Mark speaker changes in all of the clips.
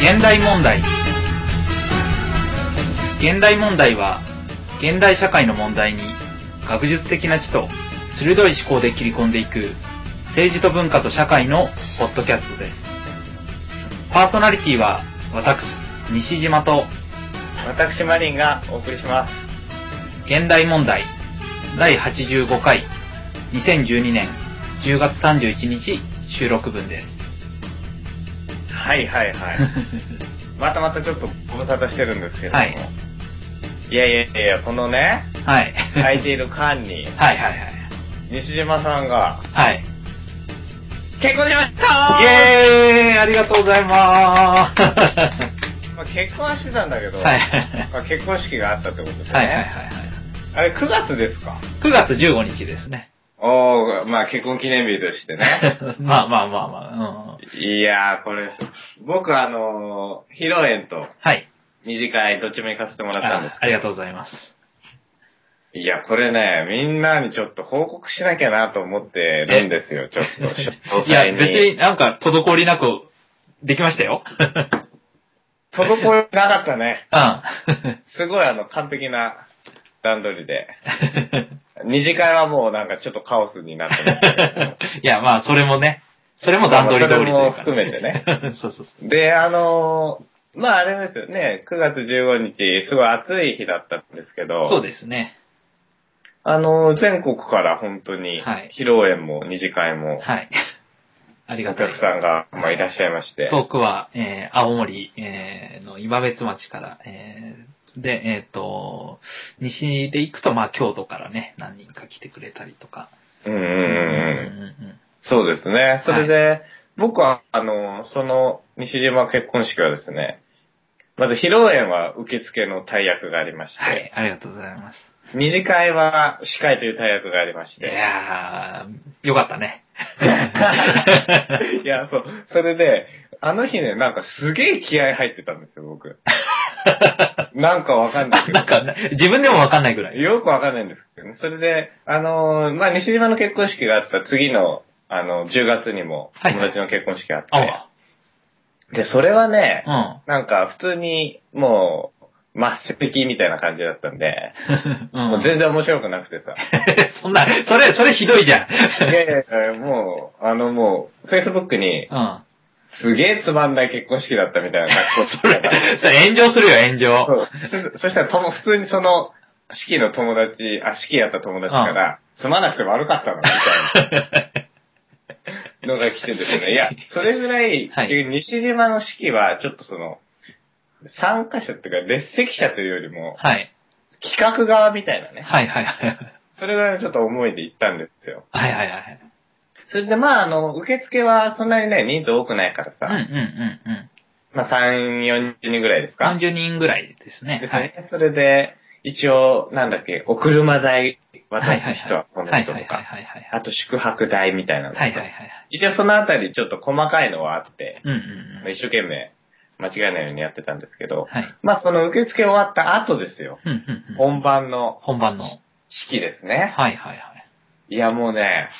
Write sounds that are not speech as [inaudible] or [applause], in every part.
Speaker 1: 現代問題現代問題は現代社会の問題に学術的な知と鋭い思考で切り込んでいく政治と文化と社会のポッドキャストですパーソナリティは私西島と
Speaker 2: 私マリンがお送りします
Speaker 1: 現代問題第85回2012年10月31日収録分です
Speaker 2: はいはい [laughs] はいまたまたちょっとご無沙汰してるんですけども、
Speaker 1: はい
Speaker 2: い、やいやいやこのね [laughs]
Speaker 1: はい
Speaker 2: 空いている間に
Speaker 1: [laughs] はいはい
Speaker 2: 西島さん
Speaker 1: は
Speaker 2: が
Speaker 1: いはい
Speaker 2: 結婚しました
Speaker 1: イエーイありがとうございます
Speaker 2: まあ、結 [laughs] 婚はしてたんだけど、
Speaker 1: はい
Speaker 2: まあ、結婚式があったってことでね、
Speaker 1: はいはいはいはい
Speaker 2: あれ9月ですか
Speaker 1: 9月15日ですね。
Speaker 2: おー、まあ結婚記念日としてね
Speaker 1: [laughs] まあまあまあまあ、うん、
Speaker 2: [laughs] いやー、これ、僕あのー、披露宴と
Speaker 1: はい
Speaker 2: 二次会どっちも行かせてもらったんです
Speaker 1: あありがとうございます
Speaker 2: いや、これね、みんなにちょっと報告しなきゃなと思ってるんですよ、ちょっ
Speaker 1: [laughs]
Speaker 2: と。詳
Speaker 1: いや
Speaker 2: 細、
Speaker 1: 別に。なんか滞りなくできましたよ。う
Speaker 2: 滞りなかったね。
Speaker 1: ん。
Speaker 2: すごいあの、完璧な段取りで。二次会はもうなんかちょっとカオスになってましたけ
Speaker 1: [laughs] いや、まあ、それもね、それも段取り通りというか、
Speaker 2: まあそれも含めてね。
Speaker 1: [laughs] そうそうそう。
Speaker 2: ど。で、あのーまああれですよね、9月15日、すごい暑い日だったんですけど、
Speaker 1: そうですね。
Speaker 2: あのー全国から本当に
Speaker 1: はい、
Speaker 2: 披露宴も二次会も、
Speaker 1: はい。あり
Speaker 2: お
Speaker 1: がたい
Speaker 2: 客。さんが、まあ、いらっしゃいまして、
Speaker 1: 遠くは、えー、青森、えーの今別町から、えーで、えっ、と、西で行くと、まあ、京都からね、何人か来てくれたりとか。
Speaker 2: うんうん
Speaker 1: う
Speaker 2: うんうん。
Speaker 1: ん
Speaker 2: そうですね。それで、僕は、あの、その、西島結婚式はですね、まず、披露宴は受付の大役がありまして、
Speaker 1: はい、ありがとうございます。
Speaker 2: 二次会は司会という大役がありまし
Speaker 1: い
Speaker 2: て、
Speaker 1: やー、よかったね。 [laughs]
Speaker 2: [laughs] いや、そう、それで、あの日ね、なんかすげえ気合入ってたんですよ、
Speaker 1: [laughs]
Speaker 2: 僕。なんかわかんないけ
Speaker 1: なんか、自分でもわかんないぐら
Speaker 2: ど、
Speaker 1: い。
Speaker 2: よくわかんないんですけどね。それで、あのまあ、西島の結婚式があった次の、あの、10月にも、友達の結婚式があって、
Speaker 1: あ、
Speaker 2: で、それはね、
Speaker 1: うん。
Speaker 2: なんか普通にもう、末席みたいな感じだったんで、もう全然面白くなくて [laughs] さ。
Speaker 1: [laughs] そんな、それ、それひどいじゃん。
Speaker 2: いやいやいや、もう、あのもう、Facebook に、
Speaker 1: うん。
Speaker 2: すげえつまんない結婚式だったみたいな格好
Speaker 1: それ、それ炎上するよ、炎上。
Speaker 2: そうそそしたらとも、普通にその、式の友達、あ、式やった友達から、つまなくて悪かったのみたいなのが来てです [laughs] ね。いや、それぐらい、
Speaker 1: はい
Speaker 2: 西島の式は、ちょっとその、参加者っていうか、列席者というよりも、
Speaker 1: はい。
Speaker 2: 企画側みたいなね。
Speaker 1: はいはいはい。
Speaker 2: それぐらいのちょっと思いで行ったんですよ。
Speaker 1: はいはいはい。
Speaker 2: それでまあ、あの、受付はそんなにね、人数多くないから
Speaker 1: うん
Speaker 2: さ、
Speaker 1: うんうんうん。
Speaker 2: まあ3、40人ぐらいですか。
Speaker 1: 30人ぐらいですね
Speaker 2: で。す
Speaker 1: は
Speaker 2: ね
Speaker 1: い。。
Speaker 2: それで、一応、なんだっけ、お車代渡す人はこの
Speaker 1: はい
Speaker 2: 人
Speaker 1: はいはい
Speaker 2: と
Speaker 1: はい
Speaker 2: か、
Speaker 1: はいはい。
Speaker 2: あと宿泊代みたいなのとか
Speaker 1: はいはいはいはい。
Speaker 2: 一応そのあたりちょっと細かいのはあって、
Speaker 1: うんうんうん。
Speaker 2: 一生懸命間違えないようにやってたんですけど、
Speaker 1: はい。
Speaker 2: まあその受付終わった後ですよ。
Speaker 1: ふんふんふん
Speaker 2: 本番の
Speaker 1: 本番の。はい
Speaker 2: 式ですね。
Speaker 1: はいはい。
Speaker 2: いやもうね、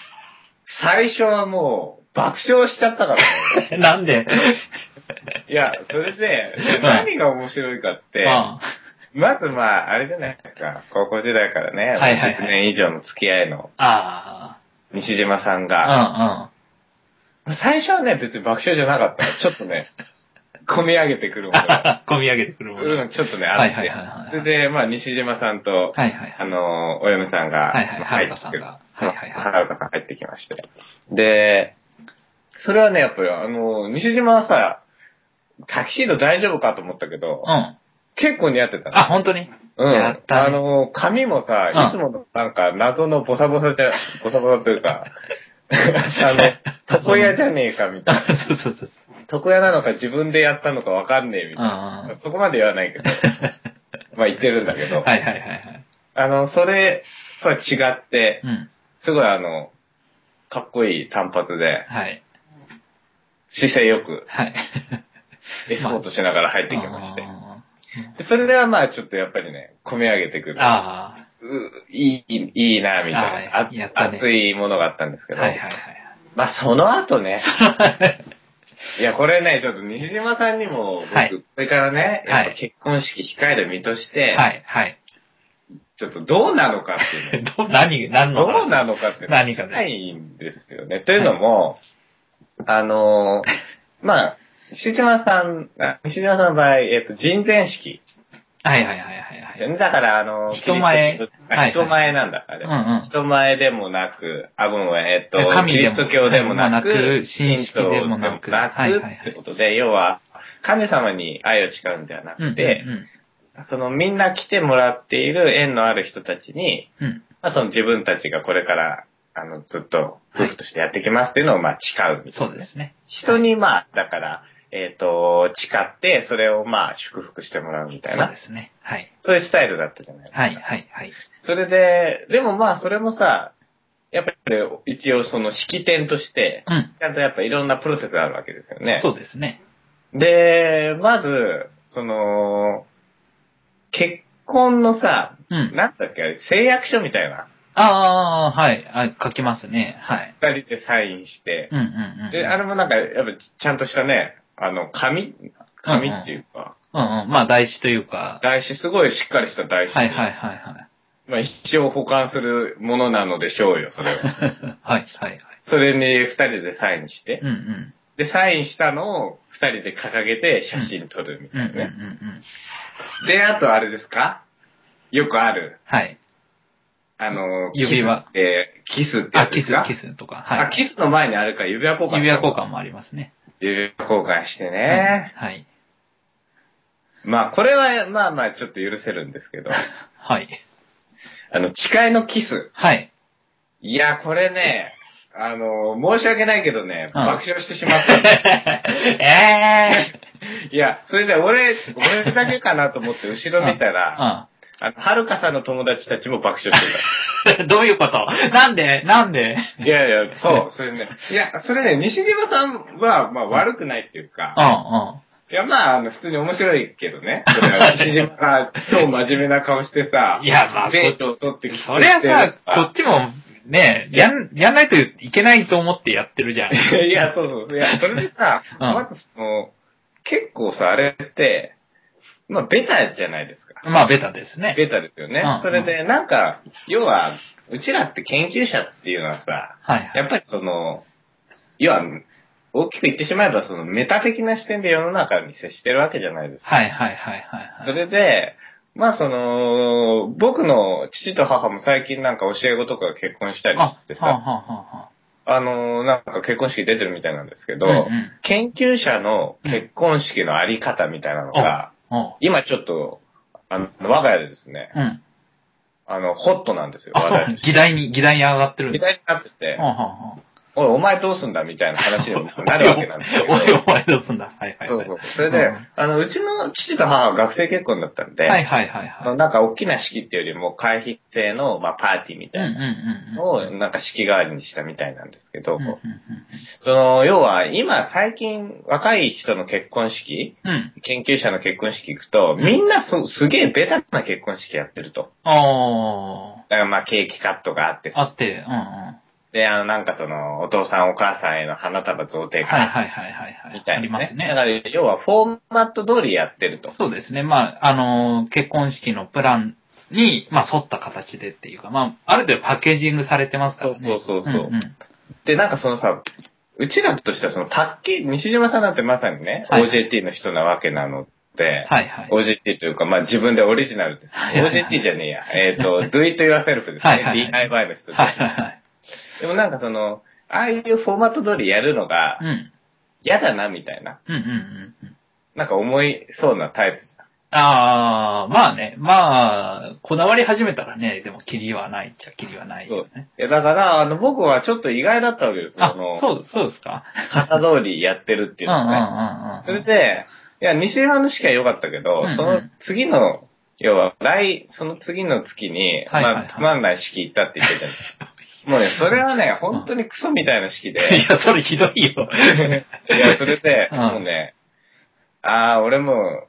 Speaker 2: 最初はもう爆笑しちゃっ
Speaker 1: [laughs]
Speaker 2: たからね。
Speaker 1: なんで
Speaker 2: いや、それで、
Speaker 1: ん
Speaker 2: 何が面白いかって、
Speaker 1: あ
Speaker 2: まずまあ、あれじゃないですか、高校時代からね、
Speaker 1: はいはいはい
Speaker 2: 10年以上の付き合いの
Speaker 1: あ
Speaker 2: 西島さんが、
Speaker 1: あ
Speaker 2: 最初はね、別に爆笑じゃなかったの。ちょっと
Speaker 1: [laughs]
Speaker 2: ね、込み上げてくるものが、
Speaker 1: うんうん。込み上げてくるもの。
Speaker 2: うん、ちょっとね、あ
Speaker 1: は
Speaker 2: っ
Speaker 1: い
Speaker 2: て。
Speaker 1: はいはいはいはい
Speaker 2: それで、まあ、西島さんと、
Speaker 1: はいはい
Speaker 2: あのー、お嫁さんが、
Speaker 1: はいはい
Speaker 2: まあ
Speaker 1: 原田さんが
Speaker 2: 入って
Speaker 1: はいはい
Speaker 2: ま
Speaker 1: は
Speaker 2: あ
Speaker 1: い
Speaker 2: 原田さん入ってきまして。で、それはね、やっぱり、あのー、西島はさ、タキシード大丈夫かと思ったけど、
Speaker 1: うん。
Speaker 2: 結構似合ってたの
Speaker 1: あ、
Speaker 2: [laughs]
Speaker 1: 本当に
Speaker 2: うん。
Speaker 1: やったね
Speaker 2: あの、髪もさ、
Speaker 1: うん
Speaker 2: いつものなんか謎のボサ
Speaker 1: [laughs]
Speaker 2: ボサじゃ、ボサボサというか、 [laughs] あの、床屋じゃねえかみたいな。
Speaker 1: そうそうそう。
Speaker 2: 床屋なのか自分でやったのかわかんねえみたい
Speaker 1: あ
Speaker 2: な。そこまで言
Speaker 1: [laughs]
Speaker 2: わないけど、まあ言ってるんだけど、
Speaker 1: はいはいはいはい。
Speaker 2: あの、それとは違って
Speaker 1: う、ん。
Speaker 2: すごいあの、かっこいい短髪で、
Speaker 1: はい。
Speaker 2: 姿勢よく
Speaker 1: はい。
Speaker 2: エスコートしながら入ってきまして。
Speaker 1: あ
Speaker 2: でそれではまあちょっとやっぱりね、込み上げてくる
Speaker 1: ー。あ
Speaker 2: ういい、いいな、みたいな。
Speaker 1: あーやった
Speaker 2: あ
Speaker 1: ね
Speaker 2: 熱いものがあったんですけ
Speaker 1: ー。
Speaker 2: ど。
Speaker 1: はいはいはい。
Speaker 2: まあ、その後ね、いや、これね、ちょっと西島さんにも、
Speaker 1: はい
Speaker 2: 僕、これからね、
Speaker 1: はい
Speaker 2: やっぱ結婚式控える身として、
Speaker 1: はい、はい。
Speaker 2: ちょっとどうなのかっていうの
Speaker 1: ど、何、 [laughs] 何の
Speaker 2: ど
Speaker 1: 話
Speaker 2: うなのかって
Speaker 1: 何かね
Speaker 2: ないんですよね。というのも、あのー、まあ、西島さん、あ西島さんの場合、えっと、人前式。
Speaker 1: はいはいはいはいはい。
Speaker 2: だから、あのー、
Speaker 1: 人前
Speaker 2: キリス
Speaker 1: は
Speaker 2: ト
Speaker 1: いはい
Speaker 2: 人前なんだ、あれ。
Speaker 1: うんうん
Speaker 2: 人前でもなく、あ、ごめんごめん、えっと、
Speaker 1: 神
Speaker 2: キ
Speaker 1: で
Speaker 2: リ
Speaker 1: も
Speaker 2: スト教でもな
Speaker 1: もうなく
Speaker 2: く、
Speaker 1: 神式でもなく
Speaker 2: 神道
Speaker 1: はいはいはい
Speaker 2: ってことで、要は、神様に愛を誓うんではなくて、
Speaker 1: うん
Speaker 2: そのみんな来てもらっている縁のある人たちに、
Speaker 1: うんうん。
Speaker 2: まあ、その自分たちがこれから、あの、ずっと夫婦としてやっていきますっていうのを、まあ、誓うみたい
Speaker 1: そ
Speaker 2: な、
Speaker 1: うですね。
Speaker 2: 人に、まあ、だから、えっ、と、誓って、それを、まあ、祝福してもらうみた
Speaker 1: そ
Speaker 2: いうな
Speaker 1: で、すね。はい。
Speaker 2: そういうスタイルだったじゃないですか。
Speaker 1: はいはいはい。
Speaker 2: それで、でもまあ、それもさ、やっぱり、一応、その、式典として、
Speaker 1: うん。
Speaker 2: ちゃんとやっぱいろんなプロセスがあるわけですよね。
Speaker 1: そうですね。
Speaker 2: で、まず、その、結婚のさ、
Speaker 1: うん。
Speaker 2: なんだっけ、あれ誓約書みたいな、
Speaker 1: ああ、はい。あ書きますね。はい。
Speaker 2: 二人でサインして、
Speaker 1: うんうんうん。
Speaker 2: [laughs] で、あれもなんか、やっぱちゃんとしたね、あの、紙紙っていうか、
Speaker 1: うんうん。まあ、台紙というか。
Speaker 2: 台紙、すごいしっかりした台
Speaker 1: は
Speaker 2: 紙。
Speaker 1: いはいはいはい。
Speaker 2: まあ一応保管するものなのでしょうよ、それは。
Speaker 1: はい [laughs] はいはい。
Speaker 2: それに二人でサインして
Speaker 1: う、んうん。
Speaker 2: で、サインしたのを二人で掲げて写真撮るみ
Speaker 1: うん
Speaker 2: た
Speaker 1: うん
Speaker 2: い
Speaker 1: うん
Speaker 2: なね。
Speaker 1: うん。
Speaker 2: で、あとあれですかよくある、
Speaker 1: はい。
Speaker 2: あの、
Speaker 1: 指輪
Speaker 2: キスって、キスって
Speaker 1: あ、
Speaker 2: やつで
Speaker 1: キ
Speaker 2: す
Speaker 1: ス
Speaker 2: か、
Speaker 1: キスとか。は
Speaker 2: あ、
Speaker 1: い。
Speaker 2: キスの前にあるから指輪交換
Speaker 1: 指輪交換もありますね。
Speaker 2: 指輪交換してね。
Speaker 1: はい。
Speaker 2: まあ、これは、まあまあ、ちょっと許せるんですけど、あ
Speaker 1: はい。
Speaker 2: の、誓いのキス。 [laughs]
Speaker 1: はい。
Speaker 2: いや、これね、あの、申し訳ないけどね、
Speaker 1: うん
Speaker 2: 爆笑してしま
Speaker 1: [laughs]
Speaker 2: った。 [laughs]
Speaker 1: え
Speaker 2: いや、それで俺、俺だけかなと思って後ろ見たら、あの、はるかさんの友達たちも爆笑し
Speaker 1: [laughs]
Speaker 2: て
Speaker 1: うん。どういうことなんでなんで
Speaker 2: た。いやいや、そう、それね。いや、それね、西島さんは、まあ悪くないっていう
Speaker 1: うん
Speaker 2: か、
Speaker 1: うん。
Speaker 2: いや、まあ、あの、普通に面白いけど
Speaker 1: [laughs]
Speaker 2: ね。それは西島が超真面目な顔してさ、
Speaker 1: いやまあ
Speaker 2: デートを取ってきて。
Speaker 1: そりゃさ、こっ
Speaker 2: こ
Speaker 1: ちもね、やん、やんないといけないと思ってやってるじゃん。
Speaker 2: [laughs] いや、そうそう。いや、それでさ、
Speaker 1: うん
Speaker 2: まずその、結構さ、あれって、まあ、ベタじゃないですか。
Speaker 1: まあ、ベタですね。
Speaker 2: ベタですよね。
Speaker 1: うん
Speaker 2: それで、なんか、要は、うちらって研究者っていうのはさ、
Speaker 1: はいはい。
Speaker 2: やっぱりその、要は、大きく言ってしまえば、その、メタ的な視点で世の中に接してるわけじゃないですか。
Speaker 1: はいはいはいはい
Speaker 2: そ
Speaker 1: はい。
Speaker 2: れで、まあその、僕の父と母も最近なんか教え子とかが結婚したり
Speaker 1: あ
Speaker 2: し、て
Speaker 1: はあは
Speaker 2: さ、
Speaker 1: あはあはあ。
Speaker 2: あの、なんか結婚式出てるみたいなんですけど、
Speaker 1: うんうん
Speaker 2: 研究者の結婚式のあり方みたいなのが、
Speaker 1: おう
Speaker 2: 今ちょっと、あの、我が家でですね、
Speaker 1: うん。
Speaker 2: あの、ホットなんですよ、
Speaker 1: あ、
Speaker 2: 話
Speaker 1: そう
Speaker 2: 題、
Speaker 1: 議題に、議題に上がってるん
Speaker 2: み
Speaker 1: です
Speaker 2: たいになってて
Speaker 1: うん、うんうん
Speaker 2: おい、お前どうすんだみたいな話にもなるわけなんですけど。
Speaker 1: おい、お前どうすんだ。はいはい。
Speaker 2: そうそう。それで、
Speaker 1: うん
Speaker 2: あの、うちの父と母は学生結婚だったんで、
Speaker 1: はいはいはい
Speaker 2: あ
Speaker 1: は
Speaker 2: の
Speaker 1: い。
Speaker 2: なんか大きな式っていうよりも、会費制の、まあ、パーティーみ
Speaker 1: う
Speaker 2: た
Speaker 1: んう
Speaker 2: い
Speaker 1: ん
Speaker 2: な
Speaker 1: うんうん。
Speaker 2: のを、なんか式代わりにしたみたいなんですけど、
Speaker 1: うんうん
Speaker 2: その、要は、今、最近、若い人の結婚式、
Speaker 1: うん。うん。
Speaker 2: 研究者の結婚式行くと、みんなそ、すげえベタな結婚式やってると。
Speaker 1: あ
Speaker 2: だからまあ、ケーキカットがあって
Speaker 1: ー、あって、うんうん。は
Speaker 2: で、あの、なんかその、お父さんお母さんへの花束贈呈
Speaker 1: い
Speaker 2: 会
Speaker 1: はいはいはいはい。
Speaker 2: みたいな、ね。
Speaker 1: あります
Speaker 2: だか
Speaker 1: ね。
Speaker 2: ら、要はフォーマット通りやってると。
Speaker 1: そうですね。まあ、あのー、結婚式のプランに、まあ、沿った形でっていうか、まあ、ある程度パッケージングされてますからね。
Speaker 2: そうそうそうそうん
Speaker 1: ん
Speaker 2: で、なんかそのさ、うちらとしてはそのパッケージ、西島さんなんてまさにね、
Speaker 1: はい
Speaker 2: OJT の人なわけなので、
Speaker 1: はいはい。
Speaker 2: OJT というか、まあ自分でオリジナルです。
Speaker 1: はいはい
Speaker 2: OJT じゃねえや。えっ、と、do it yourself ですね。
Speaker 1: はいはいはい
Speaker 2: DIY の人で
Speaker 1: はいはいはい。
Speaker 2: でもなんかその、ああいうフォーマット通りやるのが
Speaker 1: うん。
Speaker 2: 嫌だなみたいな、
Speaker 1: うんうんうんうん。
Speaker 2: なんか思いそうなタイプじゃん。
Speaker 1: ああ、まあね。まあ、こだわり始めたらね、でも、キリはないっちゃキリはないよね。
Speaker 2: いや、だから、あの、僕はちょっと意外だったわけですよ。
Speaker 1: あ
Speaker 2: その、
Speaker 1: そう、そうですか。
Speaker 2: 型通りやってるっていうのがね。そ
Speaker 1: うんうんうんうん
Speaker 2: れで、いや、西山の式は良かったけど、
Speaker 1: うんうん
Speaker 2: その次の、要は、来、その次の月に、
Speaker 1: はいはいはい
Speaker 2: まあ、つまんない式行ったって言ってたじゃ
Speaker 1: [laughs]
Speaker 2: んもうね、それはね、本当にクソみたいな式で、
Speaker 1: いや、それひどい
Speaker 2: [laughs]
Speaker 1: よ。
Speaker 2: いや、それで、
Speaker 1: うん
Speaker 2: もうね、ああ、俺もう、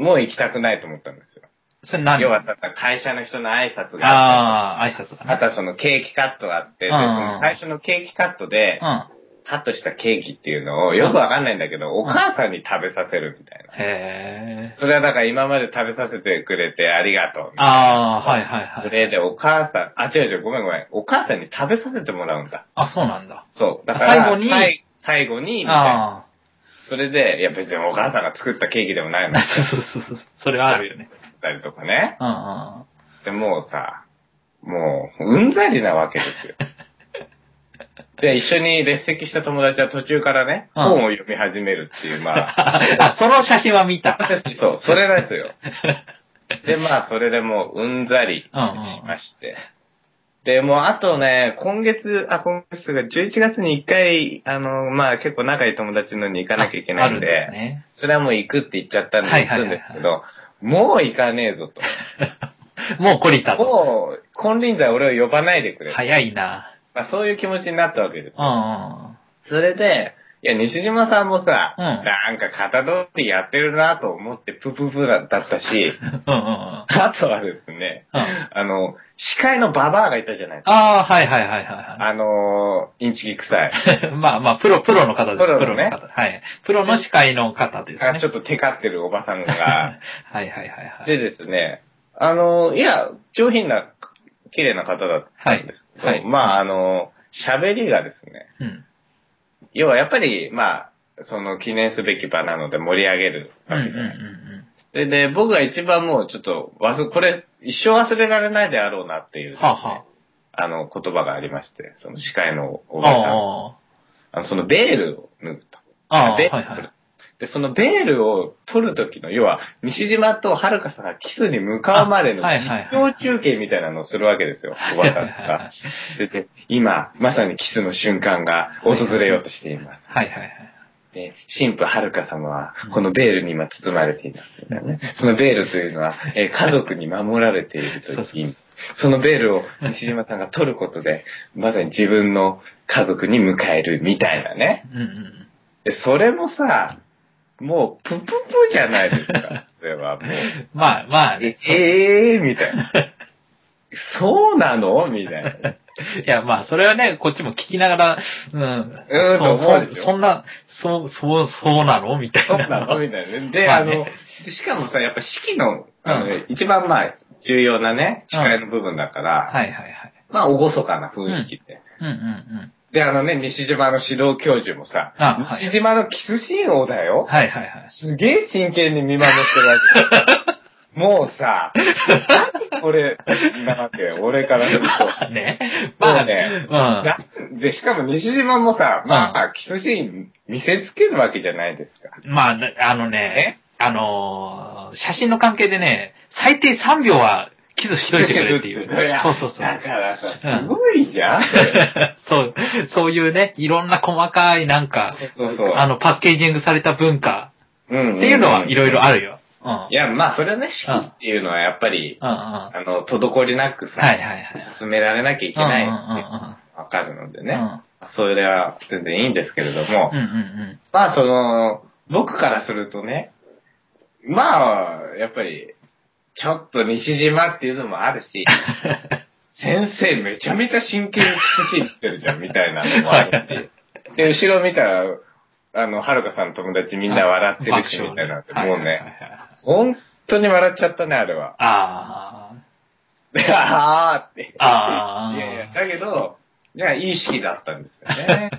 Speaker 2: もう行きたくないと思ったんですよ。
Speaker 1: それ何
Speaker 2: 要はさ、会社の人の挨拶があって、
Speaker 1: ああ、挨拶が
Speaker 2: あと
Speaker 1: ね。
Speaker 2: はそのケーキカットがあって、で
Speaker 1: うん
Speaker 2: その最初のケーキカットで、
Speaker 1: うん。
Speaker 2: カットしたケーキっていうのをよくわかんないんだけど、お母さんに食べさせるみたいな。
Speaker 1: へえ。
Speaker 2: それはだから今まで食べさせてくれてありがとうみたいな。
Speaker 1: ああ、はいはい
Speaker 2: そ
Speaker 1: はい。
Speaker 2: れでお母さん、あ、違う違う、ごめんごめん。お母さんに食べさせてもらうんだ。
Speaker 1: あ、そうなんだ。
Speaker 2: そう。だか
Speaker 1: あ
Speaker 2: ら、
Speaker 1: 最後に
Speaker 2: 最最後に、みたいな。
Speaker 1: あ
Speaker 2: それで、いや別にお母さんが作ったケーキでもない
Speaker 1: あ。 [laughs]
Speaker 2: の。だ
Speaker 1: そうそうそうそう。それはあるよね。
Speaker 2: ったりとかね。
Speaker 1: うんうん。
Speaker 2: でもうさ、もう、うんざりなわけ
Speaker 1: [laughs]
Speaker 2: ですよ。で、一緒に列席した友達は途中からね、
Speaker 1: うん
Speaker 2: 本を読み始めるっていう、 [laughs] まあ、
Speaker 1: あ、その写真は見た。
Speaker 2: そう、それで
Speaker 1: [laughs]
Speaker 2: すよ。で、まあ、それでもう、うんざりし
Speaker 1: うんうん
Speaker 2: まして。で、もう、あとね、今月、あ、今月というか、11月に一回、あの、まあ、結構仲いい友達のに行かなきゃいけないんで、
Speaker 1: ああるんですね。
Speaker 2: それはもう行くって言っちゃったんで、
Speaker 1: はいはい
Speaker 2: 行
Speaker 1: はい
Speaker 2: くん
Speaker 1: はい
Speaker 2: ですけど、もう行かねえぞと。
Speaker 1: もう懲りたと。
Speaker 2: もう、金輪際俺を呼ばないでくれ。
Speaker 1: 早いな。
Speaker 2: まあ、そういう気持ちになったわけです。
Speaker 1: うんうん。
Speaker 2: それで、いや、西島さんもさ、
Speaker 1: うん
Speaker 2: なんか型通りやってるなと思ってプププだったし、
Speaker 1: うんうんうん。
Speaker 2: あとはですね、
Speaker 1: うん
Speaker 2: あの、司会のババアがいたじゃないですか。
Speaker 1: ああ、はいはいはい [laughs] は
Speaker 2: あのー、インチキ臭い。
Speaker 1: いはい。まあまあ、プロ、プロの方です。プ
Speaker 2: プロのね
Speaker 1: ロの方。はい。プロの司会の方ですね。
Speaker 2: あちょっとテカってるおばさんが。
Speaker 1: [laughs] はいはいはいはい。
Speaker 2: でですね、あのー、いや、上品な、綺麗な方だったんですけど、
Speaker 1: はいはい
Speaker 2: まあ、あのー、喋りがですね、
Speaker 1: うん。
Speaker 2: 要はやっぱり、まあ、その記念すべき場なので盛り上げる
Speaker 1: うんう
Speaker 2: わ
Speaker 1: ん
Speaker 2: けじゃない
Speaker 1: うん
Speaker 2: それで、僕が一番もうちょっと忘れ、これ一生忘れられないであろうなっていうう、
Speaker 1: ん。はあは
Speaker 2: あの言葉がありまして、その司会のお
Speaker 1: あ。
Speaker 2: ばさん。
Speaker 1: あ
Speaker 2: あのそのベールを脱ぐと。
Speaker 1: あ。ああ、は
Speaker 2: ベ
Speaker 1: い
Speaker 2: ール
Speaker 1: は
Speaker 2: を
Speaker 1: い。
Speaker 2: 取るで、そのベールを取る時の、要は、西島とはるかさんがキスに向かうまでの
Speaker 1: あはいはい
Speaker 2: 実況中継みたいなのをするわけで
Speaker 1: [laughs]
Speaker 2: すよ、おばさん
Speaker 1: はいはいはい
Speaker 2: が。でで、今、まさにキスの瞬間が訪れようとしています。
Speaker 1: はいはいはい。
Speaker 2: で、神父はるか様は、このベールに今包まれています、ね。そのベールというのは、えー家族に守られているという意味。そのベールを西島さんが取ることで、まさに自分の家族に迎えるみたいなね。
Speaker 1: うんうん。
Speaker 2: で、それもさ、もう、プププじゃないですか。それはもう、 [laughs]
Speaker 1: まあまあ
Speaker 2: え
Speaker 1: ね。
Speaker 2: えー、みたいな。そうなのみたいな。
Speaker 1: [laughs] いやまあ、それはね、こっちも聞きながら、うん。
Speaker 2: うんと思うで
Speaker 1: そ
Speaker 2: し
Speaker 1: う
Speaker 2: ょ
Speaker 1: そんな、そう、そう、そうなのみたい
Speaker 2: そう
Speaker 1: な。
Speaker 2: なのみたいなね。で、
Speaker 1: まあ
Speaker 2: あ
Speaker 1: ね
Speaker 2: の、でしかもさ、やっぱ式の、あの、
Speaker 1: うん
Speaker 2: 一番まあ、重要なね、
Speaker 1: うん
Speaker 2: 司会の部分だか
Speaker 1: は
Speaker 2: ら、
Speaker 1: いはいはい。
Speaker 2: まあ、おごそかな雰囲気で。
Speaker 1: うんうんうん。
Speaker 2: で、あのね、西島の指導教授もさ、
Speaker 1: あはい
Speaker 2: 西島のキスシーンをだよ、
Speaker 1: はいはいはい。
Speaker 2: すげえ真剣に見守ってるわ
Speaker 1: [laughs]
Speaker 2: け。もうさ、何これ、なわけよ、俺からする
Speaker 1: まあね。まあね。うん。
Speaker 2: と。なで、しかも西島もさ、まあ、キスシーン見せつけるわけじゃないですか。
Speaker 1: まあ、なあのね、あのー写真の関係でね、最低3秒はキスしといてくれって
Speaker 2: [laughs]
Speaker 1: いう。
Speaker 2: や
Speaker 1: そうそうそ
Speaker 2: だ
Speaker 1: う。
Speaker 2: からさ
Speaker 1: う、ん
Speaker 2: すごいじゃん。
Speaker 1: そう、そういうね、いろんな細かいなんか、
Speaker 2: そうそう。
Speaker 1: あの、パッケージングされた文化
Speaker 2: うん
Speaker 1: っていうのはいろいろ
Speaker 2: る。
Speaker 1: あるよ。うん。うんうん。
Speaker 2: いや、まあ、それはね、式っていうのはやっぱり、
Speaker 1: は
Speaker 2: あの、滞りなく
Speaker 1: い
Speaker 2: さ、
Speaker 1: はいはい。
Speaker 2: 進められなきゃいけない
Speaker 1: うん
Speaker 2: わかるので
Speaker 1: うんうんうん。
Speaker 2: ね。それは全然いいんですけれども
Speaker 1: うん。、うんうん
Speaker 2: まあ、その、僕からするとね、まあ、やっぱり、ちょっと西島っていうのもあるし、先生めちゃめちゃ真剣に尽くしってるじゃん、みたいなのもあるし。で、後ろ見たら、あの、はるかさんの友達
Speaker 1: う
Speaker 2: みんな笑ってるし、
Speaker 1: 爆笑
Speaker 2: みたいな。
Speaker 1: は
Speaker 2: もう
Speaker 1: ははいは
Speaker 2: ね、
Speaker 1: い
Speaker 2: 本当に笑っちゃったね、あれは。
Speaker 1: あ
Speaker 2: であーって。
Speaker 1: [laughs] あ、ああ。
Speaker 2: [laughs] いやいや、だけど、いや、いい式だったんです
Speaker 1: [laughs]
Speaker 2: よね。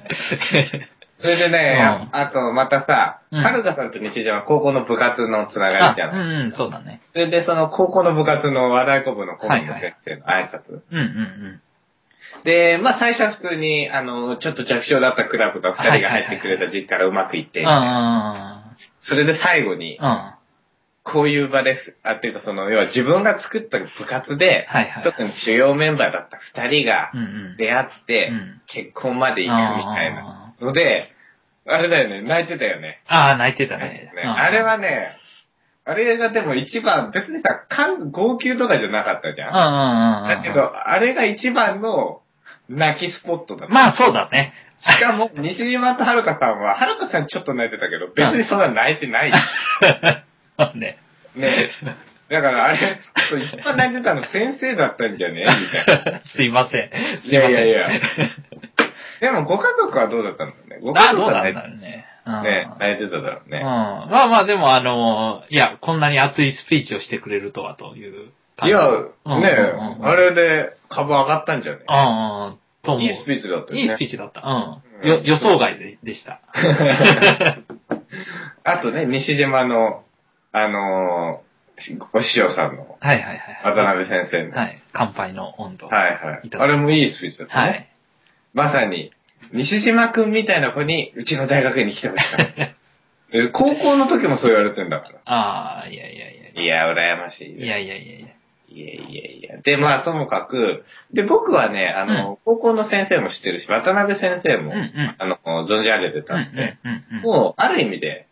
Speaker 2: それでね、
Speaker 1: う
Speaker 2: あとまたさ、
Speaker 1: うん
Speaker 2: はるかさんと西島は高校の部活のつながりじゃ。
Speaker 1: あうんんうん、そうだね。
Speaker 2: それで、その高校の部活の和太鼓部の顧問の
Speaker 1: はいはい
Speaker 2: 先生の挨拶。
Speaker 1: うんうんうん。
Speaker 2: で、まあ最初は普通に、あの、ちょっと弱小だったクラブが二人が入ってくれた時期からうまくいって、
Speaker 1: あ
Speaker 2: それで最後に
Speaker 1: あ、、うん。
Speaker 2: こういう場です。あ、っていうかその、要は自分が作った部活で、
Speaker 1: はいはい。
Speaker 2: 特に主要メンバーだった二人が
Speaker 1: うんうん。
Speaker 2: 出会って
Speaker 1: うん、
Speaker 2: 結婚まで行くみたいな。ので、あれだよね、泣いてたよね。
Speaker 1: ああ、泣いてたね。
Speaker 2: ね
Speaker 1: うん
Speaker 2: あれ、はね、あれがでも一番、別にさ、感号泣とかじゃなかったじ
Speaker 1: うん
Speaker 2: ゃ
Speaker 1: う
Speaker 2: ん。
Speaker 1: んうんうん。
Speaker 2: だけど、あれが一番の泣きスポットだった。
Speaker 1: まあそうだ
Speaker 2: [laughs]
Speaker 1: ね。
Speaker 2: しかも、西島とはるかさんは、はるかさんちょっと泣いてたけど、別にそんな泣いてない。
Speaker 1: ね。
Speaker 2: ね。だからあれ、一番泣いてたの先生だったんじゃ
Speaker 1: [laughs]
Speaker 2: ねみたいな。
Speaker 1: すいません。す
Speaker 2: い
Speaker 1: いませ
Speaker 2: や
Speaker 1: ん。
Speaker 2: いやいやでもご家族はどうだったんだろうね。ね。ご家
Speaker 1: あ、ど
Speaker 2: 族
Speaker 1: うなん
Speaker 2: はね
Speaker 1: だろうね。うん
Speaker 2: ね、泣いてただろう
Speaker 1: うん
Speaker 2: ね。
Speaker 1: まあまあ、でもあの、いや、こんなに熱いスピーチをしてくれるとはという感
Speaker 2: い
Speaker 1: じ。
Speaker 2: や、
Speaker 1: うん
Speaker 2: ね
Speaker 1: うんうん
Speaker 2: あれで株上がったんじゃね
Speaker 1: うんうん、と思う。
Speaker 2: いいスピーチだったよね。
Speaker 1: いいスピーチだった。う
Speaker 2: うん
Speaker 1: ん。よ予想外でで
Speaker 2: [laughs]
Speaker 1: した。
Speaker 2: あとね、西島の、あのーお師匠さんの、
Speaker 1: はいはいはい。
Speaker 2: 渡辺先生の。
Speaker 1: は。
Speaker 2: はい
Speaker 1: 乾杯の温度。
Speaker 2: い
Speaker 1: はい。
Speaker 2: はい。あれもいいスピーチだったね。まさに、西島くんみたいな子に、うちの大学に来てほしかった。
Speaker 1: [laughs]
Speaker 2: え高校の時もそう言われてんだか
Speaker 1: ああ、いやいやいや
Speaker 2: ら。いや、羨ましい。
Speaker 1: いやいやいやいや。
Speaker 2: いやいやいや。で、まあ、ともかく、で、僕はね、あの、高校の先生も知ってるし、渡辺先生
Speaker 1: うん
Speaker 2: も、
Speaker 1: うん。
Speaker 2: あの、存じ上げて
Speaker 1: う
Speaker 2: た
Speaker 1: ん
Speaker 2: んで、
Speaker 1: うんうん。
Speaker 2: もう、ある意味で、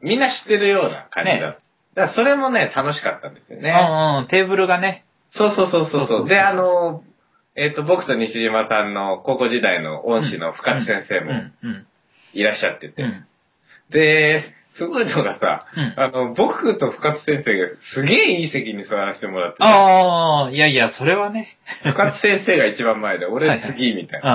Speaker 2: みんな知ってるような感じだった。だから、それもね、楽しかったんですよ
Speaker 1: う
Speaker 2: ね。
Speaker 1: んうん。テーブルがね。
Speaker 2: そうそうそう
Speaker 1: そ
Speaker 2: そう
Speaker 1: そう
Speaker 2: うそ
Speaker 1: そう
Speaker 2: う。で、あの、えっ、と、僕と西島さんの高校時代の恩師の深津先生
Speaker 1: うん
Speaker 2: も
Speaker 1: うん
Speaker 2: いらっしゃってて、
Speaker 1: うん。
Speaker 2: で、すごいのがさ、
Speaker 1: うん
Speaker 2: あの、僕と深津先生がすげえいい席に座らせてもらってて、
Speaker 1: ああ、いやいや、それはね。
Speaker 2: 深津先生が一番前で、俺
Speaker 1: はいはい
Speaker 2: 次、みたい
Speaker 1: うんう
Speaker 2: な。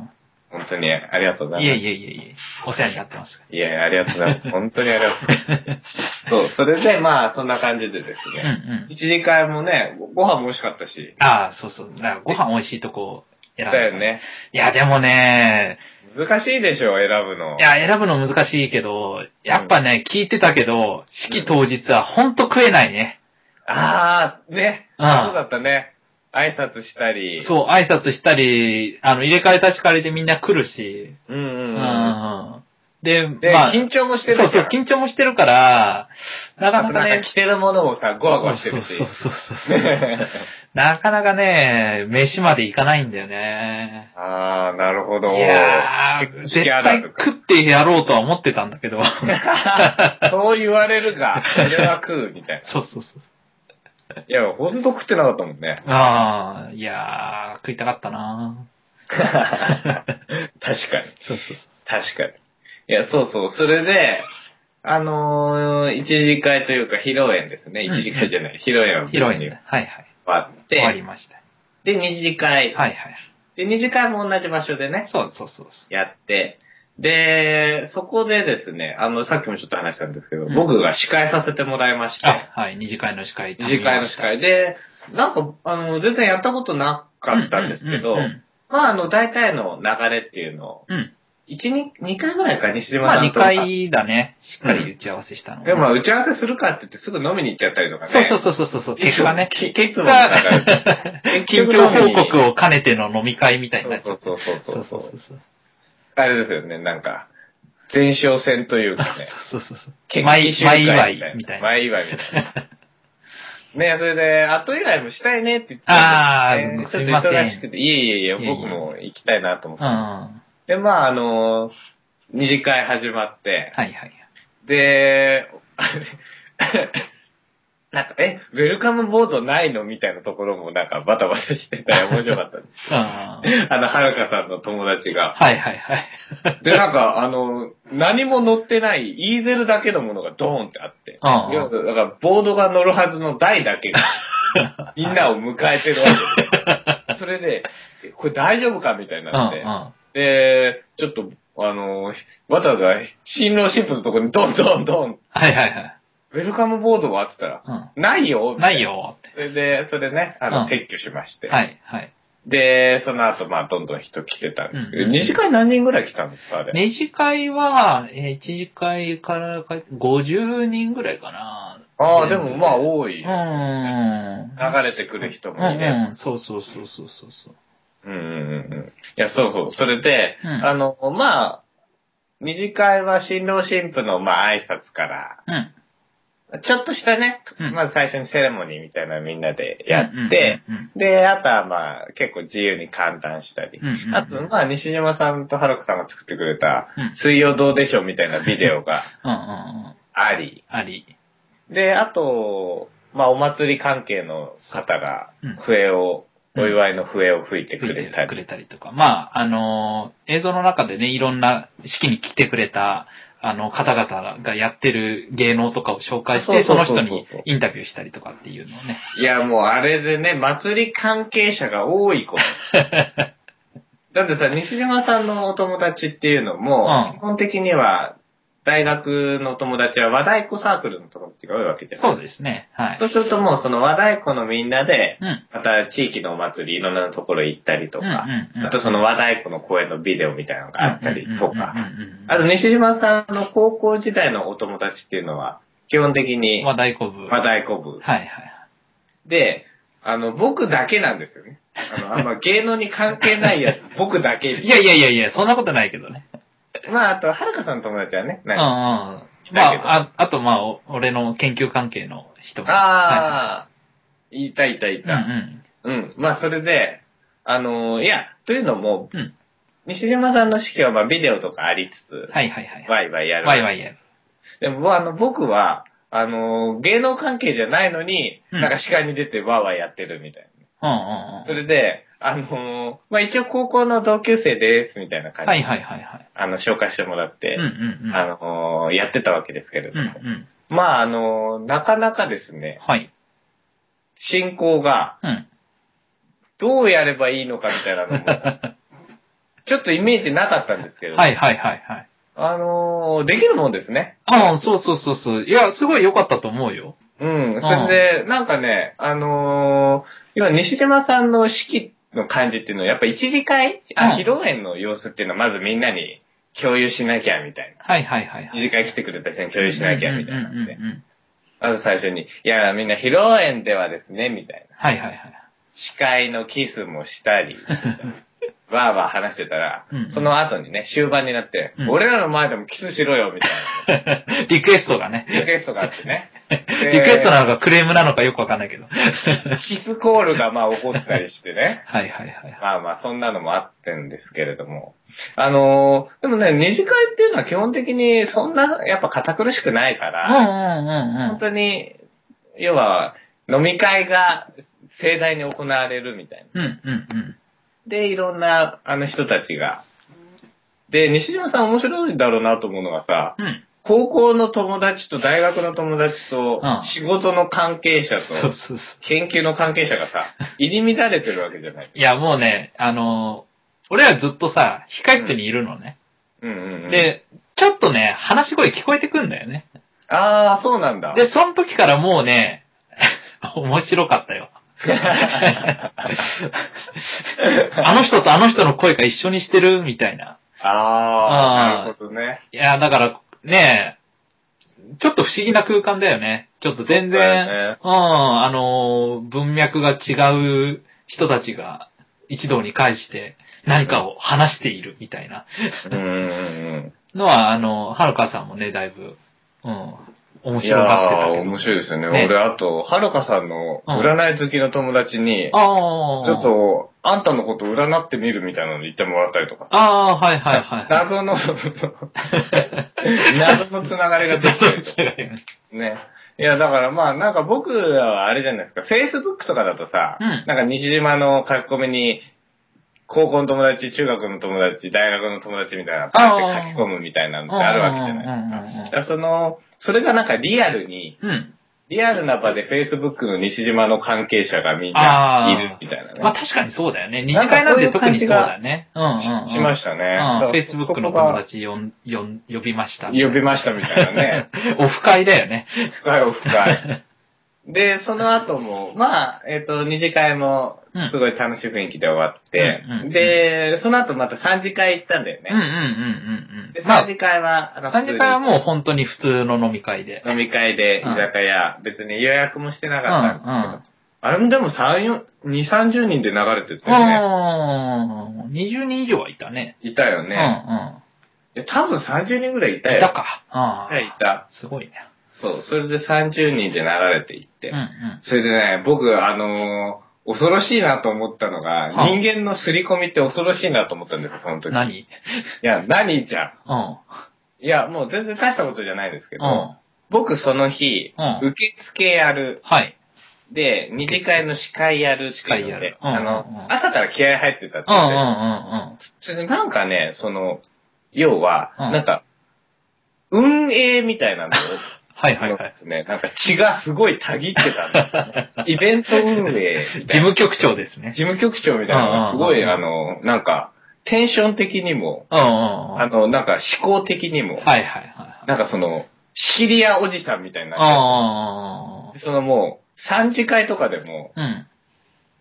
Speaker 1: ん
Speaker 2: 本当にありがとうご
Speaker 1: うん。
Speaker 2: ざ
Speaker 1: い
Speaker 2: い
Speaker 1: やい
Speaker 2: ます。
Speaker 1: やいやいや。お世話になってます。
Speaker 2: [laughs] いやいや、ありがとうございます。本当にありがとうござい
Speaker 1: [laughs]
Speaker 2: ます。そう、それで、まあ、そんな感じでです
Speaker 1: うんうん。
Speaker 2: ね。一次会もね、ごご飯も美味しかったし。
Speaker 1: ああ、そうそう。だからご飯美味しいとこ選ん
Speaker 2: だよ。ね。
Speaker 1: いや、でもね、
Speaker 2: 難しいでしょ、選ぶの。
Speaker 1: いや、選ぶの難しいけど、やっぱね、聞いてたけど、式当日はほんと食えないね。
Speaker 2: あー、ね。
Speaker 1: うん
Speaker 2: そうだったね。挨拶したり。う。
Speaker 1: そう、挨拶したり、あの、入れ替え立ち替えでみんな来るし。
Speaker 2: うんう
Speaker 1: うん
Speaker 2: うん。
Speaker 1: ん。で、
Speaker 2: で、
Speaker 1: まあ、
Speaker 2: 緊張もしてるか
Speaker 1: そう
Speaker 2: ら。
Speaker 1: そう、緊張もしてるから、なか
Speaker 2: あ
Speaker 1: な
Speaker 2: と
Speaker 1: か
Speaker 2: なん
Speaker 1: ね
Speaker 2: か、着てるものもさ、ゴワゴワしてるし。
Speaker 1: そうそうそうそう。なかなかね、飯まで行かないんだよね。
Speaker 2: あー、なるほ
Speaker 1: い
Speaker 2: ど。
Speaker 1: やー、
Speaker 2: 結構
Speaker 1: 絶
Speaker 2: 嫌だ
Speaker 1: 対
Speaker 2: と
Speaker 1: 食
Speaker 2: か
Speaker 1: ってやろうとは思ってたんだ
Speaker 2: [laughs]
Speaker 1: けど。
Speaker 2: そう言われるか。俺は食う、みたい
Speaker 1: そうそうそう。
Speaker 2: な。いや、ほんと食ってなかったもんね。
Speaker 1: [laughs] ああ、いやー、食いたかったな
Speaker 2: 確かに。
Speaker 1: そうそう
Speaker 2: 確かに。いや、そうそう。それで、あのー一次会というか、披露宴ですね。
Speaker 1: うん
Speaker 2: 一次会じゃない。披露宴
Speaker 1: そう。
Speaker 2: を
Speaker 1: 広いね。はいはい。
Speaker 2: 割っ
Speaker 1: 終わり
Speaker 2: て、
Speaker 1: ました。
Speaker 2: で、二次会。
Speaker 1: はいはい。
Speaker 2: で、二次会も同じ場所でね、
Speaker 1: そうそうそうそ
Speaker 2: やって、で、そこでですね、あの、さっきもちょっと話したんですけど、
Speaker 1: うん
Speaker 2: 僕が司会させてもらいまし
Speaker 1: う。あ
Speaker 2: て、、
Speaker 1: はい。二次会の司会。
Speaker 2: 二次会の司会で、なんか、あの、全然やったことなかったんですけど
Speaker 1: う、ん
Speaker 2: まあ、あの、大体の流れっていうのを、
Speaker 1: うんうん。
Speaker 2: 一、二、二回ぐらいか、西島
Speaker 1: ま
Speaker 2: さ
Speaker 1: あ
Speaker 2: ん
Speaker 1: 2
Speaker 2: と。
Speaker 1: 回だね。しっかり打ち合わせしたのはね。
Speaker 2: でもまあ、打ち合わせするかって言ってすぐ飲みに行っちゃったりとかね。
Speaker 1: そうそうそうそうそう。結果ね。
Speaker 2: き結
Speaker 1: 結
Speaker 2: 論だか
Speaker 1: 果、近
Speaker 2: 結
Speaker 1: 況
Speaker 2: 局飲み
Speaker 1: 報
Speaker 2: に
Speaker 1: 告を兼ねての飲み会みたいになっちゃ
Speaker 2: そう
Speaker 1: った
Speaker 2: そうそうそうそう
Speaker 1: そうそう。
Speaker 2: あれですよね、なんか、前哨戦というかね。
Speaker 1: そうそうそう
Speaker 2: 決起
Speaker 1: 前
Speaker 2: 集会
Speaker 1: 前祝いみたいな
Speaker 2: 前祝いみたい
Speaker 1: [laughs]
Speaker 2: な。ねそれで、後以外もしたいねって言ってたんです
Speaker 1: あー
Speaker 2: ねちょっと
Speaker 1: すいません
Speaker 2: 忙しくて、いえいえいえ、僕も行きたいなと思っ
Speaker 1: うん。
Speaker 2: て。
Speaker 1: は
Speaker 2: で、まあ、あのー二次会始まって
Speaker 1: い、はい。
Speaker 2: で、 [laughs] なんか、え、ウェルカムボードないのみたいなところもなんかバタバ
Speaker 1: [laughs]
Speaker 2: タしてたら面白かったです。
Speaker 1: うん。は
Speaker 2: あの、はるかさんの友達が。
Speaker 1: いはいはい。
Speaker 2: で、なんか、あの、何も乗ってない、イーゼルだけのものがドーンってあって。
Speaker 1: ああ
Speaker 2: 要はだから、ボードが乗るはずの台だけ
Speaker 1: [laughs]
Speaker 2: が、みんなを迎えてるわけで。それで、えこれ大丈夫かみたいに
Speaker 1: う
Speaker 2: なって。で、ちょっと、あの、わざわざ、新郎新婦のとこにドンドンドン、
Speaker 1: はいはいはい。
Speaker 2: ウェルカムボードはって言ったら、ないよ
Speaker 1: ない。よっ
Speaker 2: それで、それね、あの、
Speaker 1: うん。
Speaker 2: 撤去しましてて。
Speaker 1: はいはい。
Speaker 2: で、その後、まあ、どんどん人来てたんですけど、
Speaker 1: うん
Speaker 2: 二次会何人ぐらい来たんですかあれ。
Speaker 1: 二次会は、えー、一次会から帰って50人ぐらいかな。
Speaker 2: ああ、でもまあ多い。
Speaker 1: う
Speaker 2: 流
Speaker 1: ん。
Speaker 2: れてくる人
Speaker 1: う
Speaker 2: もいね。
Speaker 1: んうん。そうそうそうそうそうそう。
Speaker 2: うんうんうんうん。いや、そうそう。それで、
Speaker 1: うん
Speaker 2: あの、まあ、二次会は新郎新婦の、まあ、挨拶から、
Speaker 1: うん。
Speaker 2: ちょっとしたね、
Speaker 1: うん
Speaker 2: まず最初にセレモニーみたいなのみんなでやって、
Speaker 1: うんうんうん
Speaker 2: で、あとはまあ、結構自由に簡単したり、
Speaker 1: うんうんうん
Speaker 2: あと、まあ、西島さんとはるかさんが作ってくれた
Speaker 1: うん、
Speaker 2: 水曜どうでしょうみたいなビデオが
Speaker 1: [laughs] うんうんうん。
Speaker 2: あり、
Speaker 1: あり。
Speaker 2: で、あと、まあ、お祭り関係の方が
Speaker 1: うん、
Speaker 2: 笛を、お祝いの笛を吹いてくれた
Speaker 1: く
Speaker 2: り。
Speaker 1: れたりとか。まあ、あのー映像の中でね、いろんな式に来てくれた、あの、方々がやってる芸能とかを紹介して、そ
Speaker 2: そうそ
Speaker 1: の
Speaker 2: うそう
Speaker 1: 人
Speaker 2: そう
Speaker 1: にインタビューしたりとかっていうのをね。 [laughs]
Speaker 2: いや、もうあれでね、祭り関係者が多いこと。だってさ、西島さんのお友達っていうのも、
Speaker 1: うん
Speaker 2: 基本的には、大学の友達は和太鼓サークルの友達が多いわけじゃない
Speaker 1: そうですね。はい。
Speaker 2: そうするともうその和太鼓のみんなで、
Speaker 1: うん。
Speaker 2: また地域のお祭りいろんなところ行ったりとか、
Speaker 1: うんうんうん
Speaker 2: あとその和太鼓の公演のビデオみたいなのがあったりとか
Speaker 1: うんうん、うんうんうん
Speaker 2: あと西島さんの高校時代のお友達っていうのは、基本的に
Speaker 1: 和太鼓部。
Speaker 2: 和太鼓部。
Speaker 1: はいはい。
Speaker 2: で、あの、僕だけなんですよね。あの、あんま芸能に関係ないやつ、
Speaker 1: [laughs]
Speaker 2: 僕だけ
Speaker 1: いやいやいやいや、そんなことないけどね。
Speaker 2: まあ、あと、はるかさんの友達はね、
Speaker 1: うんうん。
Speaker 2: なんか
Speaker 1: ま
Speaker 2: だけど
Speaker 1: あ、ああとまあ、お俺の研究関係の人も
Speaker 2: ああ、いたいたい
Speaker 1: はいは
Speaker 2: た。
Speaker 1: い
Speaker 2: うん、まあ、それで、あのーいや、というのも、
Speaker 1: うんうん。うん。
Speaker 2: 西島さんの式は、まあ、ビデオとかありつつ、
Speaker 1: はいはいはい。
Speaker 2: ワイワイやる。
Speaker 1: わいわいやる。
Speaker 2: でも、あの、僕は、あのー芸能関係じゃないのに、
Speaker 1: うん
Speaker 2: なんか司会に出てワーワーやってるみたい
Speaker 1: うんうん
Speaker 2: な。
Speaker 1: う
Speaker 2: そ
Speaker 1: ん。
Speaker 2: れで、あのーまあ、一応高校の同級生です、みたいな感じで、
Speaker 1: はいはいはいはい。
Speaker 2: あの、紹介してもらって、
Speaker 1: うんうんうん。
Speaker 2: あのーやってたわけですけれ
Speaker 1: う
Speaker 2: ど
Speaker 1: んう
Speaker 2: も、
Speaker 1: ん。
Speaker 2: まあ、あのーなかなかですね、
Speaker 1: はい。
Speaker 2: 進行が
Speaker 1: [laughs] うん。
Speaker 2: どうやればいいのかみたいなの
Speaker 1: [laughs]
Speaker 2: も、ちょっとイメージなかったんですけれど、
Speaker 1: はいはいはいはい。
Speaker 2: あのーできるもんですね。
Speaker 1: ああ、そうそうそうそう。いや、すごい良かったと思うよ。
Speaker 2: うん。それで、なんかね、あのー今、西島さんの式の感じっていうのは、やっぱ一次会、
Speaker 1: うん
Speaker 2: あ、披露宴の様子っていうのは、まずみんなに共有しなきゃ、みたいな。
Speaker 1: はいはいはいはい。
Speaker 2: 二次会来てくれた人に共有しなきゃ、みたいな
Speaker 1: うんうん
Speaker 2: 感
Speaker 1: うん
Speaker 2: じで
Speaker 1: う。ん。
Speaker 2: まず最初に、いや、みんな披露宴ではですね、みたいな。
Speaker 1: はいはい [laughs] はい。
Speaker 2: 司会のキスもした
Speaker 1: [laughs]
Speaker 2: り、わーわー話してたら、
Speaker 1: うん
Speaker 2: その後にね、終盤になって、
Speaker 1: うん
Speaker 2: 俺らの前でもキスしろよ、みたい
Speaker 1: リクエストがね。
Speaker 2: なリクエストがあって
Speaker 1: [laughs]
Speaker 2: ね。で
Speaker 1: リクエストなのかクレームなのかよくわかんない [laughs] けど。は
Speaker 2: キスコールがまあ起こったりしてね。
Speaker 1: いはいはい。
Speaker 2: まあまあ、そんなのもあってんですけれども。あのーでもね、二次会っていうのは基本的にそんな、やっぱ堅苦しくないか
Speaker 1: うんう
Speaker 2: ら、
Speaker 1: んうんう
Speaker 2: 本
Speaker 1: ん。
Speaker 2: 当に、要は、飲み会が盛大に行われるみたいな。
Speaker 1: うんうんうん。
Speaker 2: で、いろんな、あの人たちが。で、西島さん面白いだろうなと思うのがさ、
Speaker 1: うん。
Speaker 2: 高校の友達と大学の友達と
Speaker 1: うん、
Speaker 2: 仕事の関係者
Speaker 1: そうそう
Speaker 2: と、
Speaker 1: そう。
Speaker 2: 研究の関係者が
Speaker 1: [laughs]
Speaker 2: さ、入り乱れてるわけじゃない。
Speaker 1: いやもうね、あのー俺らずっとさ、控室にいるのね。
Speaker 2: うんうんうん。、
Speaker 1: で、ちょっとね、話し声聞こえてくんだよね。
Speaker 2: ああ、そうなんだ。 [laughs]
Speaker 1: で、その時からもうね、 [laughs] 面白か
Speaker 2: [laughs]
Speaker 1: ったよ。あの人とあの人の声が一緒にしてるみたいな。
Speaker 2: ああ、
Speaker 1: あー
Speaker 2: なるほどね。
Speaker 1: いや、だから、ねえ、ちょっと不思議な空間だよね。ちょっと全
Speaker 2: そ
Speaker 1: 然、
Speaker 2: うだよね
Speaker 1: うん、あのー、文脈が違う人たちが一堂に会して何かを話しているみたいな
Speaker 2: うんうん
Speaker 1: のは、あの、はるかさんもね、だいぶ、うん、
Speaker 2: う
Speaker 1: 面
Speaker 2: ん。い
Speaker 1: 白
Speaker 2: や
Speaker 1: がってた
Speaker 2: ー、
Speaker 1: けど。
Speaker 2: 面白いですよね。
Speaker 1: ね
Speaker 2: 俺、あと、はるかさんの占い好きの友達に、ち
Speaker 1: ああ、
Speaker 2: ょっと、あんたのこと占ってみるみたいなの言ってもらったりとかさ。
Speaker 1: ああ、はいはいはい。[laughs]
Speaker 2: 謎の、謎のつながりができてる。ね。いや、だからまあ、なんか僕はあれじゃないですか、Facebook とかだとさ、
Speaker 1: うん
Speaker 2: なんか西島の書き込みに、高校の友達、中学の友達、大学の友達みたいな、パーって書き込むみたいなのってあるわけじゃない
Speaker 1: ない
Speaker 2: だからその、それがなんかリアルに、
Speaker 1: うん。
Speaker 2: リアルな場で Facebook の西島の関係者がみんないるみたいなね。
Speaker 1: まあ確かにそうだよね。二次会なんて特にそうだよね。うんうんうん。
Speaker 2: しましたね。
Speaker 1: うん、
Speaker 2: だからそ
Speaker 1: Facebook の友達呼ん呼ん呼びました。
Speaker 2: そこ [laughs] が呼びましたみたいな
Speaker 1: [laughs]
Speaker 2: ね。
Speaker 1: オフ会だよね。
Speaker 2: 深いお深い。 [laughs] で、その後も、まあ、えっ、と、二次会も
Speaker 1: うん、
Speaker 2: すごい楽しい雰囲気で終わって、
Speaker 1: うんうん
Speaker 2: で、その後また三次会行ったんだよ
Speaker 1: うんうん
Speaker 2: ね。
Speaker 1: うんうんう
Speaker 2: で、
Speaker 1: ん。ま
Speaker 2: 三
Speaker 1: あ、
Speaker 2: 次会は、あの
Speaker 1: 3次会はもう本当に普通の飲み会で
Speaker 2: 普。通に飲み会で、居
Speaker 1: うん
Speaker 2: 酒屋、別に予約もしてな
Speaker 1: うんう
Speaker 2: かった。
Speaker 1: ん。
Speaker 2: あれもでも三四二三十人で流れてたよね。
Speaker 1: うん。20人以上はいたね。
Speaker 2: いたよ
Speaker 1: うん
Speaker 2: ね。
Speaker 1: う
Speaker 2: いや多分三十人ぐらいいた
Speaker 1: ん。
Speaker 2: よ。
Speaker 1: いたか。
Speaker 2: はい、い
Speaker 1: うん。
Speaker 2: た。
Speaker 1: すごいね。
Speaker 2: そう、それで三十人で流れていって。
Speaker 1: うんうん。
Speaker 2: それでね、僕、あのー恐ろしいなと思ったのが、
Speaker 1: はあ
Speaker 2: 人間の刷り込みって恐ろしいなと思ったんですよ、その時。い
Speaker 1: 何
Speaker 2: や、何じゃん。
Speaker 1: うん。
Speaker 2: いや、もう全然大したことじゃないですけ
Speaker 1: う
Speaker 2: ど、
Speaker 1: ん。
Speaker 2: 僕その日、
Speaker 1: うん
Speaker 2: 受付やる、
Speaker 1: はい。
Speaker 2: で、二次会の司会やるっていうので、
Speaker 1: 司会やるうん
Speaker 2: あ
Speaker 1: うんうん
Speaker 2: の、朝から気合入ってたって
Speaker 1: うんうん
Speaker 2: 言
Speaker 1: うん
Speaker 2: って、それでなんかね、その、要は、
Speaker 1: うん
Speaker 2: なんか、運営みたいなのを、
Speaker 1: [laughs] はいはいはい
Speaker 2: ね、なんか血がすごいたぎってたんですよイベント運営みた
Speaker 1: う
Speaker 2: いな
Speaker 1: ん。事務局長ですね
Speaker 2: 事。務局長みたいなのがすごい、
Speaker 1: うんうん
Speaker 2: あの、なんか、テンション的にも、
Speaker 1: うんうんうん。
Speaker 2: あの、なんか思考的にも、
Speaker 1: はいはいはいはい。
Speaker 2: なんかその、仕切り屋おじさんみたいになっ
Speaker 1: あ
Speaker 2: て、そのもう、3次会とかでも、
Speaker 1: あ。うん。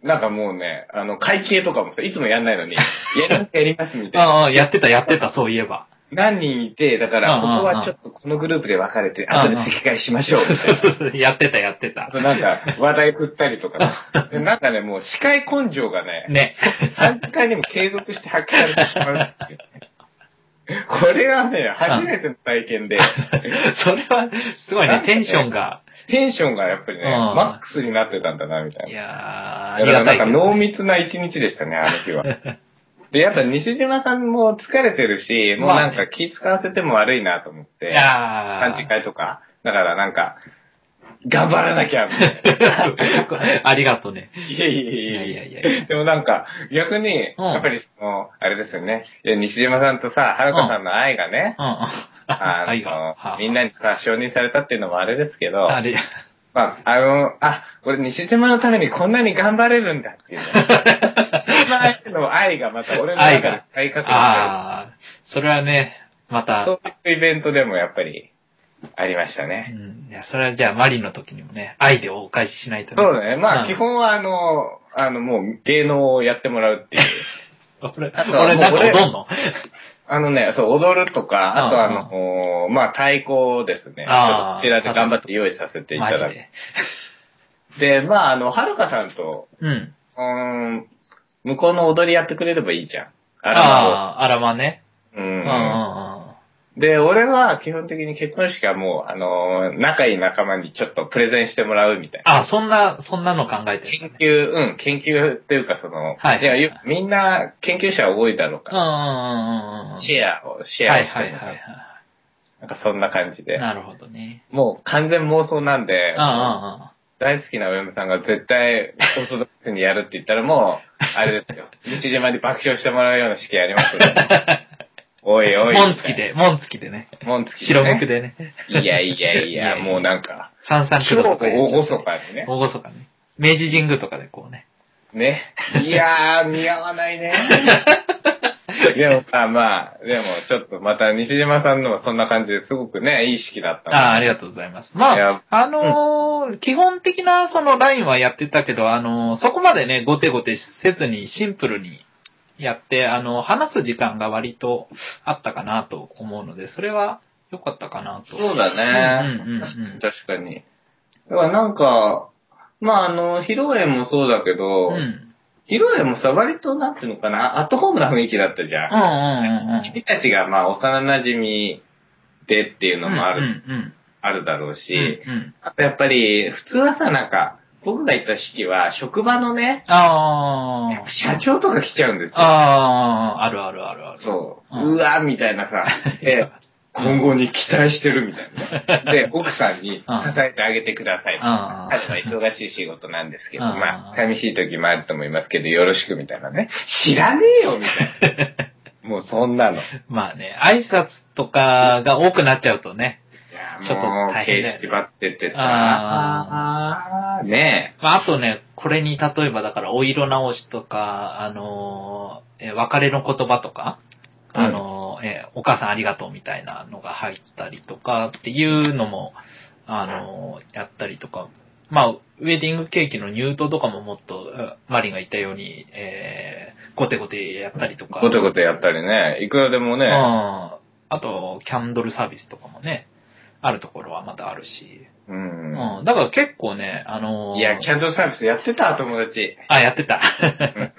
Speaker 2: なんかもうね、あの、会計とかもさ、いつもやんない
Speaker 1: [laughs]
Speaker 2: のに、やるだけやりますみたいな。
Speaker 1: ああ、やってたやってた、そういえば。
Speaker 2: 何人いて、だから、
Speaker 1: うん
Speaker 2: こ
Speaker 1: うんうん
Speaker 2: こはちょっとこのグループで分かれて、
Speaker 1: ん
Speaker 2: 後
Speaker 1: うん
Speaker 2: で席替えしましょう、みたいな。
Speaker 1: [laughs] やってたやってた
Speaker 2: あ。となんか、話題振ったり
Speaker 1: [laughs]
Speaker 2: とか。でなんかね、もう司会根性がね、
Speaker 1: ね。
Speaker 2: 3次会にも継続して発揮されてしまうっていうね。これはね、初めての体験
Speaker 1: [laughs]
Speaker 2: で、
Speaker 1: [laughs] それは、すごいね、テンションが。
Speaker 2: テンションがやっぱりね、
Speaker 1: うん
Speaker 2: マックスになってたんだな、みたい
Speaker 1: い
Speaker 2: な。
Speaker 1: やー、あ
Speaker 2: だ
Speaker 1: り
Speaker 2: か
Speaker 1: がた
Speaker 2: らないん
Speaker 1: け
Speaker 2: か
Speaker 1: ど。
Speaker 2: 濃密な一日でしたね、あの日
Speaker 1: [laughs]
Speaker 2: は。で、やっぱ西島さんも疲れてるし、もうな
Speaker 1: ま
Speaker 2: ん
Speaker 1: あ
Speaker 2: か気使わせても悪いなと思っ
Speaker 1: い
Speaker 2: て、
Speaker 1: や
Speaker 2: 3次会とか。だからなんか、頑張らなきゃ、みた
Speaker 1: [laughs]
Speaker 2: い
Speaker 1: ー。 [laughs] ありがとうね。
Speaker 2: な。いやいや
Speaker 1: い
Speaker 2: いや
Speaker 1: や
Speaker 2: い
Speaker 1: い
Speaker 2: や
Speaker 1: やいやいや。
Speaker 2: でもなんか、逆に、
Speaker 1: うん
Speaker 2: やっぱりその、あれですよね。いや西島さんとさ、はるかさんの愛がね、
Speaker 1: うん。
Speaker 2: あ
Speaker 1: ありが
Speaker 2: の、みんなにさ、承認されたっていうのもあれですけど、
Speaker 1: あれ、
Speaker 2: まあ、あの、あ、俺西島のためにこんなに頑張れるんだっていうね。
Speaker 1: [laughs]
Speaker 2: 西島への愛がまた俺の中
Speaker 1: 愛
Speaker 2: で
Speaker 1: が。
Speaker 2: 再確認さ
Speaker 1: あー、それはね、ま
Speaker 2: れ
Speaker 1: た、
Speaker 2: る。そういうイベントでもやっぱり、ありました
Speaker 1: う
Speaker 2: ね。
Speaker 1: ん。いや、それはじゃあ、マリの時にもね、愛でお返ししないと
Speaker 2: そうだね。まあ、
Speaker 1: うん
Speaker 2: 基本はあの、あの、もう芸能をやってもらうっていう。
Speaker 1: 俺、
Speaker 2: あとは
Speaker 1: 俺なんか
Speaker 2: もう俺
Speaker 1: 踊んの
Speaker 2: あのね、そう、踊るとか、あとあ
Speaker 1: うんうん
Speaker 2: の、まあ、太鼓ですね。
Speaker 1: あー
Speaker 2: こちらで頑張って用意させていた
Speaker 1: マジ
Speaker 2: だ
Speaker 1: で。
Speaker 2: く。で、まあ、あの、はるかさんと、
Speaker 1: うん。
Speaker 2: うーん、向こうの踊りやってくれればいいじゃん。あ
Speaker 1: ああー、あらまね。
Speaker 2: ら、う
Speaker 1: うんうん
Speaker 2: ん。
Speaker 1: うん。
Speaker 2: で、俺は基本的に結婚式はもう、あの、仲いい仲間にちょっとプレゼンしてもらうみたいな。
Speaker 1: あ、そんな、そんなの考えてるん
Speaker 2: 研
Speaker 1: だね。
Speaker 2: 究、うん、研究っていうかその、
Speaker 1: はい
Speaker 2: やよみんな研究者多いだろ
Speaker 1: う
Speaker 2: う
Speaker 1: ん
Speaker 2: か
Speaker 1: う
Speaker 2: ら、
Speaker 1: んうんうん。
Speaker 2: シェアを、シェア
Speaker 1: は
Speaker 2: を
Speaker 1: い
Speaker 2: して
Speaker 1: は
Speaker 2: もらう
Speaker 1: いはい
Speaker 2: なんかそんな感
Speaker 1: は
Speaker 2: じ
Speaker 1: い。
Speaker 2: で。
Speaker 1: なるほどね。
Speaker 2: もう完全妄想なんで
Speaker 1: うん、うん
Speaker 2: 大好きなお嫁さんが絶対オーソドックスにやるって言ったらも [laughs] う、あれですよ。西島に爆笑してもらうような式やり [laughs] ますね。おいお
Speaker 1: うん。
Speaker 2: い。
Speaker 1: 門付き。で、門付きでね。
Speaker 2: 門付き、
Speaker 1: 白無垢。でね。
Speaker 2: いやいやいや、もうなんか、
Speaker 1: 三三九
Speaker 2: 超
Speaker 1: 度と
Speaker 2: 大
Speaker 1: かやっちゃって
Speaker 2: 細かにね。
Speaker 1: 大ごそかね。明治神宮とかでこうね。
Speaker 2: ね。いやー、似合わないね。 [laughs] でもさ、まあ、でもちょっとまた西島さんのもそんな感じですごくね、いい式だったの
Speaker 1: ああ、ありがとうございます。ま
Speaker 2: いや
Speaker 1: あ、あのー基本的なそのラインはやってたけど、あのーそこまでね、ごてごてせずにシンプルにやって、あのー話す時間が割とあったかなと思うので、それは良かったかなと。
Speaker 2: そうだね。
Speaker 1: うんうんうん
Speaker 2: 確かに。だからなんか、まああの、披露宴もそうだけど、
Speaker 1: うん。うん
Speaker 2: 披露宴もさ、割となんていうのかな、アットホームな雰囲気だったじゃ
Speaker 1: うん
Speaker 2: ん。
Speaker 1: うんうん。
Speaker 2: 君たちがまあ幼馴染でっていうのもある、
Speaker 1: うんうん
Speaker 2: あるだろうし、
Speaker 1: うん。うんうん
Speaker 2: あとやっぱり、普通はさ、なんか、僕が行った式は職場のね、
Speaker 1: ああ。
Speaker 2: 社長とか来ちゃうんですよ。
Speaker 1: ああ、あるあるあるある。
Speaker 2: そう。
Speaker 1: うん
Speaker 2: うわみたいな
Speaker 1: [laughs]
Speaker 2: さ、で、今後に期待してるみたいな。で、奥さんに支えてあげてください。
Speaker 1: あ
Speaker 2: 彼は忙しい仕事なんですけど、
Speaker 1: うん
Speaker 2: まあ、寂しい時もあると思いますけど、よろしくみたいなね。知らねえよみたい
Speaker 1: [laughs]
Speaker 2: な。もうそんなの。い
Speaker 1: [laughs] まあね、挨拶とかが多くなっちゃうとね。
Speaker 2: や、
Speaker 1: ちょっと
Speaker 2: もう、
Speaker 1: 大変だよね
Speaker 2: 形式ばっててさ、
Speaker 1: あ
Speaker 2: あーね
Speaker 1: まあ、あとね、これに例えばだから、お色直しとか、あのーえー別れの言葉とか、
Speaker 2: うん
Speaker 1: あのーえーお母さんありがとうみたいなのが入ったりとかっていうのも、あのーやったりとか、まあ、ウェディングケーキの入刀とかももっと、うんマリンが言ったように、えー、ごてごてやったりと
Speaker 2: え、
Speaker 1: か。
Speaker 2: ごとごとやったりね、いくらでも
Speaker 1: うん
Speaker 2: ね、
Speaker 1: あと、キャンドルサービスとかもね、あるところはまだあるし。
Speaker 2: う。
Speaker 1: うんん。だから結構ね、あのー
Speaker 2: いや、キャンドルサービスやってた、友達。
Speaker 1: あ、やってた。
Speaker 2: うんう
Speaker 1: だ
Speaker 2: ん
Speaker 1: か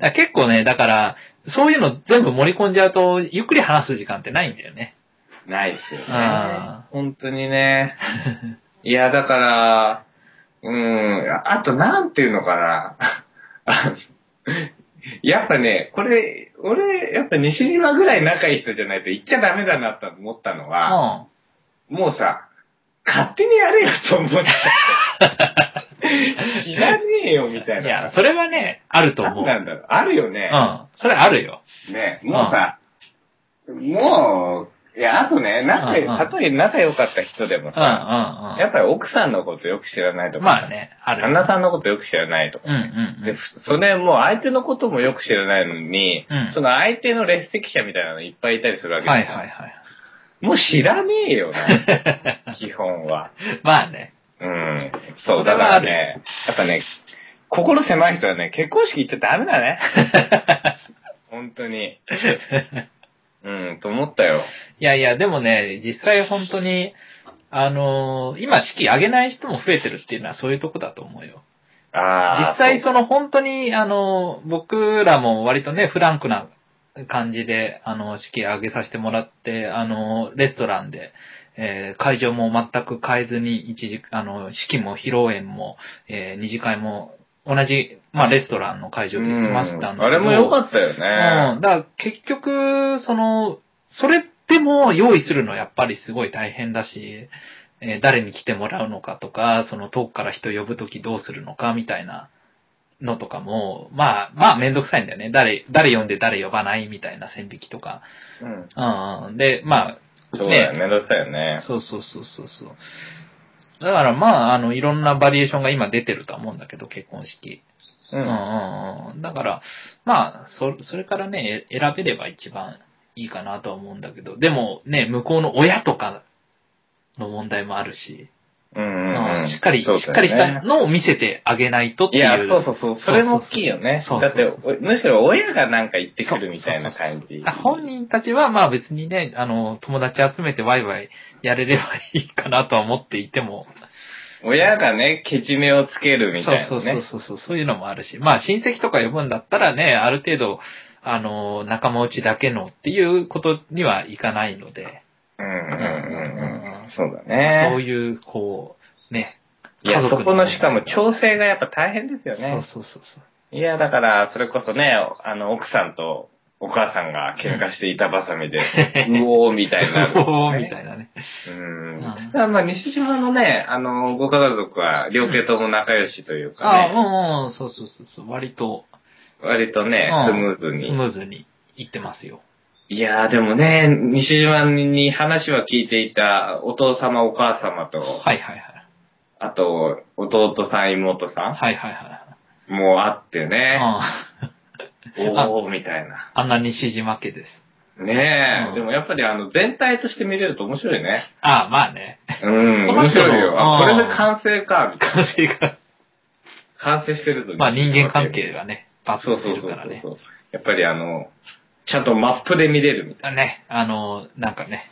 Speaker 1: ら結構ね、だから、そういうの全部盛り込んじゃうと、ゆっくり話す時間ってないんだよね。
Speaker 2: ないっすよね
Speaker 1: あ。
Speaker 2: 本当にね。いや、だから、うん、ああとなんていうのかな。あの [laughs] やっぱね、これ、俺、やっぱ西島ぐらい仲いい人じゃないと行っちゃダメだなと思ったの
Speaker 1: うん。
Speaker 2: は、
Speaker 1: あ
Speaker 2: もうさ、勝手にやれよと思っ
Speaker 1: [laughs]
Speaker 2: ちゃって。知らねえよみたい
Speaker 1: い
Speaker 2: な。
Speaker 1: や、それはね、あると
Speaker 2: な
Speaker 1: 思
Speaker 2: ん
Speaker 1: う。
Speaker 2: なんだろう。あるよ
Speaker 1: う
Speaker 2: ね。
Speaker 1: ん。それあるよ。
Speaker 2: ね、もうさ、もう、いや、あとね、仲良
Speaker 1: うんうん
Speaker 2: たとえ仲良かった人でも
Speaker 1: うんうん
Speaker 2: さ、
Speaker 1: うん。
Speaker 2: やっぱり奥さんのことよく知らないとか、
Speaker 1: まあね、ある。
Speaker 2: 旦那さんのことよく知らないとか
Speaker 1: う、んうんう
Speaker 2: で
Speaker 1: ん。、
Speaker 2: それもう相手のこともよく知らないのに、
Speaker 1: うん
Speaker 2: その相手の列席者みたいなのいっぱいいたりするわけですよ
Speaker 1: はいはいはい。
Speaker 2: もう知らねえよ
Speaker 1: [laughs]
Speaker 2: な、基本は。
Speaker 1: まあね。
Speaker 2: うん。そ
Speaker 1: それ
Speaker 2: う、だか
Speaker 1: はあ
Speaker 2: ら
Speaker 1: る
Speaker 2: ね、やっぱね、心狭い人はね、結婚式行っちゃダ
Speaker 1: [laughs]
Speaker 2: メだね。本当に。うん、と思ったよ。
Speaker 1: いやいや、でもね、実際本当に、あのー今式上げない人も増えてるっていうのはそういうとこだと思うよ。
Speaker 2: ああ。
Speaker 1: 実際
Speaker 2: そ
Speaker 1: その本当に、あのー僕らも割とね、フランクな感じで、あの、式上げさせてもらって、あのーレストランで、えー会場も全く変えずに、一時、あの、式も披露宴も、えー二次会も、同じ、まあ、レストランの会場で済ませたんだけど、
Speaker 2: うんあれも良かったよ
Speaker 1: う
Speaker 2: ね。
Speaker 1: ん。だから結局、その、それでも用意するのやっぱりすごい大変だし、えー誰に来てもらうのかとか、その遠くから人呼ぶときどうするのかみたいなのとかも、まあ、まあめんどくさいんだよね。誰、誰呼んで誰呼ばないみたいな線引きとか。
Speaker 2: うん。
Speaker 1: うんうん。で、まあ、
Speaker 2: そうだよね、めんどくさいよね。
Speaker 1: そうそうそうそうそう。だからまあ、あの、いろんなバリエーションが今出てるとは思うんだけど、結婚式。
Speaker 2: う
Speaker 1: うん
Speaker 2: ん。
Speaker 1: うんうん。だから、まあ、そ、それからね、え選べれば一番いいかなとは思うんだけど、でもね、向こうの親とかの問題もあるし、
Speaker 2: うんうん
Speaker 1: う
Speaker 2: うんん。
Speaker 1: しっかり、
Speaker 2: そうだよね
Speaker 1: しっかりしたのを見せてあげないとって
Speaker 2: い
Speaker 1: いう。
Speaker 2: や、そうそうそう。それも大きいよね。
Speaker 1: そうそ
Speaker 2: だ
Speaker 1: う
Speaker 2: っ
Speaker 1: そう
Speaker 2: て、おむしろ親がなんか言ってくるみたいな感じ。
Speaker 1: あ本人たちはまあ別にね、あの、友達集めてワイワイやれればいいかなとは思っていても、
Speaker 2: 親がね、けじめをつけるみたいなね。
Speaker 1: そうそうそうそう、そういうのもあるし、まあ親戚とか呼ぶんだったらね、ある程度、あの、仲間内だけのっていうことにはいかないので。
Speaker 2: うんうんう
Speaker 1: う
Speaker 2: んうんん。そうだね。
Speaker 1: そういう、こう、ね。
Speaker 2: いや、
Speaker 1: 家
Speaker 2: そ
Speaker 1: 族
Speaker 2: このしかも
Speaker 1: ね。
Speaker 2: 調整がやっぱ大変ですよね。
Speaker 1: そうそうそうそう。
Speaker 2: いや、だから、それこそね、あの、奥さんとお母さんが喧嘩していたばさ
Speaker 1: [laughs]
Speaker 2: みで、うおーみたいになる、 [laughs]
Speaker 1: おーみたいなね。
Speaker 2: うん。
Speaker 1: うん
Speaker 2: だからまあ、西島のね、あの、ご家族は、両家とも仲良しというかね、
Speaker 1: あ、うんうん、そうそうそうそう。割と、
Speaker 2: 割とね、
Speaker 1: うん
Speaker 2: スムーズ
Speaker 1: ス
Speaker 2: に。
Speaker 1: ムーズにいってますよ。
Speaker 2: いやーでもね、西島に話は聞いていたお父様、お母様と、
Speaker 1: はいはいはい。
Speaker 2: あと、弟さん、妹さ
Speaker 1: はいはいは
Speaker 2: ん、もう会って
Speaker 1: い。
Speaker 2: ね、
Speaker 1: うん [laughs]
Speaker 2: おーみたいな。
Speaker 1: あんな西島家です。
Speaker 2: ねえ、
Speaker 1: うん
Speaker 2: でもやっぱりあの全体として見れると面白いね。
Speaker 1: ああ、まあね。 [laughs]
Speaker 2: うん、
Speaker 1: その
Speaker 2: 面
Speaker 1: 人の
Speaker 2: 白いよ。
Speaker 1: う
Speaker 2: あ、
Speaker 1: ん
Speaker 2: これで完成か、みたいな。
Speaker 1: 完成が。
Speaker 2: 完成してると。
Speaker 1: まあ人間関係がね、バッと
Speaker 2: そう
Speaker 1: す
Speaker 2: そう
Speaker 1: る
Speaker 2: そう
Speaker 1: からね
Speaker 2: そ。う。やっぱりあの、ちゃんとマップで見れるみたいな。
Speaker 1: ね、あの、なんかね。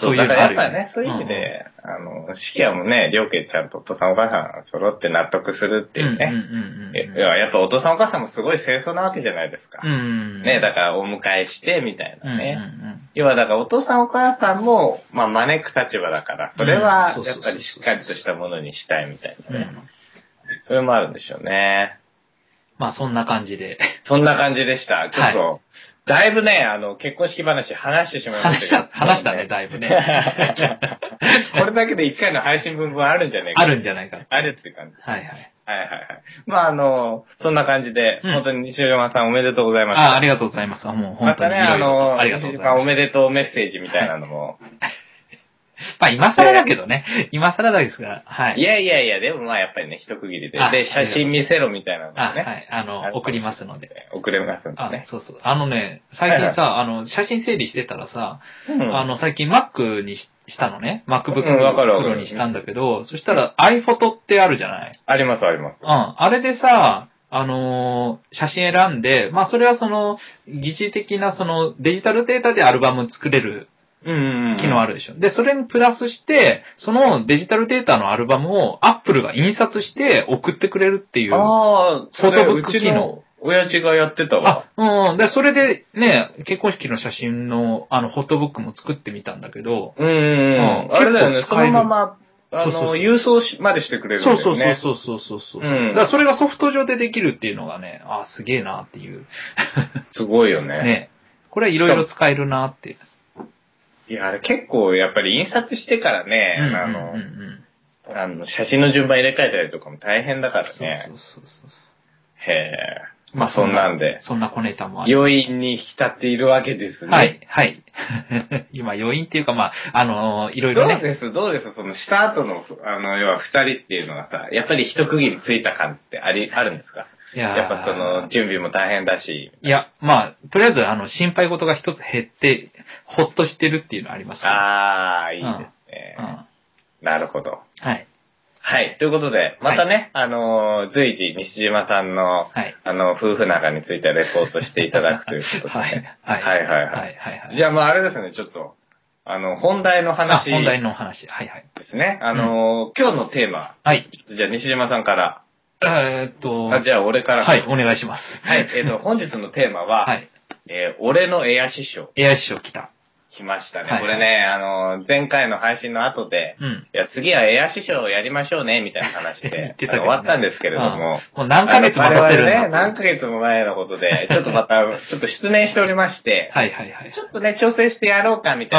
Speaker 2: そうだ
Speaker 1: の
Speaker 2: からやっ
Speaker 1: よ
Speaker 2: ぱね、そういう意味で、あの、式はもうね、両家ちゃんとお父さんお母さんが揃って納得するっていう
Speaker 1: うんう
Speaker 2: ね。
Speaker 1: んうん
Speaker 2: え
Speaker 1: うん
Speaker 2: いややっぱお父さんお母さんもすごい清掃なわけじゃないですか。
Speaker 1: うん。
Speaker 2: ね、だからお迎えして、みたいなね。
Speaker 1: うんうんうん
Speaker 2: 要はだからお父さんお母さんも、まあ、招く立場だから、それはやっぱりしっかりとしたものにしたいみたいなね。それもあるんでしょうね。
Speaker 1: まあそんな感じで
Speaker 2: そんな感じでした。ちょっと、だいぶね、あの、結婚式話話してしまいま
Speaker 1: 話
Speaker 2: し
Speaker 1: したた、
Speaker 2: けど。
Speaker 1: 話したね、だいぶね。
Speaker 2: [laughs] これだけで一回の配信分分あるんじゃないか。
Speaker 1: あるんじゃないか。
Speaker 2: あるっていう感じ。
Speaker 1: はいはい。
Speaker 2: はいはいはい。まああの、そんな感じで、
Speaker 1: うん
Speaker 2: 本当に西島さんおめでとうございました。
Speaker 1: あありがとうございます。あもう本
Speaker 2: ま
Speaker 1: 当
Speaker 2: た
Speaker 1: に
Speaker 2: ね、
Speaker 1: いろ
Speaker 2: あ
Speaker 1: いろ。
Speaker 2: の、
Speaker 1: ありがとう
Speaker 2: 西
Speaker 1: ござい
Speaker 2: 島
Speaker 1: ま
Speaker 2: お
Speaker 1: す。
Speaker 2: めでとうメッセージみたいなのも、
Speaker 1: まあ今更だけどね。今更だけですが、はい。
Speaker 2: いやいやいや、でもまあやっぱりね、一区切りで。
Speaker 1: あ
Speaker 2: で、写真見せろみたいなの
Speaker 1: あ、
Speaker 2: が
Speaker 1: は
Speaker 2: ね、
Speaker 1: い。あの、送りますので。
Speaker 2: 送れますんで
Speaker 1: あ
Speaker 2: ね、。
Speaker 1: そうそう。あのね、最近さ、あの、写真整理してたらさ、
Speaker 2: うん
Speaker 1: あの、最近 Mac にししたのね。MacBook
Speaker 2: うんわかるわかる
Speaker 1: Pro にしたんだけど、そしたら iPhoto ってあるじゃない
Speaker 2: ありますあります
Speaker 1: うん。。あれでさ、あのー写真選んで、まあそれはその、疑似的なそのデジタルデータでアルバム作れる
Speaker 2: うんうん。
Speaker 1: 機能あ
Speaker 2: る。
Speaker 1: るでしょ。で、それにプラスして、そのデジタルデータのアルバムを Apple が印刷して送ってくれるっていう。
Speaker 2: ああ、
Speaker 1: フォトブッ
Speaker 2: う
Speaker 1: ク
Speaker 2: ち
Speaker 1: 機
Speaker 2: の
Speaker 1: 能
Speaker 2: 親父がやってたわ。
Speaker 1: あ、うん。で、それでね、結婚式の写真の、あの、フォトブックも作ってみたんだけど、
Speaker 2: うんうん
Speaker 1: う
Speaker 2: うんん。あれだよ
Speaker 1: 結、
Speaker 2: ね
Speaker 1: 構
Speaker 2: そ
Speaker 1: 使え
Speaker 2: の
Speaker 1: る
Speaker 2: まま、あ
Speaker 1: そうそうそう
Speaker 2: の、郵送しまでしてくれるんだ
Speaker 1: そう
Speaker 2: よね。
Speaker 1: そうそうそうそうそうそう。
Speaker 2: うん
Speaker 1: だからそれがソフト上でできるっていうのがね、あ、すげえなっていう。
Speaker 2: すごいよね。
Speaker 1: ね。これはいろいろ使えるなって。
Speaker 2: いや、あれ結構やっぱり印刷してからね、
Speaker 1: うんうん
Speaker 2: あ
Speaker 1: うんう
Speaker 2: の
Speaker 1: ん
Speaker 2: あの、写真の順番入れ替えたりとかも大変だから
Speaker 1: そう
Speaker 2: ね。
Speaker 1: そうそうそう。
Speaker 2: へえ。
Speaker 1: まあ
Speaker 2: そんなんで
Speaker 1: そんな小ネタもあり
Speaker 2: 余韻に浸っているわけですね。
Speaker 1: はい、はい。 [laughs] 今、余韻っていうか、まあ、あのーいろい
Speaker 2: ど
Speaker 1: ろ
Speaker 2: う
Speaker 1: ね。
Speaker 2: ですどうですその、した後の、あの、要は二人っていうのがさ、やっぱり一区切りついた感ってあり、あるんですか
Speaker 1: いやー
Speaker 2: やっぱその、準備も大変だし。
Speaker 1: いや、まあ、とりあえず、あの、心配事が一つ減って、ほっとしてるっていうのはありますね
Speaker 2: あー、いいですね
Speaker 1: う。ん。
Speaker 2: なるほど。
Speaker 1: はい。
Speaker 2: はい。ということで、またね、あのー、随時、西島さんの、
Speaker 1: はい
Speaker 2: あの、夫婦仲についてレポートしていただくということで。
Speaker 1: はい
Speaker 2: は
Speaker 1: はいい
Speaker 2: は
Speaker 1: は
Speaker 2: いはい。
Speaker 1: いはいはい
Speaker 2: じゃあ、まあ、あれですね、ちょっと、あの、本題の
Speaker 1: あ、
Speaker 2: 話
Speaker 1: 本題
Speaker 2: で
Speaker 1: のお話。はいはい。
Speaker 2: すね。あのー、今日のテーマ、
Speaker 1: はい。
Speaker 2: じゃあ、西島さんから。
Speaker 1: えーっと、
Speaker 2: あじゃあ、俺から。
Speaker 1: はい、。お願いします。
Speaker 2: はい。えっ、と、本日のテーマは、
Speaker 1: はい。
Speaker 2: えー俺のエア師匠、
Speaker 1: エア師匠来た。
Speaker 2: 来ましたね。
Speaker 1: はい
Speaker 2: これね、あのー、前回の配信の後で、
Speaker 1: うん。
Speaker 2: いや、次はエア師匠をやりましょうね、みたいな
Speaker 1: [laughs]
Speaker 2: 話
Speaker 1: 言
Speaker 2: で
Speaker 1: っ、てた
Speaker 2: あ
Speaker 1: けどね
Speaker 2: の終わったんですけれども、
Speaker 1: うんもう何ヶ月待たせるんだ
Speaker 2: あの我々ね、何ヶ月も前のこ
Speaker 1: [laughs]
Speaker 2: とで、ちょっとまた、ちょっと失念しておりまして、
Speaker 1: はいはいはい
Speaker 2: ち。ょっとね、調整してやろうか、みたい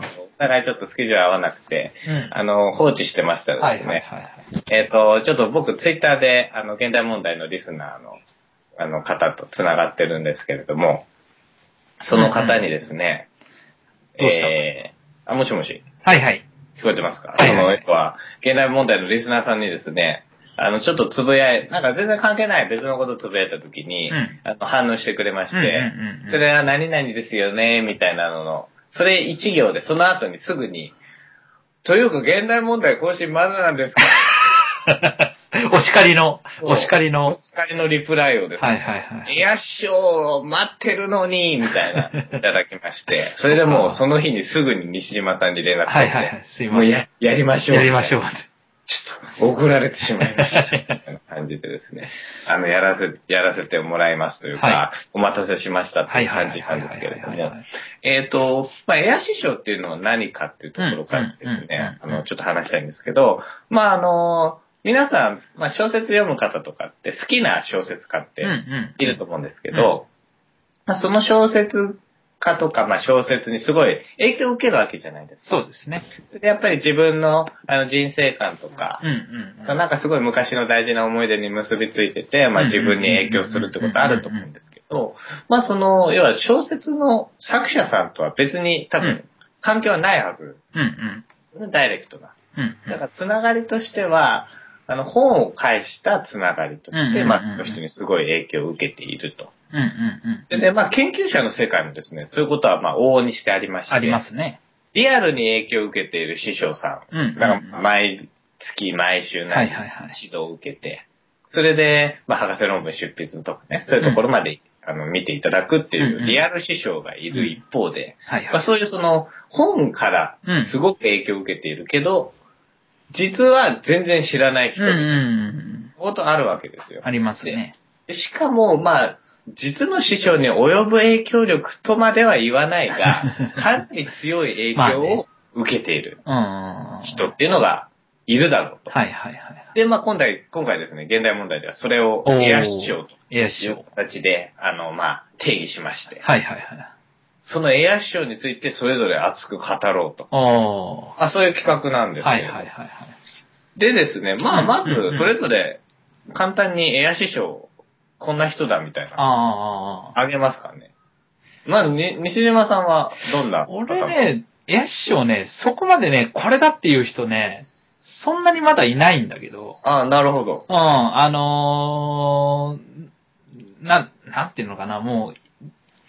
Speaker 1: あ
Speaker 2: ことがあって。お互いちょっとスケジュール合わなくて、
Speaker 1: あ。うん。
Speaker 2: あの、放置してました
Speaker 1: は
Speaker 2: で
Speaker 1: い
Speaker 2: す
Speaker 1: はいはい
Speaker 2: ね。
Speaker 1: はい。
Speaker 2: えっと、ちょっと僕、ツイッターで、あの、現代問題のリスナーの、あの方と繋がってるんですけれども、その方にですね、
Speaker 1: うんうんどうした
Speaker 2: えーあ、もしもし。
Speaker 1: はいはい。 [laughs]
Speaker 2: 聞こえてますか、
Speaker 1: はいはいはい
Speaker 2: その、要は、現代問題のリスナーさんにですね、あの、ちょっとつぶやい、なんか全然関係ない別のことつぶやいたときに、
Speaker 1: うん
Speaker 2: あの反応してくれまして、
Speaker 1: うんうんうんうん
Speaker 2: それは何々ですよね、みたいなのの、それ一行で、その後にすぐに、というか現代問題更新まだなんですか
Speaker 1: お叱りの、
Speaker 2: そう
Speaker 1: お叱りの、は
Speaker 2: お叱りのリプライをです
Speaker 1: い
Speaker 2: ね、
Speaker 1: はいはい。
Speaker 2: いや、師匠、待ってるのに、みたいな、いただきまして、
Speaker 1: [laughs]
Speaker 2: それでもうその日にすぐに西島さんに連絡
Speaker 1: はいはいはい。すいま
Speaker 2: もう
Speaker 1: せん。
Speaker 2: や、やりましょう。
Speaker 1: やりましょう。
Speaker 2: [laughs] ちょっと、送られてしまいました。みたいな [laughs] 感じでですね。あの、やらせ、やらせてもらいますというか、
Speaker 1: は
Speaker 2: お待たせしましたって
Speaker 1: はいいうはいは
Speaker 2: 感じ
Speaker 1: い
Speaker 2: な
Speaker 1: は
Speaker 2: ん
Speaker 1: い
Speaker 2: です
Speaker 1: はい
Speaker 2: けれど
Speaker 1: はい
Speaker 2: も
Speaker 1: は。い。
Speaker 2: えっ、と、まあ、エア師匠っていうのは何かっていうところからですね、
Speaker 1: うんうんうん
Speaker 2: あの、ちょっと話したいんですけど、まあ、あの、皆さん、まあ、小説読む方とかって好きな小説家って
Speaker 1: うんうん。
Speaker 2: いると思うんですけど、まあ、その小説家とか、まあ、小説にすごい影響を受けるわけじゃないですか。
Speaker 1: そうですね。
Speaker 2: でやっぱり自分のあの人生観とか
Speaker 1: う、んうんうん。
Speaker 2: なんかすごい昔の大事な思い出に結びついてて、まあ
Speaker 1: うんうん
Speaker 2: 自
Speaker 1: うんうん
Speaker 2: 分に影響するってことあると思うんですけど、まあその、要は小説の作者さんとは別に多
Speaker 1: うん
Speaker 2: 分関係はないはず。
Speaker 1: うんうん。
Speaker 2: ダイレクトな。
Speaker 1: うんうん。
Speaker 2: だからつながりとしては、あの本を介したつながりと
Speaker 1: うんうん
Speaker 2: し
Speaker 1: うん
Speaker 2: て、
Speaker 1: うん
Speaker 2: まあその人にすごい影響を受けていると。
Speaker 1: うんうんうん。
Speaker 2: で、まあ研究者の世界もですね、そういうことはまあ往々にしてありまして。
Speaker 1: ありますね。
Speaker 2: リアルに影響を受けている師匠さ
Speaker 1: う
Speaker 2: ん。
Speaker 1: んうんうん
Speaker 2: だから毎月、毎週
Speaker 1: は
Speaker 2: 何
Speaker 1: い
Speaker 2: か
Speaker 1: はいはい。
Speaker 2: 指導を受けて、それで、まあ、博士論文出筆とかね、そういうところまで、あの見ていただくってい
Speaker 1: うん
Speaker 2: う
Speaker 1: うん
Speaker 2: リアル師匠がいる一方で、
Speaker 1: はい
Speaker 2: ま
Speaker 1: は
Speaker 2: あ、
Speaker 1: い。
Speaker 2: そういうその本から
Speaker 1: うん
Speaker 2: すごく影響を受けているけど、実は全然知らない人
Speaker 1: うんうんうん。
Speaker 2: ことあるわけですよ。
Speaker 1: ありますね。
Speaker 2: でしかも、まあ、実の師匠に及ぶ影響力とまでは言わな
Speaker 1: [laughs]
Speaker 2: いが、かなり強い影響を受けている
Speaker 1: うんうんうん。
Speaker 2: 人っていうのがいるだろうと。
Speaker 1: はいはいはい。
Speaker 2: で、まあ今回、今回ですね、現代問題ではそれを
Speaker 1: おー
Speaker 2: エア師匠と
Speaker 1: エア
Speaker 2: い
Speaker 1: 師
Speaker 2: う
Speaker 1: 匠。
Speaker 2: 形で、あの、まあ、定義しまして、
Speaker 1: はいはいはい。
Speaker 2: そのエア師匠についてそれぞれ熱く語ろうと。
Speaker 1: お
Speaker 2: あ、そういう企画なん
Speaker 1: ー。
Speaker 2: ですよ
Speaker 1: はいはいはいはい。
Speaker 2: でですね、まあ
Speaker 1: うん
Speaker 2: ま
Speaker 1: うんう
Speaker 2: ず、
Speaker 1: ん
Speaker 2: それぞれ簡単にエア師匠、こんな人だみたいな、
Speaker 1: ああ。
Speaker 2: あげますかね。まず、に西島さんはどんな方
Speaker 1: 俺、ね、エア師匠ね、そこまでね、これだっていう人ね、そんなにまだいないんだけど、
Speaker 2: あなるほど。
Speaker 1: うん、あのー、な、なんていうのかな、もう、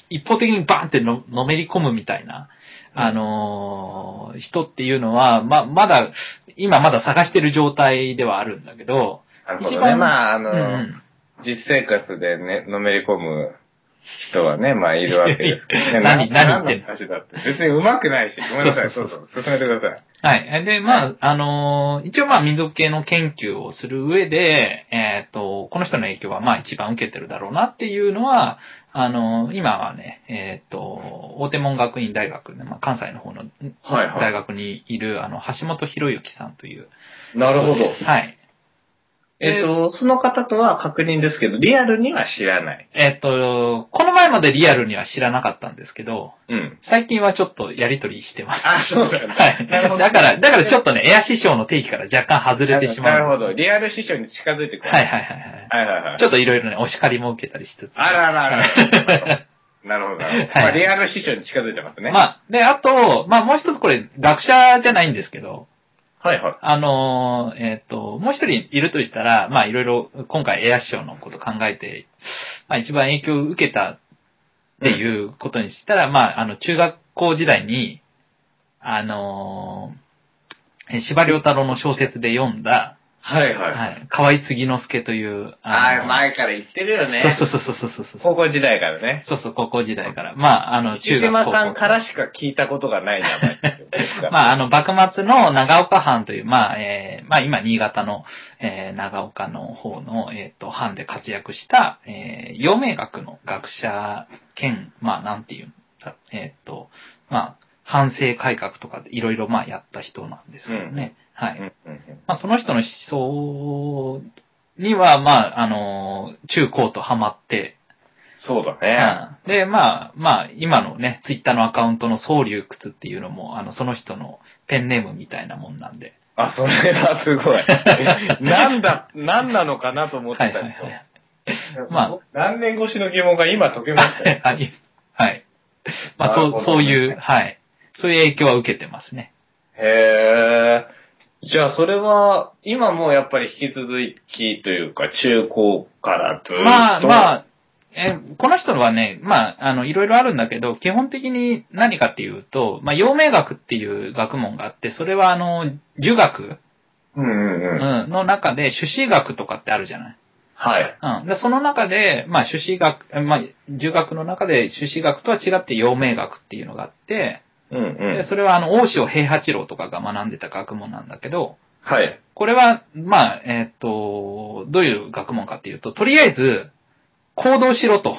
Speaker 1: 一方的にバンってののめり込むみたいな、あのー人っていうのは、ま、まだ、今まだ探してる状態ではあるんだけど、
Speaker 2: なるほ
Speaker 1: 一
Speaker 2: どね。
Speaker 1: 番
Speaker 2: まあ、あの、
Speaker 1: うんうん
Speaker 2: 実生活でね、のめり込む人はね、まあいるわけですけどね
Speaker 1: 何
Speaker 2: な
Speaker 1: 何言ってんの
Speaker 2: の話だって。別に上手くないし、ごめんな
Speaker 1: [laughs]
Speaker 2: さい、そ
Speaker 1: そうう
Speaker 2: そ、
Speaker 1: そう
Speaker 2: 進めてください。
Speaker 1: はい。で、まあ、あのー一応まあ、民族系の研究をする上で、えっ、と、この人の影響はまあ、一番受けてるだろうなっていうのは、あのー今はね、えっ、と、大手門学院大学の、まあ、関西の方の
Speaker 2: はい
Speaker 1: 大学にいる、あの、橋本博之さんという、
Speaker 2: なるほど。
Speaker 1: はい。
Speaker 2: えっと、その方とは確認ですけど、リアルには知らない。
Speaker 1: えっと、この前までリアルには知らなかったんですけど、
Speaker 2: うん。
Speaker 1: 最近はちょっとやりとりしてます。
Speaker 2: あ、そうなんだ。
Speaker 1: はい。
Speaker 2: なるほど
Speaker 1: だから、だからちょっとね、エア師匠の定義から若干外れてしまう。
Speaker 2: なるほど。リアル師匠に近づいてくる。
Speaker 1: はいはいはい
Speaker 2: はいはいは。
Speaker 1: はいい。ちょっといろいろね、お叱りも受けたりしつつ。
Speaker 2: あららら
Speaker 1: [laughs]
Speaker 2: ら。なるほど。なるほどま
Speaker 1: は
Speaker 2: あ、
Speaker 1: い
Speaker 2: リアル師匠に近づいてますね。
Speaker 1: まあ、で、あと、まあもう一つこれ、学者じゃないんですけど、
Speaker 2: はいはい。
Speaker 1: あのーえっ、と、もう一人いるとしたら、まあいろいろ今回エア師匠のこと考えて、まあ一番影響を受けたっていうことにしたら、まああの中学校時代に、あのー、え司馬遼太郎の小説で読んだ、
Speaker 2: はいはい。
Speaker 1: はい、河合継之助という、
Speaker 2: ああ、
Speaker 1: の
Speaker 2: 前から言ってるよね。
Speaker 1: そうそうそうそうそうそう。
Speaker 2: 高校時代からね。
Speaker 1: そうそう、高校時代から。まあ、あの、中
Speaker 2: 石
Speaker 1: 学
Speaker 2: 島
Speaker 1: 高校
Speaker 2: さんからしか聞いたことがない名前です
Speaker 1: [laughs]
Speaker 2: よ
Speaker 1: まあ、あの、幕末の長岡藩という、まあ、えーまあ、今、新潟の、えー長岡の方の、えっ、と、藩で活躍した、えー、陽明学の学者兼、まあ、なんていうんだろう、えっ、と、まあ、反省改革とかでいろいろ、まあ、やった人なんですけどね。は
Speaker 2: うん
Speaker 1: い。
Speaker 2: うんうん
Speaker 1: まあ、その人の思想には、まあ、あの、中高とハマって、
Speaker 2: そうだね。
Speaker 1: うんで、まあ、まあ、今のね、ツイッターのアカウントの総流靴っていうのも、あの、その人のペンネームみたいなもんなんで。
Speaker 2: あ、それはすご
Speaker 1: [laughs]
Speaker 2: い。なんだ、なんなのかなと思って
Speaker 1: は
Speaker 2: た
Speaker 1: い
Speaker 2: けど
Speaker 1: はいはい。ま
Speaker 2: まあ、何年越しの疑問が今解けましたよ。
Speaker 1: はい。はい。まあ、
Speaker 2: なるほ
Speaker 1: そう、そ
Speaker 2: どね
Speaker 1: ういう、はい。そういう影響は受けてますね。
Speaker 2: [laughs] へえ。じゃあそれは、今もやっぱり引き続きというか、中高からずっと。
Speaker 1: まあ、まあ、え、この人はね、まあ、あの、いろいろあるんだけど、基本的に何かっていうと、まあ、陽明学っていう学問があって、それはあの、儒学、
Speaker 2: うんうん
Speaker 1: う
Speaker 2: う
Speaker 1: ん、
Speaker 2: ん。
Speaker 1: の中で、朱子学とかってあるじゃない。
Speaker 2: はい。
Speaker 1: うん。で、その中で、まあ、朱子学、えまあ、儒学の中で朱子学とは違って陽明学っていうのがあって、
Speaker 2: うんう
Speaker 1: で
Speaker 2: ん。
Speaker 1: それはあの、大塩平八郎とかが学んでた学問なんだけど、
Speaker 2: はい。
Speaker 1: これは、まあ、えっ、と、どういう学問かっていうと、とりあえず、行動しろと。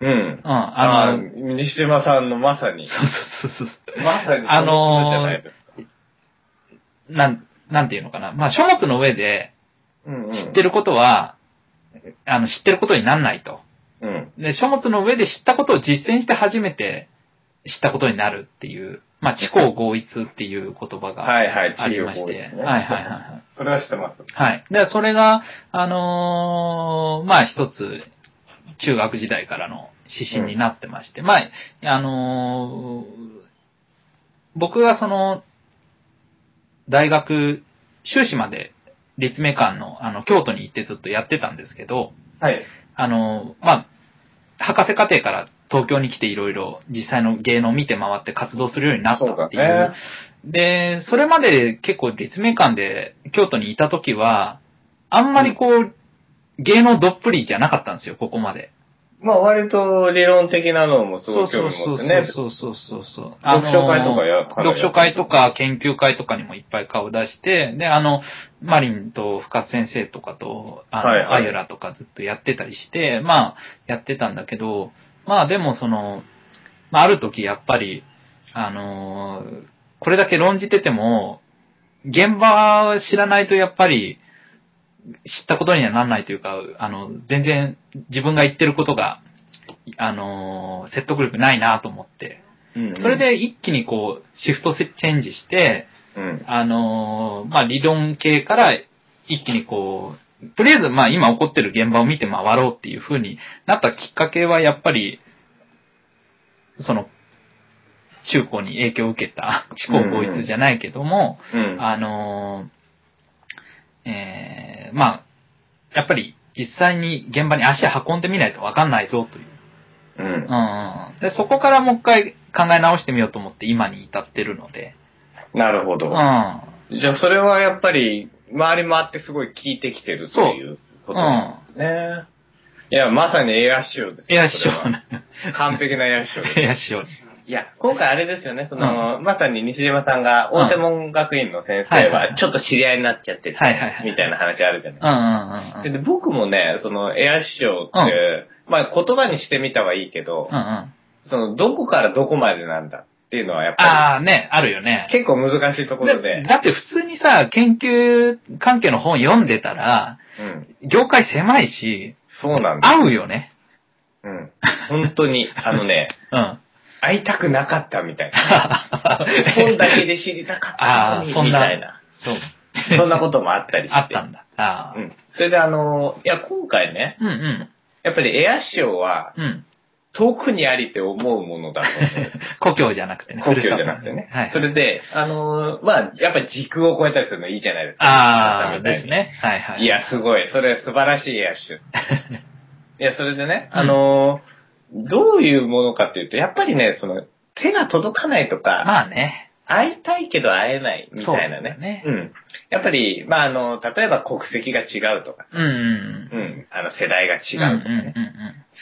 Speaker 2: うん。
Speaker 1: うん。あの、
Speaker 2: ー、西島さんのまさに、
Speaker 1: そうそうそうそう。
Speaker 2: まさに、
Speaker 1: あの
Speaker 2: ー
Speaker 1: ー、なん、なんていうのかな。まあ、書物の上で
Speaker 2: うんうん、
Speaker 1: 知って
Speaker 2: る。
Speaker 1: ることは、あの、知ってることになんないと。
Speaker 2: うん。
Speaker 1: で、書物の上で知ったことを実践して初めて知ったことになるっていう、まあ、知行合一っていう言葉が
Speaker 2: はいはい、
Speaker 1: ありまして、はいはいはい
Speaker 2: い。
Speaker 1: はい。
Speaker 2: それは知ってます。
Speaker 1: はい。で、それが、あのーまあ一つ、中学時代からの指針になってまして、まあ、あのー僕がその、大学、修士まで立命館の、あの、京都に行ってずっとやってたんですけど、
Speaker 2: はい。
Speaker 1: あの、まあ、博士課程から東京に来ていろいろ実際の芸能を見て回って活動するようになったってい
Speaker 2: そう
Speaker 1: う
Speaker 2: だ。
Speaker 1: で、それまで結構立命館で京都にいた時は、あんまりこう、芸能どっぷりじゃなかったんですよ、ここまで。
Speaker 2: まあ割と理論的なのもす
Speaker 1: そ
Speaker 2: ご
Speaker 1: う
Speaker 2: い
Speaker 1: そ
Speaker 2: 興
Speaker 1: う
Speaker 2: 味
Speaker 1: そ
Speaker 2: 持
Speaker 1: う
Speaker 2: ってね。
Speaker 1: そうそうそうそう。
Speaker 2: 読書
Speaker 1: あ
Speaker 2: 会とかや
Speaker 1: の
Speaker 2: かなりやってる
Speaker 1: 読書会とか研究会とかにもいっぱい顔出して、で、あの、マリンと深津先生とかと、あの、
Speaker 2: はいはい
Speaker 1: アユラとかずっとやってたりして、まあ、やってたんだけど、まあでもその、まあある時やっぱり、あのーこれだけ論じてても、現場を知らないとやっぱり、知ったことにはならないというか、あの、全然自分が言ってることが、あのー説得力ないなと思って。
Speaker 2: うんうん
Speaker 1: それ、で一気にこう、シフトチェンジして、
Speaker 2: うん。
Speaker 1: あのーまあ、理論系から一気にこう、とりあえずまあ今起こってる現場を見て回ろうっていう風になったきっかけはやっぱり、その、中高に影響を受けた思考合一じゃないけども、
Speaker 2: うん。
Speaker 1: あのーえーまあ、やっぱり実際に現場に足運んでみないとわかんないぞという。
Speaker 2: うん
Speaker 1: うんうんうんで、そこからもう一回考え直してみようと思って今に至ってるので。
Speaker 2: なるほ
Speaker 1: う
Speaker 2: ど。
Speaker 1: ん。
Speaker 2: じゃあそれはやっぱり、周り回ってすごい聞いてきてるっていうことなんですね。いや、まさにエアショーです
Speaker 1: エ
Speaker 2: よ
Speaker 1: ア師匠
Speaker 2: それは完璧なエアショーです。
Speaker 1: [laughs] エア師匠に。
Speaker 2: いや、今回あれですよね、その、まさに西島さんが、大手門学院の先
Speaker 1: は
Speaker 2: 生
Speaker 1: いはいは
Speaker 2: は、
Speaker 1: い
Speaker 2: ちょっと知り合いになっちゃってて、
Speaker 1: はいはいはい
Speaker 2: みたいな話あるじゃない
Speaker 1: うんうんうんう
Speaker 2: で
Speaker 1: ん。
Speaker 2: で僕もね、その、エア師匠って、まあ言葉にしてみたはいいけど
Speaker 1: う、んうん。
Speaker 2: その、どこからどこまでなんだっっていうのはやっぱ
Speaker 1: ああ、ね、あるよね
Speaker 2: り、。結構難しいところで
Speaker 1: だ。だって普通にさ、研究関係の本読んでたら、
Speaker 2: うん。
Speaker 1: 業界狭いし、
Speaker 2: そうなんだ。
Speaker 1: 合うよね。
Speaker 2: うん。本当に、あ
Speaker 1: [laughs]
Speaker 2: のね、
Speaker 1: うん。
Speaker 2: 会いたくなかったみ
Speaker 1: [laughs]
Speaker 2: たいな。本だけで知りたかったのに
Speaker 1: あーそん
Speaker 2: み
Speaker 1: な
Speaker 2: たいな。
Speaker 1: そう。
Speaker 2: [laughs] そんなこともあったり
Speaker 1: [laughs]
Speaker 2: して。
Speaker 1: あったんだ。ああ
Speaker 2: う。ん。それであの、いや、今回ね、
Speaker 1: うんうん。
Speaker 2: やっぱりエアショーは
Speaker 1: うん。
Speaker 2: 遠くにありって思うものだと思うんです。
Speaker 1: 故郷じゃなくて [laughs] ね。
Speaker 2: 故郷じゃなくてね。
Speaker 1: はい。
Speaker 2: それで、あのーまあ、やっぱり時空を超えたりするのいいじゃないですか。
Speaker 1: ああ、
Speaker 2: 改めて
Speaker 1: ですね。はいはい。
Speaker 2: いや、すごい。それ素晴らしいエアシ
Speaker 1: [laughs]
Speaker 2: ュ。いや、それでね、あのーどういうものかっていうと、やっぱりね、その、手が届かないとか、
Speaker 1: まあね。
Speaker 2: 会いたいけど会えないみたいな
Speaker 1: そうだ
Speaker 2: ね。
Speaker 1: ね
Speaker 2: うん。やっぱり、まあ、あの、例えば国籍が違うとか、
Speaker 1: うんうん。
Speaker 2: うん、あの、世代が違
Speaker 1: 違
Speaker 2: うと
Speaker 1: う
Speaker 2: か
Speaker 1: んうん
Speaker 2: ね。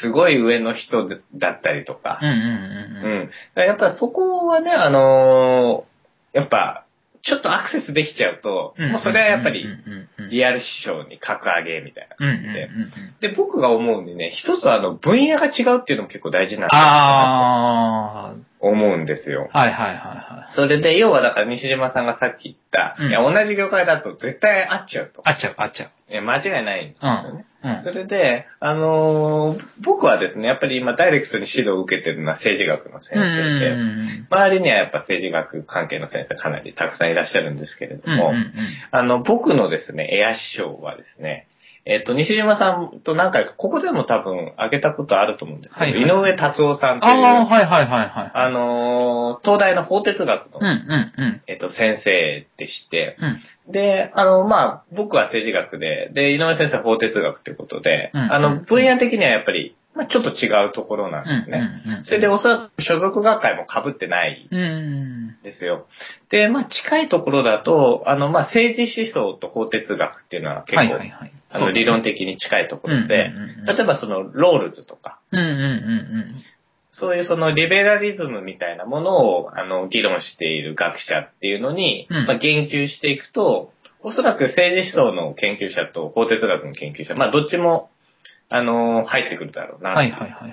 Speaker 2: すごい上の人だったりとか
Speaker 1: うん。う、んうん
Speaker 2: う
Speaker 1: うん。
Speaker 2: ん。やっぱそこはね、あのーやっぱ、ちょっとアクセスできちゃうと、
Speaker 1: うん。
Speaker 2: もうそれはやっぱ
Speaker 1: うん
Speaker 2: り、
Speaker 1: うんうん。
Speaker 2: リアル師匠に格上げみたいな。
Speaker 1: うんうんうん。
Speaker 2: で、僕が思うにね、一つはあの、分野が違うっていうのも結構大事なんだ
Speaker 1: あ
Speaker 2: と思うんですよ。
Speaker 1: あ、はいはいはいはい。
Speaker 2: それで、要はだから西島さんがさっき言った、
Speaker 1: うん
Speaker 2: いや、同じ業界だと絶対会っちゃうと。
Speaker 1: あっちゃう、あっちゃう。
Speaker 2: いや、間違いないんです
Speaker 1: う
Speaker 2: よね。
Speaker 1: ん。うん
Speaker 2: そ。れで、あのー僕はですね、やっぱり今ダイレクトに指導を受けてるのは政治学の先
Speaker 1: うんうん
Speaker 2: 生で、
Speaker 1: うん
Speaker 2: 周りにはやっぱ政治学関係の先生かなりたくさんいらっしゃるんですけれど
Speaker 1: うん。うん
Speaker 2: も、
Speaker 1: うん
Speaker 2: あの、僕のですね、エア師匠はですね、えっ、と、西島さんと何回か、ここでも多分挙げたことあると思うんですけど、
Speaker 1: はいはい
Speaker 2: 井上達夫さんという、
Speaker 1: ああ、
Speaker 2: あ
Speaker 1: はいはいはいはい。
Speaker 2: のー東大の法哲学の、
Speaker 1: うんうんうん。
Speaker 2: えっ、と、先生でして、
Speaker 1: うん。
Speaker 2: で、あの、まあ、僕は政治学で、で、井上先生は法哲学ということで、
Speaker 1: うん
Speaker 2: あ
Speaker 1: うん
Speaker 2: の、分野的にはやっぱり、まあ、ちょっと違うところなん
Speaker 1: うん
Speaker 2: ですね。
Speaker 1: うんうん。
Speaker 2: それで、おそらく所属学会も被ってない
Speaker 1: うん。
Speaker 2: ですよ。で、まあ、近いところだと、あの、まあ、政治思想と法哲学っていうのは結構、
Speaker 1: はいはいはい。
Speaker 2: あの、理論的に近いところで、
Speaker 1: うんうんうんうん
Speaker 2: 例えばその、ロールズとか、
Speaker 1: うんうんうん
Speaker 2: そういうその、リベラリズムみたいなものを、あの、議論している学者っていうのに、
Speaker 1: うん
Speaker 2: まあ、言及していくと、おそらく政治思想の研究者と法哲学の研究者、まあ、どっちも、あの、入ってくるだろう
Speaker 1: う
Speaker 2: な。
Speaker 1: ん。はいはいはいはい。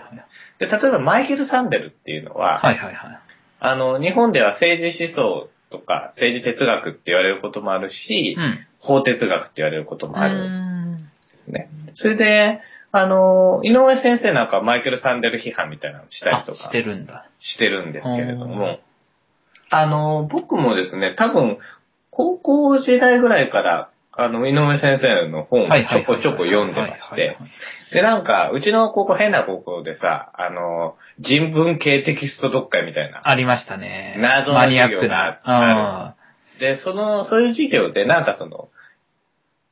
Speaker 2: で、例えばマイケル・サンデルっていうのは、
Speaker 1: はいはいはい。
Speaker 2: あの、日本では政治思想とか政治哲学って言われることもあるし、
Speaker 1: うん。
Speaker 2: 法哲学って言われることもあるん
Speaker 1: うん
Speaker 2: ですね。それで、あの、井上先生なんかはマイケル・サンデル批判みたいなのをしたり
Speaker 1: あ
Speaker 2: と、
Speaker 1: し
Speaker 2: か
Speaker 1: てるんだ。
Speaker 2: してるんですけれど
Speaker 1: う
Speaker 2: も、あの、僕もですね、多分、高校時代ぐらいから、あの、井上先生の本を
Speaker 1: はいはいはい。
Speaker 2: ちょこちょこ読んでまし
Speaker 1: はいはい
Speaker 2: て、で、なんか、うちの高校変な高校でさ、あの、人文系テキスト読解みたいな、
Speaker 1: ありましたね。
Speaker 2: 謎の
Speaker 1: マニアッ
Speaker 2: 授
Speaker 1: ク
Speaker 2: 業が
Speaker 1: な。
Speaker 2: で、その、そういう授業で、なんかその、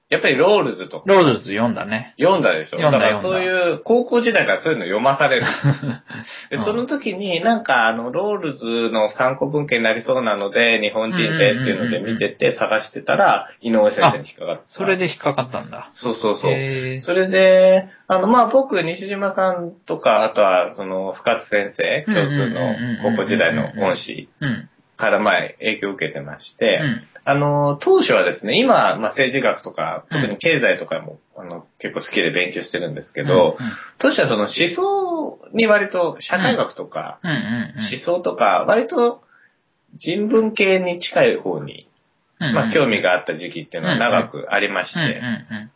Speaker 2: やっぱりロールズと
Speaker 1: うん
Speaker 2: か
Speaker 1: ローズ読んだ
Speaker 2: [laughs]
Speaker 1: ね。
Speaker 2: 読んだでしょ
Speaker 1: 読んだ
Speaker 2: からそういう、高校時代からそういうの読まされる。で、
Speaker 1: うん
Speaker 2: その時になんかあの、ロールズの参考文献になりそうなので、日本人でっていうので見てて探してたら、井上先生に引っかかった。
Speaker 1: それ。で引っかかったんだ。
Speaker 2: そうそうそう。
Speaker 1: へー
Speaker 2: それで、あの、まあ、僕、西島さんとか、あとは、その、深津先生、共通の高校時代の恩師
Speaker 1: うん。
Speaker 2: から、まあ、影響を受けてまして、
Speaker 1: うん
Speaker 2: あの、当初はですね、今、まあ、政治学とか、特に経済とかも、あの、結構好きで勉強してるんですけど、
Speaker 1: うん
Speaker 2: 当初はその思想に割と、社会学とか、
Speaker 1: うんうん
Speaker 2: 思想とか、割と人文系に近い方に、
Speaker 1: うん。
Speaker 2: まあ、興味
Speaker 1: が
Speaker 2: があった時期っていうのは長くありまし
Speaker 1: うんうん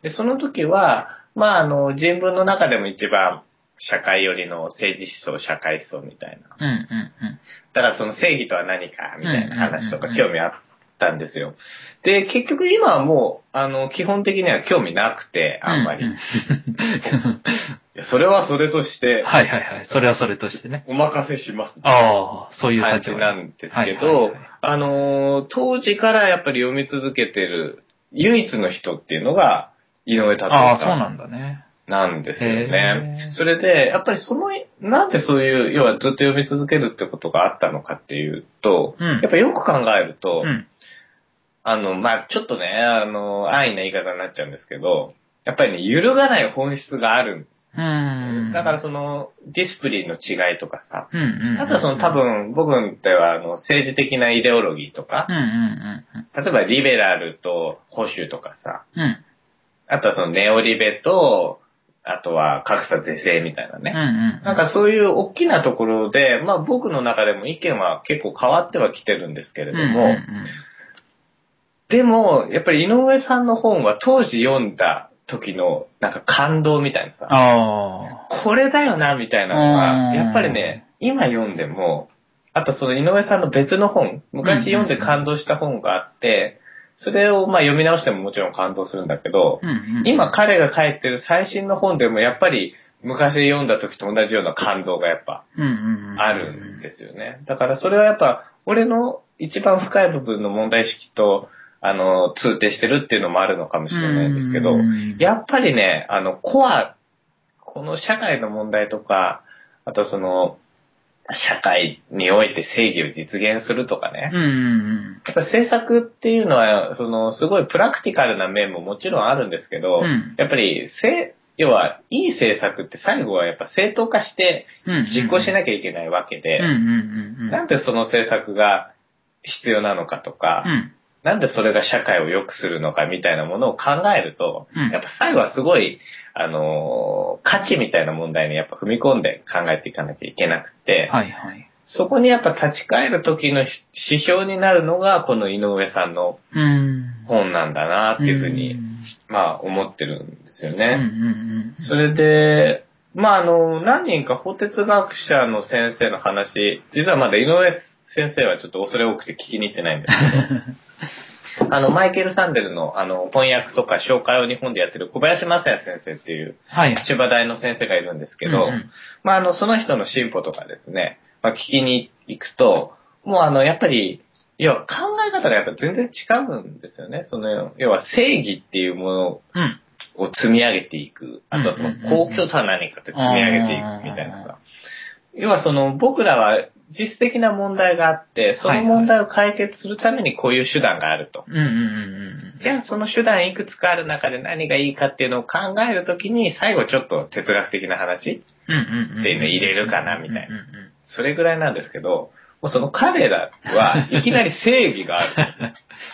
Speaker 2: て、で、その時は、まあ、あの、人文の中でも一番、社会寄りの政治思想、社会思想みたい
Speaker 1: うん。
Speaker 2: な。
Speaker 1: うんうん
Speaker 2: だからその正義とは何かみたいな話と
Speaker 1: うん
Speaker 2: か
Speaker 1: うんうんうん
Speaker 2: 興味あったんですよ。で、結局今はもう、あの、基本的には興味なくて、
Speaker 1: うん。
Speaker 2: あんまり。
Speaker 1: う
Speaker 2: い
Speaker 1: ん
Speaker 2: やそれはそれとし
Speaker 1: [laughs]
Speaker 2: て、
Speaker 1: はいはいはい。それはそれとしてね。
Speaker 2: お任せします。
Speaker 1: ああ、そういう
Speaker 2: 感
Speaker 1: 立
Speaker 2: じ
Speaker 1: 場。
Speaker 2: なんです
Speaker 1: は
Speaker 2: け
Speaker 1: いはい
Speaker 2: ど
Speaker 1: はい、
Speaker 2: あのー当時からやっぱり読み続けてる唯一の人っていうのが、井上達夫
Speaker 1: ああ、そう
Speaker 2: さん
Speaker 1: なんだね。
Speaker 2: なんですよ
Speaker 1: へ
Speaker 2: ね
Speaker 1: ー。
Speaker 2: それで、やっぱりその、なんでそういう、要はずっと読み続けるってことがあったのかっていうと、
Speaker 1: うん
Speaker 2: やっぱよく考えると、
Speaker 1: うん。
Speaker 2: あの、まあ、ちょっとね、あの、安易な言い方になっちゃうんですけど、やっぱりね、揺るがない本質がある。
Speaker 1: うん。
Speaker 2: だからその、ディスプリンの違いとかさ、
Speaker 1: うんうんうん。
Speaker 2: あとはその多分、僕ではあの、政治的なイデオロギーとか
Speaker 1: う、んうんうん
Speaker 2: 例えばリベラルと保守とかさ、
Speaker 1: うん。うん。
Speaker 2: あとはそのネオリベと、あとは格差是正みたいな
Speaker 1: うんう
Speaker 2: ね。
Speaker 1: ん。
Speaker 2: なんかそういう大きなところで、まあ僕の中でも意見は結構変わってはきてるんですけれども、
Speaker 1: うんうん
Speaker 2: でも、やっぱり井上さんの本は当時読んだ時のなんか感動みたいなさ、
Speaker 1: あ
Speaker 2: これだよなみたいなの
Speaker 1: う
Speaker 2: が、
Speaker 1: ん
Speaker 2: やっぱりね、今読んでも、あとその井上さんの別の本、昔読んで感動した本があって、それをまあ読み直してももちろん感動するんだけど
Speaker 1: あ。、うんうん
Speaker 2: 今彼が書いてる最新の本でもやっぱり昔読んだ時と同じような感動がやっぱ
Speaker 1: うんうんうん
Speaker 2: あるんですよね。だからそれはやっぱ、俺の一番深い部分の問題意識と、あの、通底してるっていうのもあるのかもしれないんですけど
Speaker 1: う、ん
Speaker 2: やっぱりね、あの、コア、この社会の問題とか、あとその、社会において正義を実現するとかね、
Speaker 1: うんうん
Speaker 2: やっぱ政策っていうのは、その、すごいプラクティカルな面ももちろんあるんですけ
Speaker 1: う
Speaker 2: ど、
Speaker 1: ん
Speaker 2: やっぱり、せ、要は、いい政策って最後はやっぱ正当化して
Speaker 1: うん。
Speaker 2: 実行し
Speaker 1: い
Speaker 2: なきゃいけないわけ
Speaker 1: で
Speaker 2: で、
Speaker 1: うんうんうんうん。
Speaker 2: なんでその政策が必要なのかとか、
Speaker 1: うん。
Speaker 2: なんでそれが社会を良くするのかみたいなものを考えると、
Speaker 1: うん
Speaker 2: やっぱ最後はすごい、あのー価値みたいな問題にやっぱ踏み込んで考えていかなきゃいけなくて、
Speaker 1: はいはい。
Speaker 2: そこにやっぱ立ち返る時の指標になるのが、この井上さんの
Speaker 1: うん。
Speaker 2: 本なんだなっていうふう
Speaker 1: う
Speaker 2: に、
Speaker 1: ん
Speaker 2: まあ思ってるんですよね。
Speaker 1: うんうんうん。
Speaker 2: それで、まあ、あの、何人か法哲学者の先生の話、実はまだ井上先生はちょっと恐れ多くて聞きに行ってないん
Speaker 1: [laughs]
Speaker 2: ですけど、あの、マイケル・サンデルの、あの、翻訳とか紹介を日本でやってる小林正也先生っていう、
Speaker 1: はい。
Speaker 2: 千葉大の先生がいるんですけ
Speaker 1: う
Speaker 2: ど、
Speaker 1: んうん
Speaker 2: まあ、あの、その人の進歩とかですね、まあ、聞きに行くと、もうあの、やっぱり、要は考え方がやっぱ全然違うんですよね。その、要は正義っていうもの
Speaker 1: うん。
Speaker 2: を積み上げていく。あとはその
Speaker 1: うんうんうんうん
Speaker 2: 公共とは何かって積み上げていくみたいなさ。要はその僕らは実質的な問題があって、その問題を解決するためにこういう手段があると。
Speaker 1: うんうんうん
Speaker 2: じゃあその手段いくつかある中で何がいいかっていうのを考えるときに最後ちょっと哲学的な話
Speaker 1: うん。うんうん。
Speaker 2: っていうの入れるかなみたいな
Speaker 1: うんうんうん。
Speaker 2: それぐらいなんですけど、もうその彼らはいきなり正義があ
Speaker 1: [laughs]
Speaker 2: る。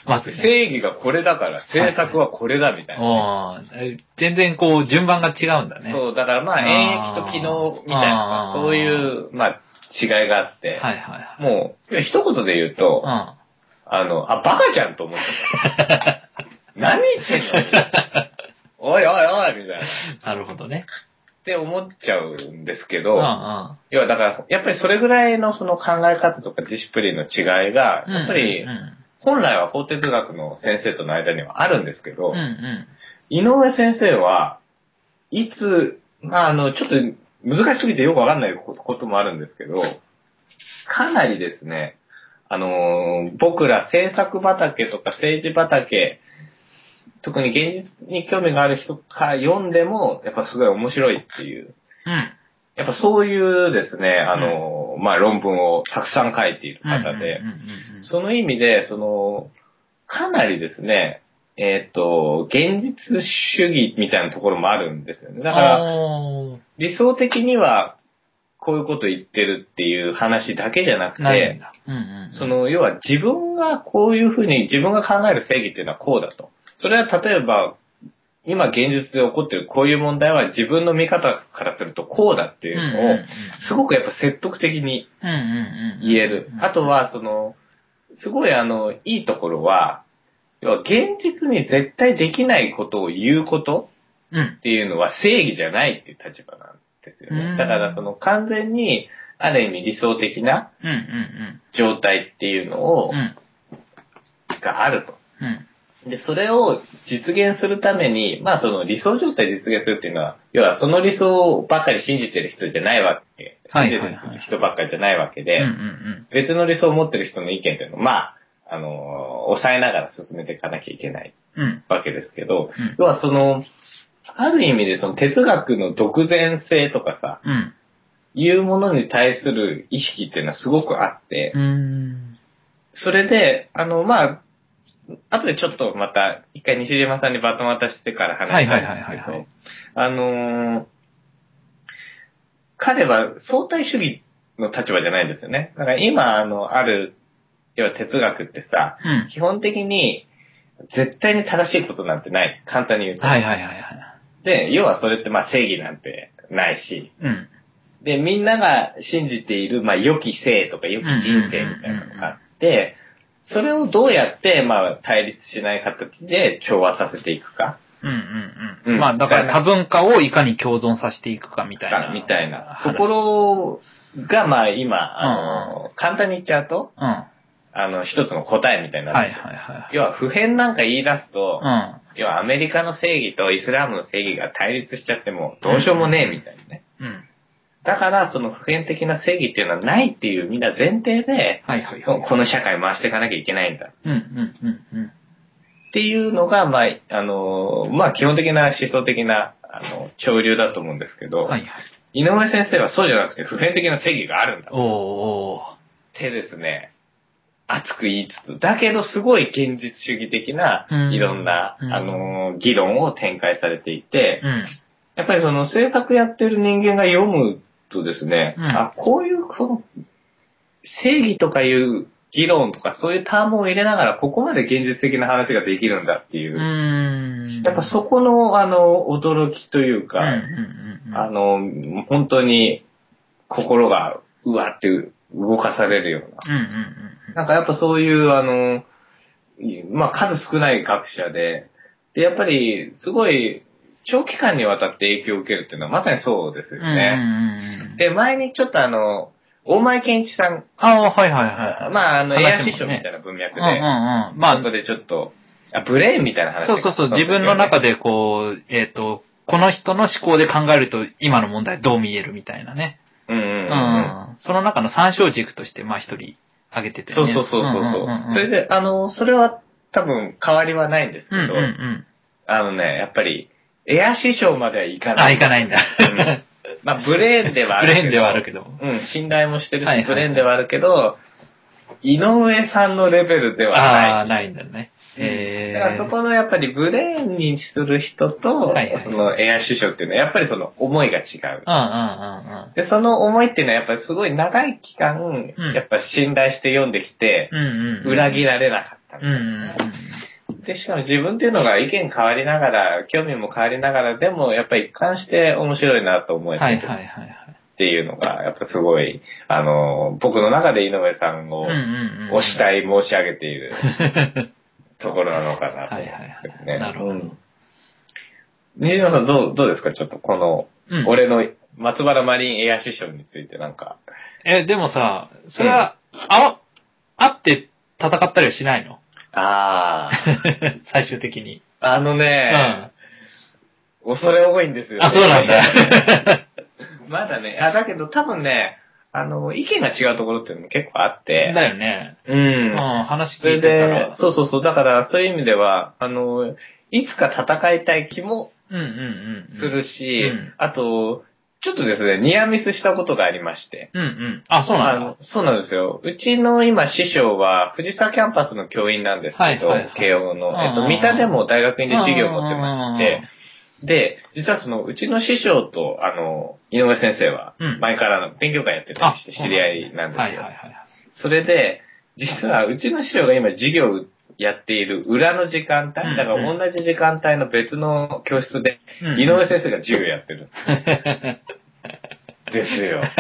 Speaker 1: まずね。
Speaker 2: 正義がこれだから政策はこれだみたいな。
Speaker 1: おーえ全然こう、順番が違うんだね。う。
Speaker 2: そう、だからまあ、
Speaker 1: あ
Speaker 2: 演
Speaker 1: ー
Speaker 2: 疫と機能みたいな
Speaker 1: あ、ー
Speaker 2: そういう、まあ、違いがあって、
Speaker 1: はいはい
Speaker 2: もう、一言で言うと、
Speaker 1: は
Speaker 2: あの、あ、バカじゃんと思っ
Speaker 1: [laughs]
Speaker 2: てた。何言ってんの
Speaker 1: い。
Speaker 2: おいおいおいみたいな。っ
Speaker 1: うん。なるほどね。
Speaker 2: て思っちゃうんですけ
Speaker 1: うんう
Speaker 2: ど、
Speaker 1: ん。
Speaker 2: 要はだから、やっぱりそれぐらいのその考え方とかディシプリンの違いが、やっぱり
Speaker 1: うん、
Speaker 2: 本来は法哲学の先生との間にはあるんですけど
Speaker 1: うん。う、ん
Speaker 2: 井上先生はいつ、まあ、あの、ちょっと難しすぎてよくわかんないことこともあるんですけど、かなりですね、あのー僕ら政策畑とか政治畑、特に現実に興味がある人から読んでも、やっぱすごい面白いっていう、
Speaker 1: うん。うん。
Speaker 2: やっぱそういうですね、あのーまあ、論文をたくさん書いている
Speaker 1: うんうんう
Speaker 2: 方で、
Speaker 1: んうん
Speaker 2: その意味で、その、かなりですね、えっ、と、現実主義みたいなところもあるんですよね。だから、
Speaker 1: おー
Speaker 2: 理想的には、こういうこと言ってるっていう話だけじゃなく
Speaker 1: ないん
Speaker 2: て、
Speaker 1: だ。うんうんうん。
Speaker 2: その、要は自分がこういうふうに、自分が考える正義っていうのはこうだと。それは例えば、今現実で起こってるこういう問題は自分の見方からするとこうだっていうのを、すごくやっぱ説得的に
Speaker 1: うんうんうんうん
Speaker 2: 言える。あとは、その、すごいあの、いいところは、要は現実に絶対できないことを言うこと
Speaker 1: うん
Speaker 2: っていうのは正義じゃないっていう立場なんですよ
Speaker 1: う
Speaker 2: ね。
Speaker 1: ん
Speaker 2: だからその完全に、ある意味理想的な
Speaker 1: うんうん
Speaker 2: 状態っていうのを
Speaker 1: うん。う、ん
Speaker 2: があると。
Speaker 1: うん
Speaker 2: で、それを実現するために、まあその理想状態を実現するっていうのは、要はその理想ばっかり信じてる人じゃないわけ。
Speaker 1: はいはいはい
Speaker 2: 信じてる人ばっかりじゃないわけで、
Speaker 1: うんうん
Speaker 2: 別の理想を持ってる人の意見というのを、まあ、あの、抑えながら進めていかなきゃいけない
Speaker 1: うんうん
Speaker 2: わけですけど、
Speaker 1: うん
Speaker 2: 要はその、ある意味でその哲学の独善性とかさ、
Speaker 1: うん
Speaker 2: いうものに対する意識っていうのはすごくあって
Speaker 1: う、ん
Speaker 2: それで、あの、まあ、後でちょっとまた、一回西島さんにバトン渡してから話したいんです
Speaker 1: はいはいはいは
Speaker 2: け
Speaker 1: いは
Speaker 2: ど
Speaker 1: い、
Speaker 2: あのー彼は相対主義の立場じゃないんですよね。だから今、あの、ある、要は哲学ってさ、
Speaker 1: うん
Speaker 2: 基本的に、絶対に正しいことなんてない。簡単に言うと。
Speaker 1: はいはいはいはい。
Speaker 2: で、要はそれってまあ正義なんてないし、
Speaker 1: うん。
Speaker 2: で、みんなが信じている、まあ良き性とか良き人生みたいなのがあって、それをどうやって、まあ対立しない形で調和させていくか、
Speaker 1: うんうんう。
Speaker 2: うんん
Speaker 1: まあだから多文化をいかに共存させていくかみたいな。
Speaker 2: みたいな
Speaker 1: 話
Speaker 2: ところが、まあ今、あの、簡単に言っちゃうと、
Speaker 1: うん。は
Speaker 2: あの、一つの答えみたいに
Speaker 1: い
Speaker 2: な
Speaker 1: は
Speaker 2: る。
Speaker 1: いはい。
Speaker 2: 要は普遍なんか言い出すと、
Speaker 1: うん。
Speaker 2: 要はアメリカの正義とイスラムの正義が対立しちゃってもどうしようもねえみたいなね。
Speaker 1: うん。
Speaker 2: だからその普遍的な正義っていうのはないっていうみんな前提で、
Speaker 1: はいはいはい。
Speaker 2: [laughs] この社会回していかなきゃいけないんだ
Speaker 1: うんうんうんうん。
Speaker 2: っていうのが、まあ、あの、まあ基本的な思想的な、あの、潮流だと思うんですけど、
Speaker 1: はいはい。
Speaker 2: 井上先生はそうじゃなくて普遍的な正義があるんだっ
Speaker 1: おーお
Speaker 2: てですね、熱く言いつつ、だけどすごい現実主義的な
Speaker 1: うん
Speaker 2: いろんな、
Speaker 1: うん
Speaker 2: あの、議論を展開されていて、
Speaker 1: ー。うん。
Speaker 2: やっぱりその制作やってる人間が読むとですね、
Speaker 1: うん
Speaker 2: あ、こういう、その、正義とかいう議論とかそういうタームを入れながらここまで現実的な話ができるんだっていうう、
Speaker 1: ーん。
Speaker 2: やっぱそこの、あの、驚きという
Speaker 1: うん
Speaker 2: か、
Speaker 1: うんうん
Speaker 2: あの、本当に心がうわって動かされるような。
Speaker 1: うん。うんうんうんうん。
Speaker 2: なんかやっぱそういう、あの、まあ、数少ない学者で、で、やっぱり、すごい、長期間にわたって影響を受けるっていうのはまさにそうですよね。
Speaker 1: うんうんうんうん。
Speaker 2: で、前にちょっとあの、大前健一さん、
Speaker 1: ああ、はいはいはいはい。
Speaker 2: まあ、あの、
Speaker 1: 話も
Speaker 2: エ
Speaker 1: ね
Speaker 2: ア師匠みたいな文脈で、
Speaker 1: うんうんうん。ま
Speaker 2: そ
Speaker 1: あ
Speaker 2: こ、でちょっと、あ、ブレーンみたいな話
Speaker 1: そうそうそう、自分の中
Speaker 2: で。
Speaker 1: でこう、えっ、と、この人の思考で考えると今の問題どう見えるみたいなね。
Speaker 2: うんうん
Speaker 1: う。
Speaker 2: うんん。
Speaker 1: その中の参照軸として、まあ一人挙げてて、ね。
Speaker 2: そうそうそうそう。
Speaker 1: んんんうん
Speaker 2: それで、あの、それは多分変わりはないんですけ
Speaker 1: う
Speaker 2: ど、
Speaker 1: んうんうん。
Speaker 2: あのね、やっぱり、エア師匠まではいかない。
Speaker 1: あ、いかないんだ。 [laughs]
Speaker 2: うんまあ、ブレーンではあ
Speaker 1: ブ
Speaker 2: るけど。
Speaker 1: レーンではあるけど。
Speaker 2: うん、信頼もしてるし、
Speaker 1: はいはい
Speaker 2: ブレーンではあるけど、井上さんのレベルでは
Speaker 1: ああー、
Speaker 2: ない。
Speaker 1: ないんだね。え
Speaker 2: だからそこのやっぱりブレーンにする人と、
Speaker 1: はいはい
Speaker 2: そのエア師匠っていうのはやっぱりその思いが違う。
Speaker 1: うんうんうんうん。
Speaker 2: で、その思いっていうのはやっぱりすごい長い期間、
Speaker 1: うん
Speaker 2: やっぱ信頼して読んできて、
Speaker 1: うんうん。
Speaker 2: 裏切られなかった
Speaker 1: うんうん
Speaker 2: で、しかも自分っていうのが意見変わりながら、興味も変わりながら、でもやっぱり一貫して面白いなと思
Speaker 1: うん。
Speaker 2: えて
Speaker 1: はい
Speaker 2: る
Speaker 1: はいはいはい。
Speaker 2: っていうのが、やっぱすごい、あの、僕の中で井上さん
Speaker 1: う
Speaker 2: を
Speaker 1: んうんうん。
Speaker 2: お慕い申し上げてい
Speaker 1: [laughs]
Speaker 2: る
Speaker 1: い。
Speaker 2: ところなのかなと。
Speaker 1: はいはいはい。
Speaker 2: ね
Speaker 1: なるほど。
Speaker 2: うん西野さんどう、どうですかちょっとこの、
Speaker 1: うん
Speaker 2: 俺の松原マリンエア師匠についてなんか。
Speaker 1: え、でもさ、それは、あ、あって戦ったりはしないの [laughs]
Speaker 2: ああ。
Speaker 1: 最終的に。
Speaker 2: あの
Speaker 1: うん。
Speaker 2: ね、
Speaker 1: あ、
Speaker 2: 恐れ多いんですよ、ね。
Speaker 1: そうなんだ。
Speaker 2: [laughs] まだね、あ、だけど多分ね、あの、意見が違うところっていうのも結構あって。
Speaker 1: だよね。
Speaker 2: う
Speaker 1: うん、
Speaker 2: ん。
Speaker 1: 話聞
Speaker 2: そ
Speaker 1: いて
Speaker 2: れ
Speaker 1: た
Speaker 2: で
Speaker 1: ら、。
Speaker 2: そうそうそう、だからそういう意味では、あの、いつか戦いたい気も
Speaker 1: うんうんうん。
Speaker 2: す。るし、
Speaker 1: うん
Speaker 2: あと、ちょっとですね、ニアミスしたことがありまして。
Speaker 1: うんうん。あ、そうなん
Speaker 2: あ
Speaker 1: だ
Speaker 2: の。そうなんですよ。うちの今師匠は、藤沢キャンパスの教員なんですけど、
Speaker 1: はいはいはい
Speaker 2: 慶応の。え
Speaker 1: うんう
Speaker 2: っ
Speaker 1: んう
Speaker 2: と、
Speaker 1: ん
Speaker 2: 三田でも大学院で授業を持ってまし
Speaker 1: うんうん
Speaker 2: て、で、実はその、うちの師匠と、あの、井上先生は
Speaker 1: うん、
Speaker 2: 前からの勉強会やってたりして知り合いなんで
Speaker 1: はい
Speaker 2: す
Speaker 1: はいは
Speaker 2: よ。
Speaker 1: いはい。
Speaker 2: それで、実はうちの師匠が今授業をやっている裏の時間帯、
Speaker 1: うんうん
Speaker 2: だから同じ時間帯の別の教室で、
Speaker 1: うん
Speaker 2: 井上先生が授業やってるんですよ。な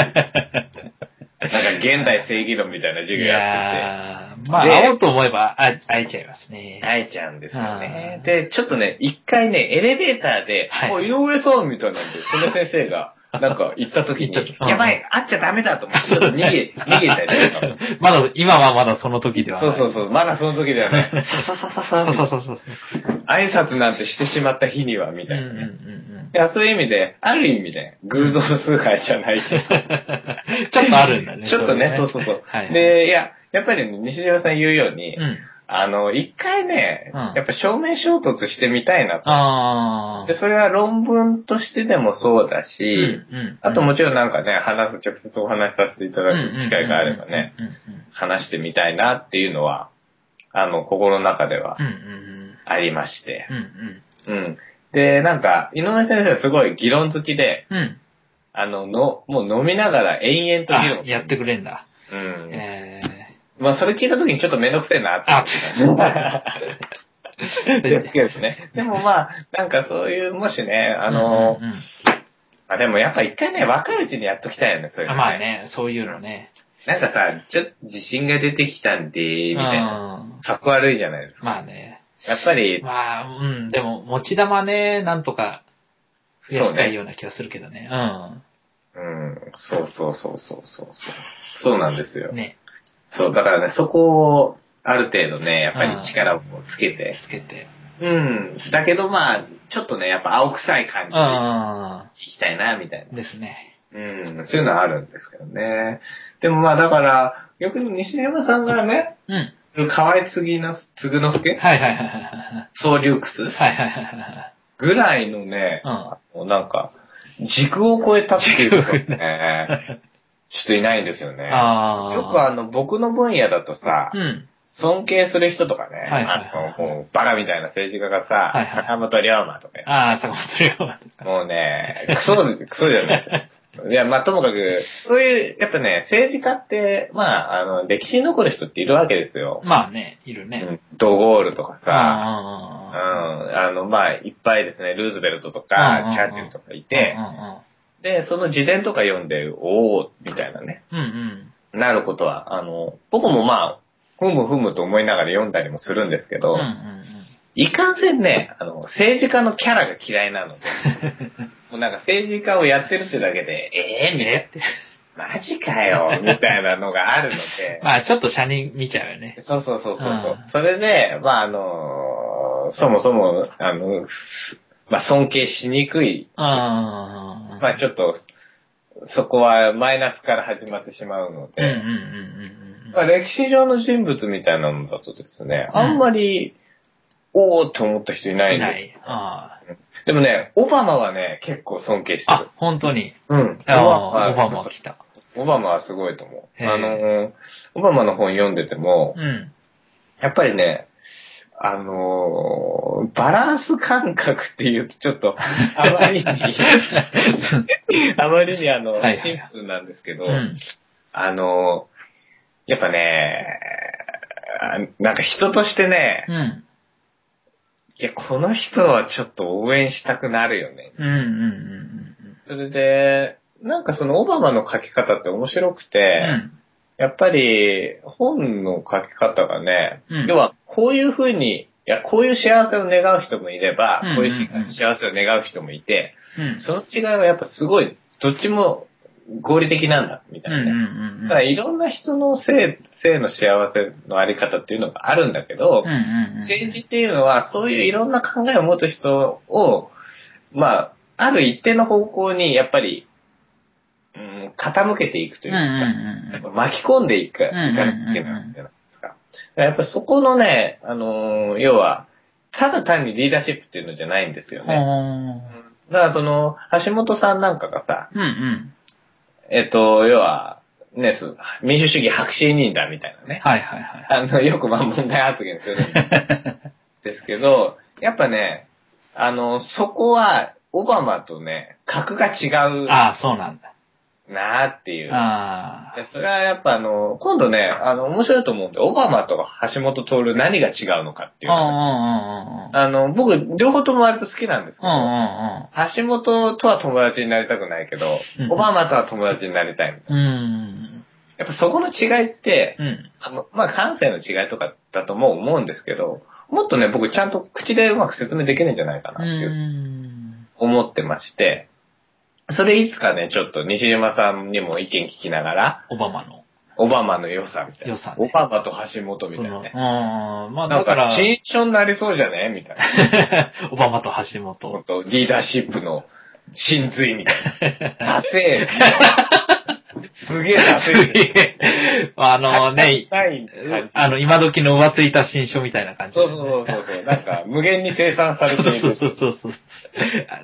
Speaker 2: んか現代正義論みたいな授業やって
Speaker 1: や
Speaker 2: て。
Speaker 1: ーまあ、
Speaker 2: で
Speaker 1: 会おうと思えば、あ会えちゃいますね。
Speaker 2: 会えちゃうんですよね
Speaker 1: あー。
Speaker 2: で、ちょっとね、一回ね、エレベーターで、
Speaker 1: はい
Speaker 2: お井上さんみたいなんで、その先生が、なんか行った時に、
Speaker 1: 行った時うん
Speaker 2: やばい、会っちゃダメだと思って、ちょっと逃げ、逃げたりとか。
Speaker 1: [laughs] まだ、今はまだその時では
Speaker 2: そ
Speaker 1: な
Speaker 2: う
Speaker 1: い。
Speaker 2: そうそう、まだその時ではね、ささささ
Speaker 1: そう
Speaker 2: さ、
Speaker 1: そうそうそう。
Speaker 2: 挨拶なんてしてしまった日には、み
Speaker 1: うん
Speaker 2: た
Speaker 1: う
Speaker 2: い
Speaker 1: ん
Speaker 2: な
Speaker 1: うん
Speaker 2: ね。
Speaker 1: うん。
Speaker 2: いや、そういう意味で、ある意味で、偶像崇拝じゃないけど、
Speaker 1: ちょっとあるんだね。
Speaker 2: [laughs] ちょっとね、そう
Speaker 1: れ
Speaker 2: そうそう。
Speaker 1: はい。、
Speaker 2: で、いや、やっぱりね、西島さん言うように、
Speaker 1: うん。
Speaker 2: あの、一回ね、
Speaker 1: うん
Speaker 2: やっぱ正面衝突してみたいなと。
Speaker 1: ああ。
Speaker 2: で、それは論文としてでもそうだし、
Speaker 1: うんうん
Speaker 2: あともちろんなんかね、話す、直接お話しさせていただく機会があればね、。
Speaker 1: うんうん
Speaker 2: 話してみたいなっていうのは、あの、心の中では
Speaker 1: うんうん
Speaker 2: ありまして。
Speaker 1: うんうん
Speaker 2: うん。で、なんか、井上先生はすごい議論好きで、
Speaker 1: うん。うん。
Speaker 2: あの、の、もう飲みながら延々と議
Speaker 1: あ
Speaker 2: 論、する
Speaker 1: やってくれんだ。
Speaker 2: うん。
Speaker 1: ええ。
Speaker 2: まあ、それ聞いた時にちょっとめんどくせえなって
Speaker 1: あ、
Speaker 2: ですけど
Speaker 1: [laughs]
Speaker 2: ね。でもまあ、なんかそういう、もしね、あの、
Speaker 1: うんうんうん
Speaker 2: あでもやっぱ一回ね、若いうちにやっときたいよね、そういうの、
Speaker 1: あまあね、そういうのね。
Speaker 2: なんかさ、ちょっと自信が出てきたんで、み
Speaker 1: う
Speaker 2: たいな。
Speaker 1: ん
Speaker 2: かっこ悪いじゃないですか。
Speaker 1: まあね。
Speaker 2: やっぱり、
Speaker 1: まあ、うん、でも、持ち玉ね、なんとか増やしたいような気がするけどね。
Speaker 2: うん、そうそうそうそうそうそう。そうなんです
Speaker 1: う
Speaker 2: よ
Speaker 1: ん。。ね、
Speaker 2: そう、だからね、そこを、ある程度ね、やっぱり力をつけて。
Speaker 1: つけて。
Speaker 2: うん。だけどまあ、ちょっとね、やっぱ青臭い感じで
Speaker 1: う
Speaker 2: いきたいな、みたいな。
Speaker 1: ん。ですね。
Speaker 2: うん。そういうのはあるんですけどね。でもまあ、だから、逆に西山さんがね、
Speaker 1: うん。
Speaker 2: 河合次の、継ぐの助
Speaker 1: はいはいはいはいはい。
Speaker 2: 総リュクス
Speaker 1: はいはいはいはい。
Speaker 2: ぐらいのね、
Speaker 1: うん
Speaker 2: もうなんか、軸を超えたっていうかね、ちょっといないんですよね。よ
Speaker 1: ああ。
Speaker 2: くあの、僕の分野だとさ、
Speaker 1: うん。
Speaker 2: 尊敬する人とかね、
Speaker 1: はいはい
Speaker 2: あの、もうバカみたいな政治家がさ、
Speaker 1: はいはい
Speaker 2: 坂本龍馬とかや
Speaker 1: ああ、坂本龍
Speaker 2: [laughs]
Speaker 1: 馬とか。
Speaker 2: もうね、クソ、クソじゃ
Speaker 1: [laughs]
Speaker 2: ない。いや、まあ、ともかく、そういう、やっぱね、政治家って、まあ、あの、歴史に残る人っているわけですよ。
Speaker 1: まあね、いる
Speaker 2: う
Speaker 1: ね。
Speaker 2: んドゴールとかさ、う
Speaker 1: あ
Speaker 2: ん、
Speaker 1: あ。
Speaker 2: あの、まあ、いっぱいですね、ルーズベルトと
Speaker 1: うんうんう
Speaker 2: か
Speaker 1: ん、
Speaker 2: チャーチルとかい
Speaker 1: で
Speaker 2: て、、で、その自伝とか読んで、おおみたいなね、
Speaker 1: うんうん。
Speaker 2: なることは、あの、僕もまあ、ふむふむと思いながら読んだりもするんですけ
Speaker 1: うん
Speaker 2: ど、
Speaker 1: うんうん。
Speaker 2: いかんせんね、あの、政治家のキャラが嫌い
Speaker 1: [laughs]
Speaker 2: なので、もうなんか政治家をやってるってだけで、ええー、みたいな。マジ
Speaker 1: [laughs]、
Speaker 2: かよ、みたいなのがあるので
Speaker 1: まあ、ちょっと車に見ちゃうよね。
Speaker 2: そうそうそうそうそう、
Speaker 1: うん
Speaker 2: それで、まああのーそもそも、あの、まあ尊敬しにくい、
Speaker 1: ああ。
Speaker 2: まあちょっと、そこはマイナスから始まってしまうの
Speaker 1: うんうん
Speaker 2: で、
Speaker 1: うんうん
Speaker 2: まあ、歴史上の人物みたいなのだとですね、
Speaker 1: うん
Speaker 2: あんまり、おーって思った人いな
Speaker 1: うん。
Speaker 2: い
Speaker 1: い
Speaker 2: ん
Speaker 1: な
Speaker 2: です。
Speaker 1: い。あ
Speaker 2: でもね、オバマはね、結構尊敬し
Speaker 1: あ。
Speaker 2: てる
Speaker 1: あ。、本当に。
Speaker 2: うん。
Speaker 1: ああ、オバマ
Speaker 2: は
Speaker 1: 来た。
Speaker 2: オバマはすごいと思う。
Speaker 1: へー
Speaker 2: あの、オバマの本読んでても、
Speaker 1: うん。
Speaker 2: やっぱりね、あのーバランス感覚っていうとちょっ
Speaker 1: [laughs]
Speaker 2: と、あまりに、あまりにあの、
Speaker 1: はいはい
Speaker 2: シンプルなんですけど、
Speaker 1: うん。
Speaker 2: あのーやっぱね、あなんか人としてね、
Speaker 1: うん。
Speaker 2: いや、この人はちょっと応援したくなるよね。
Speaker 1: うんうんうん
Speaker 2: それで、なんかそのオバマの書き方って面白くて、
Speaker 1: うん。うん。
Speaker 2: やっぱり本の書き方がね、
Speaker 1: うん
Speaker 2: 要はこういうふうに、いや、こういう幸せを願う人もいれば、
Speaker 1: うん
Speaker 2: こういう幸せを願う人もいて、
Speaker 1: うん。
Speaker 2: その違いはやっぱすごい、どっちも合理的なんだ、みた
Speaker 1: う
Speaker 2: い
Speaker 1: ん
Speaker 2: な
Speaker 1: う
Speaker 2: ね。
Speaker 1: んうん。
Speaker 2: だからいろんな人の性、性の幸せのあり方っていうのがあるんだけど、
Speaker 1: うんうんうん。
Speaker 2: 政治っていうのはそういういろんな考えを持つ人を、まあ、ある一定の方向にやっぱり、うん、傾けていくと
Speaker 1: う
Speaker 2: い
Speaker 1: ん
Speaker 2: う
Speaker 1: うん
Speaker 2: か、
Speaker 1: うんう
Speaker 2: やっ
Speaker 1: ん。
Speaker 2: ぱ巻き込んでいく、い
Speaker 1: ん
Speaker 2: か
Speaker 1: うんうん
Speaker 2: なきゃいけないじゃないですか。やっぱそこのね、あのー要は、ただ単にリーダーシップっていうのじゃないんですよね。
Speaker 1: ほー
Speaker 2: だからその、橋本さんなんかがさ、
Speaker 1: うんうん。
Speaker 2: えっ、と、要は、ね、そ民主主義白紙人だみたいなね。
Speaker 1: はいはいはい。
Speaker 2: あの、よくまあ問題発言するんです
Speaker 1: [laughs]
Speaker 2: けど、やっぱね、あの、そこは、オバマとね、格が違う
Speaker 1: ああ、そうなんだ。
Speaker 2: なっていう。
Speaker 1: ああ。
Speaker 2: いや、それはやっぱあの、今度ね、あの、面白いと思うんで、オバマと橋本徹何が違うのかっていうのね、
Speaker 1: あ
Speaker 2: あの、僕、両方とも割と好きなんですけ
Speaker 1: あ、うんう
Speaker 2: ど、
Speaker 1: ん
Speaker 2: 橋本とは友達になりたくないけど
Speaker 1: う、ん
Speaker 2: オバマとは友達になりたい。
Speaker 1: うんうん。うん。
Speaker 2: やっぱそこの違いって、
Speaker 1: うん。
Speaker 2: あのまあ、感性の違いとかだとも思うんですけど、もっとね、僕ちゃんと口でうまく説明できないんじゃないかなっていう
Speaker 1: うん。
Speaker 2: 思ってまして、それいつかね、ちょっと西島さんにも意見聞きながら、
Speaker 1: オバマの。
Speaker 2: オバマの良さみたいな。
Speaker 1: 良さね
Speaker 2: オバマと橋本み
Speaker 1: そ
Speaker 2: たい
Speaker 1: のう
Speaker 2: な
Speaker 1: ん
Speaker 2: ね。。
Speaker 1: まあ
Speaker 2: な
Speaker 1: だ
Speaker 2: ん
Speaker 1: か、
Speaker 2: から新書になりそうじゃねみ [laughs] たいな。
Speaker 1: オバマと橋
Speaker 2: も [laughs]
Speaker 1: 本
Speaker 2: っ。とリーダーシップの真髄みたい [laughs] な。ダセー。すげえダセー。
Speaker 1: あのね、
Speaker 2: ない感じ。
Speaker 1: あの、今時の浮ついた新書みたいな感じ。
Speaker 2: そうそうそうそう。なんか、無限に生産されて
Speaker 1: [laughs]
Speaker 2: い [laughs]
Speaker 1: そう
Speaker 2: る。
Speaker 1: そうそうそう。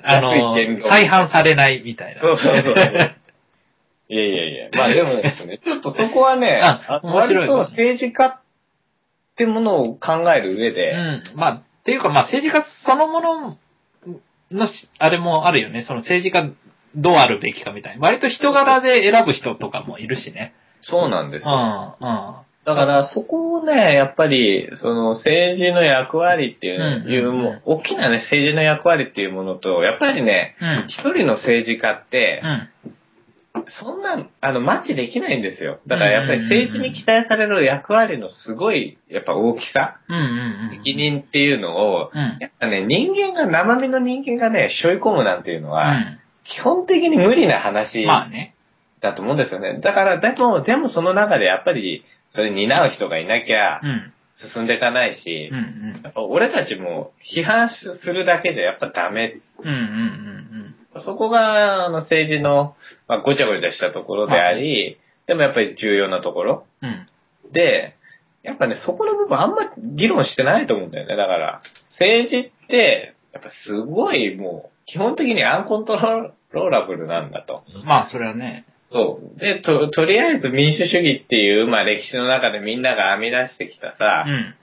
Speaker 1: あの
Speaker 2: 安い言、動
Speaker 1: 再販されないみたいな。
Speaker 2: そうそうそう。いやいやいや。まあでもですね、ちょっとそこはね、
Speaker 1: あ面白い
Speaker 2: 割と政治家ってものを考える上で、
Speaker 1: うん。まあ、っていうか、まあ、政治家そのもののし、あれもあるよね。その政治家どうあるべきかみたいな。割と人柄で選ぶ人とかもいるしね。
Speaker 2: そうなんです
Speaker 1: う
Speaker 2: よ。
Speaker 1: ん、うん。
Speaker 2: だから、そこをね、やっぱり、その、政治の役割っていう、
Speaker 1: うん
Speaker 2: いう
Speaker 1: うんうん
Speaker 2: もう大きなね、政治の役割っていうものと、やっぱりね、
Speaker 1: うん。
Speaker 2: 一人の政治家って
Speaker 1: う、ん。
Speaker 2: そんな、あの、マッチできないんですよ。だからやっぱり政治に期待される役割のすごい、やっぱ大きさ、
Speaker 1: うんうんうん。
Speaker 2: 責任っていうのを、
Speaker 1: うん。
Speaker 2: やっぱね、人間が、生身の人間がね、背負い込むなんていうの
Speaker 1: う
Speaker 2: は、
Speaker 1: ん。
Speaker 2: 基本的に無理な話
Speaker 1: まあね。
Speaker 2: だと思うんですよね。だから、でも、でもその中でやっぱり、それ担う人がいなきゃ
Speaker 1: うん。
Speaker 2: 進んでいかないし
Speaker 1: うんう、ん。
Speaker 2: やっぱ俺たちも批判するだけじゃやっぱダメ。
Speaker 1: うんうんうん
Speaker 2: そこが、あの、政治の、まあ、ごちゃごちゃしたところであり、でもやっぱり重要なところ。
Speaker 1: うん。うん。
Speaker 2: で、やっぱね、そこの部分あんま議論してないと思うんだよね。だから、政治って、やっぱすごいもう、基本的にアンコントローラブルなんだと。
Speaker 1: まあ、それはね。
Speaker 2: そう。で、と、とりあえず民主主義っていう、まあ歴史の中でみんなが編み出してきた
Speaker 1: う
Speaker 2: さ、
Speaker 1: ん。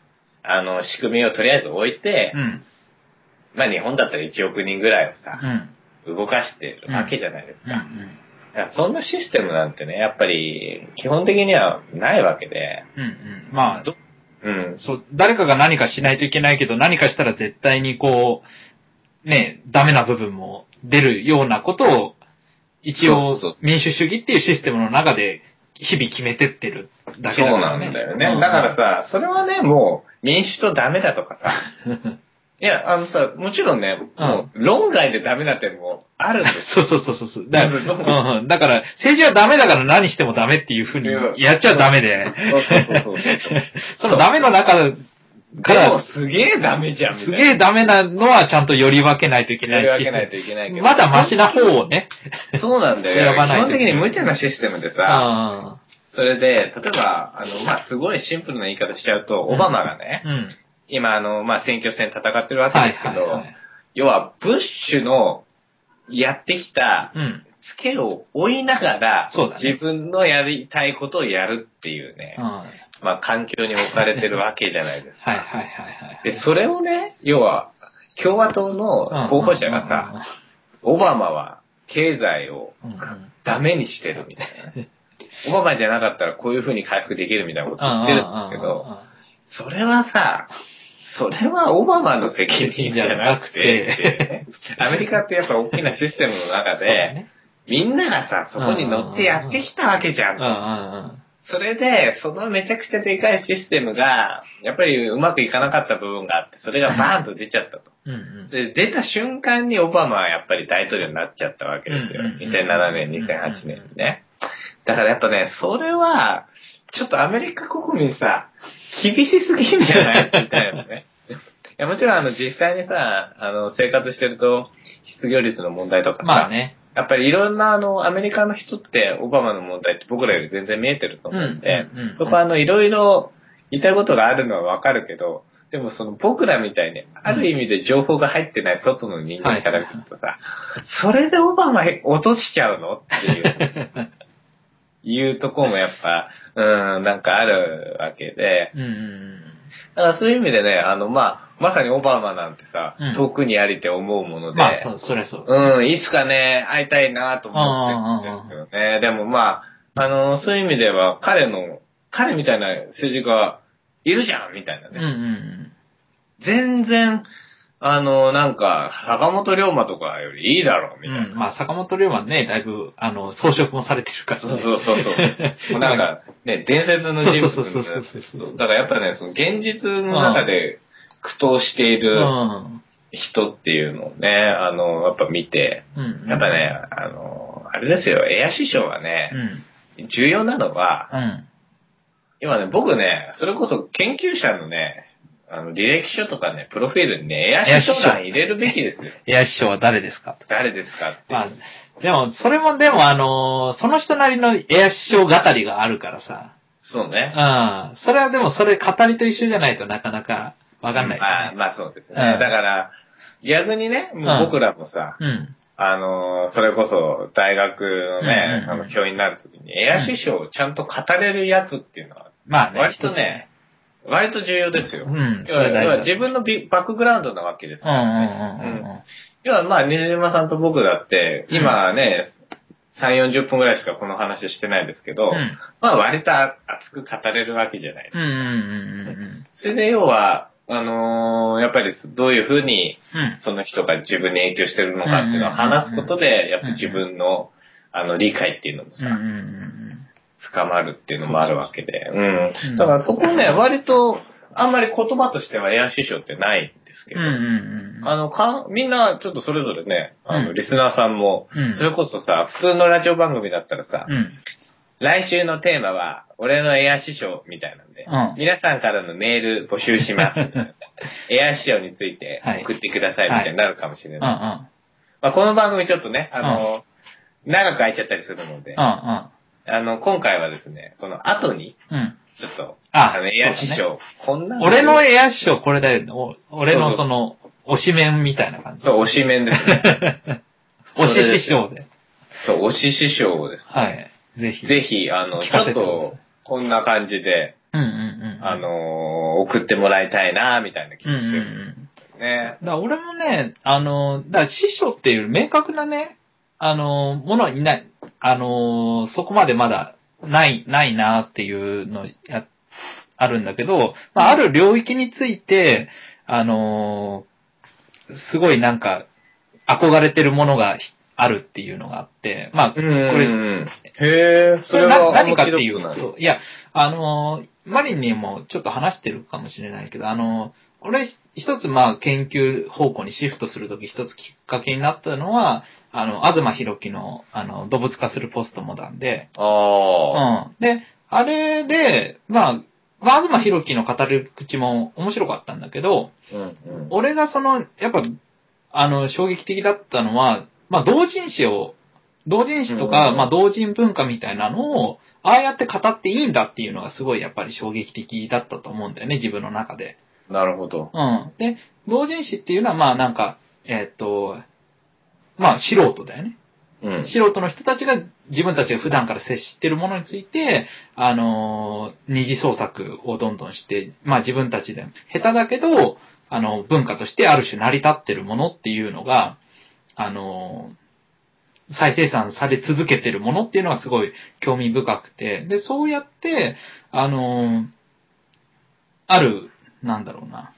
Speaker 2: あの、仕組みをとりあえず置いて、
Speaker 1: うん。
Speaker 2: まあ日本だったら1億人ぐらいをさ
Speaker 1: う、ん。
Speaker 2: 動かしてるわけじゃないです
Speaker 1: う
Speaker 2: か。だ
Speaker 1: ん。
Speaker 2: からそんなシステムなんてね、やっぱり、基本的にはないわけで、
Speaker 1: うん。うん。まあ、ど
Speaker 2: うん。
Speaker 1: そう、誰かが何かしないといけないけど、何かしたら絶対にこう、ね、ダメな部分も出るようなことを、一応
Speaker 2: そうそう、
Speaker 1: 民主主義っていうシステムの中で、日々決めてってるだけだ
Speaker 2: そう
Speaker 1: か
Speaker 2: な
Speaker 1: らね。
Speaker 2: んだよね。だか
Speaker 1: さ、
Speaker 2: らさ、それはね、もう、民主党ダメだとかさ、いや、あのさ、もちろんね、もう、論外でダメな点もあるん
Speaker 1: [laughs]
Speaker 2: です
Speaker 1: [laughs] そうそうそうそうそう。だから、
Speaker 2: そうそう
Speaker 1: うんうんだから政治はダメだから何してもダメっていうふうにやっちゃダメで、
Speaker 2: よ。そうそうそうそう。
Speaker 1: [laughs] そのダメの中か
Speaker 2: で
Speaker 1: ら
Speaker 2: も、、すげえダメじゃん。
Speaker 1: すげえダメなのはちゃんとより分けないといけな
Speaker 2: やり
Speaker 1: いし
Speaker 2: 分け、ないといけないけど。
Speaker 1: まだマシな方をね、
Speaker 2: そうなんだ
Speaker 1: 選
Speaker 2: よ。
Speaker 1: ば
Speaker 2: 基
Speaker 1: ないと
Speaker 2: 本的に無茶なシステムでさ、
Speaker 1: あ
Speaker 2: それで、例えば、あの、まあ、すごいシンプルな言い方しちゃうと、オバマが
Speaker 1: あ
Speaker 2: ね、
Speaker 1: うん。
Speaker 2: 今、あの、まあ、選挙戦戦ってるわけ
Speaker 1: はい
Speaker 2: ですけ
Speaker 1: はい
Speaker 2: ど
Speaker 1: は、い。
Speaker 2: 要は、ブッシュのやってきた
Speaker 1: うん。
Speaker 2: ツケを追いながら
Speaker 1: そうだ、ね
Speaker 2: 自分のやりたいことをやるっていうね、
Speaker 1: はい
Speaker 2: まあ、環境に置かれてるわけじゃないですか。
Speaker 1: はいはいはい。
Speaker 2: で、それをね、要は、共和党の候補者がさ、オバマは経済を
Speaker 1: うんうん、うん
Speaker 2: ダメにしてるみたいなね。オバマじゃなかったらこういう風に回復できるみたいなこと言ってるんですけど、それはさ、それはオバマの責任じゃなくてっていうね、アメリカってやっぱ大きなシステムの中
Speaker 1: そうだ
Speaker 2: で、
Speaker 1: ね
Speaker 2: みんながさ、そこに乗ってやってきたわけじゃ
Speaker 1: うん
Speaker 2: ん
Speaker 1: う。ん
Speaker 2: それで、そのめちゃくちゃでかいシステムが、やっぱりうまくいかなかった部分があって、それがバーンと出ちゃったと。
Speaker 1: うん。うん
Speaker 2: で、出た瞬間にオバマはやっぱり大統領になっちゃったわけですよ
Speaker 1: うんうんうん。
Speaker 2: 2007年、2008年にね。だからやっぱね、それは、ちょっとアメリカ国民さ、厳しすぎんじゃないみたいな
Speaker 1: [laughs]
Speaker 2: ね。いやもちろんあの実際にさ、あの生活してると失業率の問題とかさ、
Speaker 1: まあね。
Speaker 2: やっぱりいろんなあのアメリカの人ってオバマの問題って僕らより全然見えてると思うんで
Speaker 1: うんうんうんうん、
Speaker 2: そこはあのいろいろ言いたいことがあるのはわかるけど、でもその僕らみたいにある意味で情報が入ってない外の人間から見るとさ、それでオバマ落としちゃうのっていう、
Speaker 1: [laughs]
Speaker 2: いうところもやっぱ、うん、なんかあるわけで、
Speaker 1: うんうん
Speaker 2: だからそういう意味でね、あのまあ、まさにオバマなんてさ
Speaker 1: うん、
Speaker 2: 遠くにありて思うもの
Speaker 1: うん。
Speaker 2: で、
Speaker 1: まあ、そう、そりゃそう。
Speaker 2: うん、いつかね、会いたいなと思ってるんですけどね。でもまあ、あの、そういう意味では、彼の、彼みたいな政治家いるじゃんみたいな
Speaker 1: うん
Speaker 2: ね。
Speaker 1: うん
Speaker 2: 全然、あの、なんか、坂本龍馬とかよりいいだろう、み
Speaker 1: う
Speaker 2: たいな。
Speaker 1: ん。うん。まあ、坂本龍馬ね、だいぶ、あの、装飾もされてるから
Speaker 2: そ
Speaker 1: ね。
Speaker 2: うそうそうそう。もうなんか、ね、伝説の人
Speaker 1: そうそうそうそうそうそ
Speaker 2: 物
Speaker 1: う
Speaker 2: だからやっぱね、その現実の中で苦闘していうる
Speaker 1: ん。
Speaker 2: 人っていうのをね、あの、やっぱ見て、
Speaker 1: うんうん。
Speaker 2: やっぱね、あの、あれですよ、エア師匠はね、
Speaker 1: うん。
Speaker 2: 重要なのは、
Speaker 1: うん。
Speaker 2: 今ね、僕ね、それこそ研究者のね、あの、履歴書とかね、プロフィールにね、エアシト欄入れるべきですよ。
Speaker 1: エア師匠は誰ですか
Speaker 2: 誰ですかって。
Speaker 1: まあ、でも、それもでも、あの、その人なりのエア師匠語りがあるからさ。
Speaker 2: そうね。
Speaker 1: うん。それはでも、それ語りと一緒じゃないとなかなかわかんない、
Speaker 2: まあ、まあそうですね。
Speaker 1: うん
Speaker 2: だから、逆にね、もう僕らもさ、
Speaker 1: うん。
Speaker 2: あのー、それこそ大学のね、
Speaker 1: うんうんうん
Speaker 2: あの、教員になるときに、エア師匠をちゃんと語れるやつっていうのは、
Speaker 1: まあね。
Speaker 2: 割とね、割と重要ですよ。
Speaker 1: うん
Speaker 2: 要は
Speaker 1: それ大事だ
Speaker 2: 要は自分のビバックグラウンドなわけです
Speaker 1: 一つ
Speaker 2: から
Speaker 1: ね。うんうんうんうんうん。
Speaker 2: 要はまあ、西島さんと僕だって、今ね、 3、40分ぐらいしかこの話してないですけど、
Speaker 1: うん
Speaker 2: まあ割と熱く語れるわけじゃない。
Speaker 1: うんうんうんうんうん。
Speaker 2: それで要は、あのーやっぱりどういうふうに
Speaker 1: うん。
Speaker 2: その人が自分に影響してるのかっていうのを話すことで、やっぱ自分の、あの、理解っていうのも
Speaker 1: うん
Speaker 2: さ、
Speaker 1: うんうん
Speaker 2: 深まるっていうのもあるわけで。う
Speaker 1: うん
Speaker 2: ん。だからそこね、割と、あんまり言葉としてはエア師匠ってないんですけ
Speaker 1: うん。う
Speaker 2: ど、
Speaker 1: んうんうん。
Speaker 2: あの、か、みんな、ちょっとそれぞれね、あ
Speaker 1: う
Speaker 2: の、
Speaker 1: ん
Speaker 2: リスナーさんも、
Speaker 1: うん
Speaker 2: それこそさ、普通のラジオ番組だったらさ、
Speaker 1: うん。
Speaker 2: 来週のテーマは、俺のエア師匠みたいなんで、
Speaker 1: うん
Speaker 2: 皆さんからのメール募集します。
Speaker 1: [laughs]
Speaker 2: エア師匠について
Speaker 1: はい
Speaker 2: 送ってくださいみたいになるかもしれ
Speaker 1: うんうん。
Speaker 2: ない。まあ、この番組ちょっとね、あの、長く空いちゃったりするので、
Speaker 1: う
Speaker 2: あの、今回はですね、この後に、
Speaker 1: んうん。うん。
Speaker 2: ちょっと、
Speaker 1: あ
Speaker 2: の、エア師
Speaker 1: そう
Speaker 2: 匠、こんな
Speaker 1: 俺のエア師匠これだよね。お俺のその、推し面みたいな感じ。
Speaker 2: そう、推し面ですね。
Speaker 1: 推し師匠で。
Speaker 2: そう、推し師匠をですね。
Speaker 1: はい。ぜひ。
Speaker 2: ぜひ、あの、
Speaker 1: 聞
Speaker 2: ち
Speaker 1: かせ
Speaker 2: ょ
Speaker 1: て
Speaker 2: っ
Speaker 1: ください
Speaker 2: と、こんな感じで、
Speaker 1: うんうんうん。
Speaker 2: あ、の、送ってもらいたいな、みたいな気
Speaker 1: うんう
Speaker 2: 持
Speaker 1: ん
Speaker 2: ちです
Speaker 1: うん。
Speaker 2: ね。
Speaker 1: だから俺もね、あの、だから師匠っていう明確なね、あの、ものはいない、あの、そこまでまだない、ないなっていうのや、あるんだけど、まあ、ある領域について、あの、すごいなんか、憧れてるものがひあるっていうのがあって、まあ、こ
Speaker 2: うん
Speaker 1: れ
Speaker 2: うんうん。へえ、
Speaker 1: そ
Speaker 2: そ
Speaker 1: れ
Speaker 2: れ
Speaker 1: は
Speaker 2: は
Speaker 1: 何かっていう
Speaker 2: 面白くない
Speaker 1: と、いや、あのー、マリンにもちょっと話してるかもしれないけど、あのー、俺、一つまあ研究方向にシフトするとき一つきっかけになったのは、あの、東博樹の、あの、動物化するポストモダンで、う
Speaker 2: ああ。
Speaker 1: ん。で、あれで、まあ、まあ、東博樹の語り口も面白かったんだけど、
Speaker 2: うんうん
Speaker 1: 俺がその、やっぱ、あの、衝撃的だったのは、まあ、同人誌を、同人誌とか、
Speaker 2: うん
Speaker 1: まあ、同人文化みたいなのを、ああやって語っていいんだっていうのがすごいやっぱり衝撃的だったと思うんだよね、自分の中で。
Speaker 2: なるほど。
Speaker 1: うん。で、同人誌っていうのは、まあ、なんか、えーっと、まあ、素人だよね。
Speaker 2: うん。
Speaker 1: 素人の人たちが自分たちが普段から接してるものについて、あのー二次創作をどんどんして、まあ自分たちで下手だけど、あの、文化としてある種成り立ってるものっていうのが、あのー再生産され続けてるものっていうのがすごい興味深くて、で、そうやって、あのーある、なんだろうな、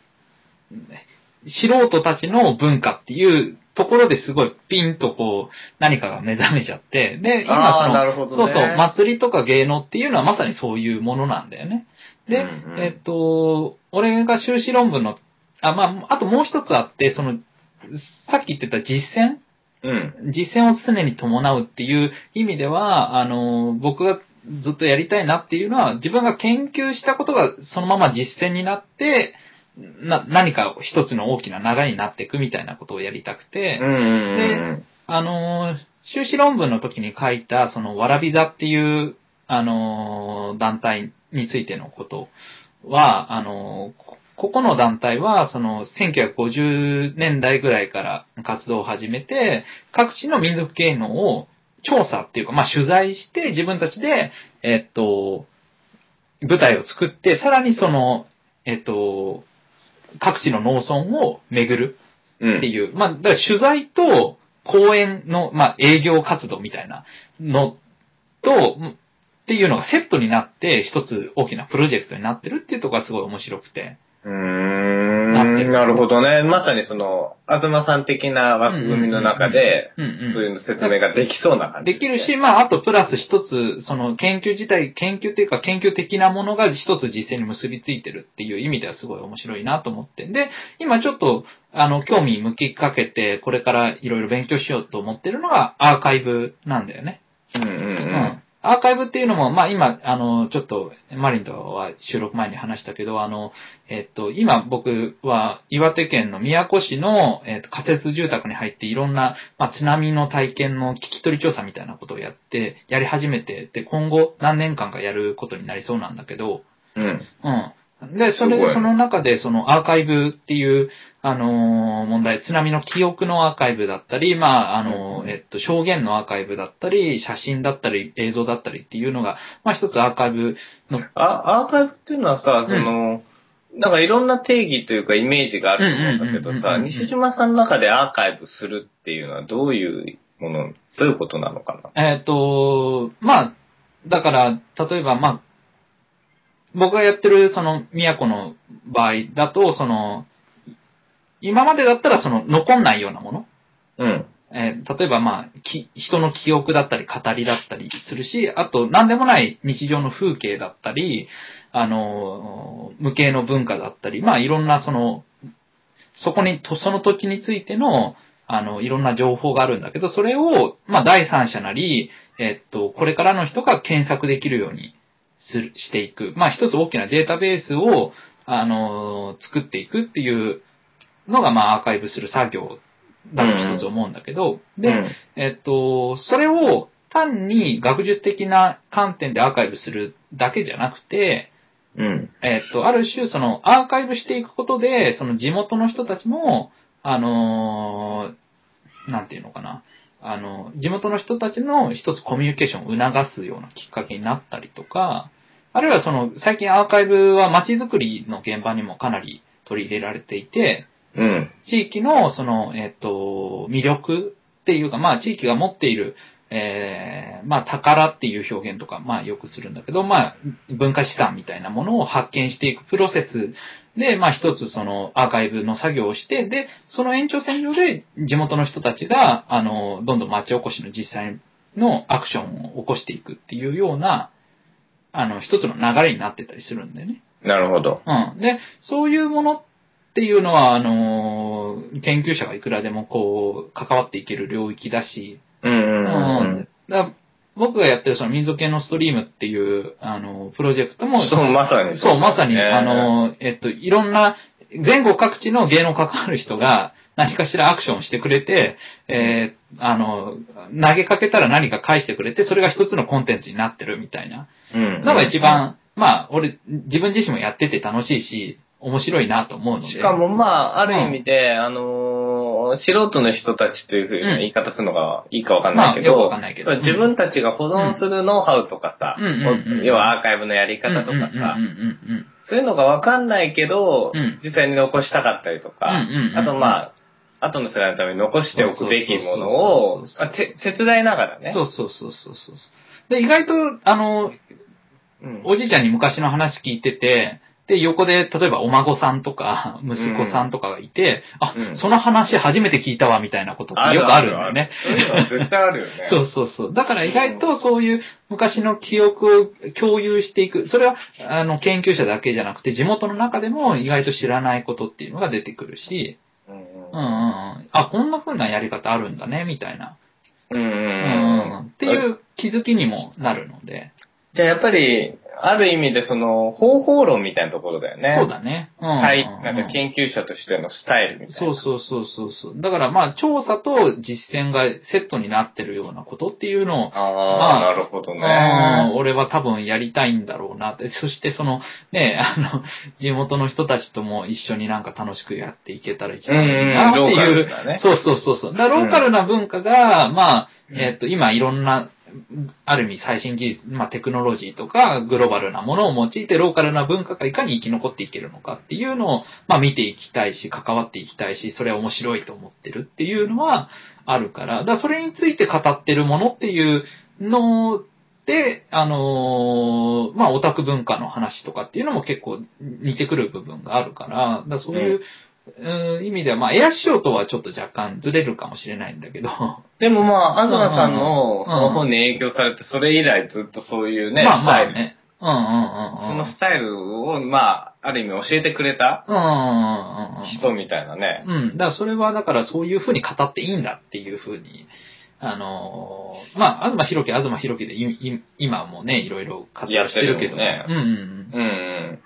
Speaker 1: 素人たちの文化っていうところですごいピンとこう何かが目覚めちゃって、で、今そ
Speaker 2: あー
Speaker 1: の、
Speaker 2: なるほどね
Speaker 1: そうそう、祭りとか芸能っていうのはまさにそういうものなんだよね。で、
Speaker 2: うんうん
Speaker 1: えっと、俺が修士論文の、あ、まあ、あともう一つあって、その、さっき言ってた実践
Speaker 2: うん。
Speaker 1: 実践を常に伴うっていう意味では、あの、僕がずっとやりたいなっていうのは、自分が研究したことがそのまま実践になって、な、何か一つの大きな流れになっていくみたいなことをやりたくて、
Speaker 2: うんうん
Speaker 1: あのー、修士論文の時に書いた、その、わらび座っていう、あのー、団体についてのことは、あのー、こここの団体は、その、1950年代ぐらいから活動を始めて、各地の民族芸能を調査っていうか、まあ、取材して、自分たちで、えっと、舞台を作って、さらにその、えっと、各地の農村を巡る
Speaker 2: うん。うん
Speaker 1: っていう、まあ、だから取材と講演の、まあ、営業活動みたいなのと、うんっていうのがセットになって、一つ大きなプロジェクトになってるっていうところがすごい面白くて。
Speaker 2: うー
Speaker 1: なってる
Speaker 2: ん。なるほどね。まさにその、東さん的な枠組みの中で、
Speaker 1: うん
Speaker 2: そううんいうの説明ができそうな感じ、
Speaker 1: できるし、、まあ、あとプラス一つ、その研究自体、研究っていうか研究的なものが一つ実践に結びついてるっていう意味ではすごい面白いなと思って。で、今ちょっと、あの、興味向きかけて、これからいろいろ勉強しようと思ってるのがアーカイブなんだよね。
Speaker 2: うんうん
Speaker 1: うんアーカイブっていうのも、まあ今、あの、ちょっと、マリンとは収録前に話したけど、あの、えっと、今僕は岩手県の宮古市の、えっと、仮設住宅に入っていろんな、まあ、津波の体験の聞き取り調査みたいなことをやって、やり始めて、で、今後何年間かやることになりそうなんだけど、
Speaker 2: うん。うん。
Speaker 1: うん。で、それ
Speaker 2: すご
Speaker 1: で、
Speaker 2: い
Speaker 1: その中で、そのアーカイブっていう、あのー問題、津波の記憶のアーカイブだったり、まあ、あのー
Speaker 2: うん
Speaker 1: えっと、証言のアーカイブだったり、写真だったり、映像だったりっていうのが、まあ、一つアーカイブの、
Speaker 2: あ、アーカイブっていうのはさ、その、なんかいろんな定義というかイメージがあると思うんだけど
Speaker 1: うん
Speaker 2: さ、
Speaker 1: うんうんうんうん
Speaker 2: 西島さんの中でアーカイブするっていうのはどういうもの、どういうことなのかな。
Speaker 1: えっ、と、まあ、だから、例えば、まあ、僕がやってる、その、都の場合だと、その、今までだったら、その、残んないようなもの。
Speaker 2: うん。
Speaker 1: えー例えば、まあ、き人の記憶だったり、語りだったりするし、あと、何でもない日常の風景だったり、あのー、無形の文化だったり、まあ、いろんな、その、そこに、とその土地についての、あの、いろんな情報があるんだけど、それを、まあ、第三者なり、えっと、これからの人が検索できるようにする、していく。まあ、一つ大きなデータベースを、あのー、作っていくっていうのが、まあ、アーカイブする作業だと一つ思うんだけど、で、
Speaker 2: うん、
Speaker 1: えっと、それを単に学術的な観点でアーカイブするだけじゃなくて、
Speaker 2: うん。
Speaker 1: えっと、ある種、その、アーカイブしていくことで、その地元の人たちも、あのーなんていうのかな、あの、地元の人たちの一つコミュニケーションを促すようなきっかけになったりとか、あるいはその、最近アーカイブは街づくりの現場にもかなり取り入れられていて、
Speaker 2: うん。
Speaker 1: 地域の、その、えっ、と、魅力っていうか、まあ、地域が持っている、えー、まあ、宝っていう表現とか、まあ、よくするんだけど、まあ、文化資産みたいなものを発見していくプロセスで、まあ、一つそのアーカイブの作業をして、で、その延長線上で地元の人たちが、あの、どんどん町おこしの実際のアクションを起こしていくっていうような、あの、一つの流れになってたりするんだよね。
Speaker 2: なるほど。
Speaker 1: うん。で、そういうものっていうのは、あのー研究者がいくらでもこう、関わっていける領域だし、
Speaker 2: うんう
Speaker 1: うん
Speaker 2: うん
Speaker 1: だから僕がやってるその民族系のストリームっていう、あのープロジェクト
Speaker 2: う
Speaker 1: も、
Speaker 2: ん。そう、まさに。
Speaker 1: そうまさに、
Speaker 2: ね
Speaker 1: あ、のーえっと、いろんな、全国各地の芸能関わる人が、何かしらアクションをしてくれて、えーあのー投げかけたら何か返してくれて、それが一つのコンテンツになってるみたいな。
Speaker 2: うん。
Speaker 1: のが一番、まあ、俺、自分自身もやってて楽しいし、面白いなと思うので。
Speaker 2: [laughs] しかも、まあ、ある意味で、あのー素人の人たちというふうな言い方するのがいいかわかんないけ
Speaker 1: まあよくわ
Speaker 2: ど、
Speaker 1: かんないけど
Speaker 2: 自分たちが保存するノウハウとかさ、
Speaker 1: うんうんうん
Speaker 2: 要はアーカイブのやり
Speaker 1: うん、
Speaker 2: 方とかさ
Speaker 1: うん、うん
Speaker 2: そういうのがわかんないけど、
Speaker 1: うん
Speaker 2: 実際に残したかったりとか、
Speaker 1: うんうんうん
Speaker 2: あとまあ、後の世代のために残しておくべきもの
Speaker 1: そ
Speaker 2: を、
Speaker 1: うそうそうそう
Speaker 2: まあて手伝いながら
Speaker 1: うんうん
Speaker 2: ね。
Speaker 1: そうそうそうそうそう。で、意外と、あの、
Speaker 2: うん
Speaker 1: おじいちゃんに昔の話聞いてて、で、横で、例えばお孫さんとか、息子さんとかがいて、あ、
Speaker 2: うん
Speaker 1: その話初めて聞いたわ、みたいなことってよくあるんだよね。。
Speaker 2: あるあるあるそういうのは絶対あるよね
Speaker 1: [laughs] そうそうそう。だから意外とそういう昔の記憶を共有していく。それは、あの、研究者だけじゃなくて、地元の中でも意外と知らないことっていうのが出てくるし、
Speaker 2: うんうん
Speaker 1: うんうんうん。あ、こんな風なやり方あるんだね、みたいな。
Speaker 2: うん
Speaker 1: う
Speaker 2: うんうん。
Speaker 1: っていう気づきにもなるので。
Speaker 2: じゃあやっぱり、ある意味でその、方法論みたいなところだよね。
Speaker 1: そうだね。うんうんうん。
Speaker 2: はい、なんか研究者としてのスタイルみたいな。
Speaker 1: そうそうそうそうそう。だからまあ、調査と実践がセットになってるようなことっていうのを、
Speaker 2: ああ、
Speaker 1: まあ
Speaker 2: なるほどね。
Speaker 1: うん俺は多分やりたいんだろうなって。そしてその、ね、あの、地元の人たちとも一緒になんか楽しくやっていけたら一番いいなって
Speaker 2: うんうん
Speaker 1: いう。
Speaker 2: ローカルなね
Speaker 1: そうそうそうそう。だからローカルな文化が、まあ、えっと、今いろんな、ある意味最新技術、まあテクノロジーとかグローバルなものを用いてローカルな文化がいかに生き残っていけるのかっていうのを、まあ見ていきたいし、関わっていきたいし、それは面白いと思ってるっていうのはあるから、だからそれについて語ってるものっていうので、あのーまあ、オタク文化の話とかっていうのも結構似てくる部分があるから、だからそういう、うん意味では、まあ、エア師匠とはちょっと若干ずれるかもしれないんだけど、
Speaker 2: でもまあ、東さんの
Speaker 1: ん
Speaker 2: その本に影響されて、それ以来ずっとそういうね、
Speaker 1: まあ
Speaker 2: ス
Speaker 1: ま
Speaker 2: タ
Speaker 1: あ
Speaker 2: イル、
Speaker 1: ね。うんうん
Speaker 2: そ
Speaker 1: うんうん。
Speaker 2: のスタイルを、まあ、ある意味教えてくれた
Speaker 1: うんうんうんうん。
Speaker 2: 人みたいなね。
Speaker 1: うん。だからそれは、だからそういうふうに語っていいんだっていうふうに、あのーまあ、東弘樹、東弘樹でいい今もね、いろいろ活躍してるけど、
Speaker 2: やって
Speaker 1: うんうん
Speaker 2: うんうん。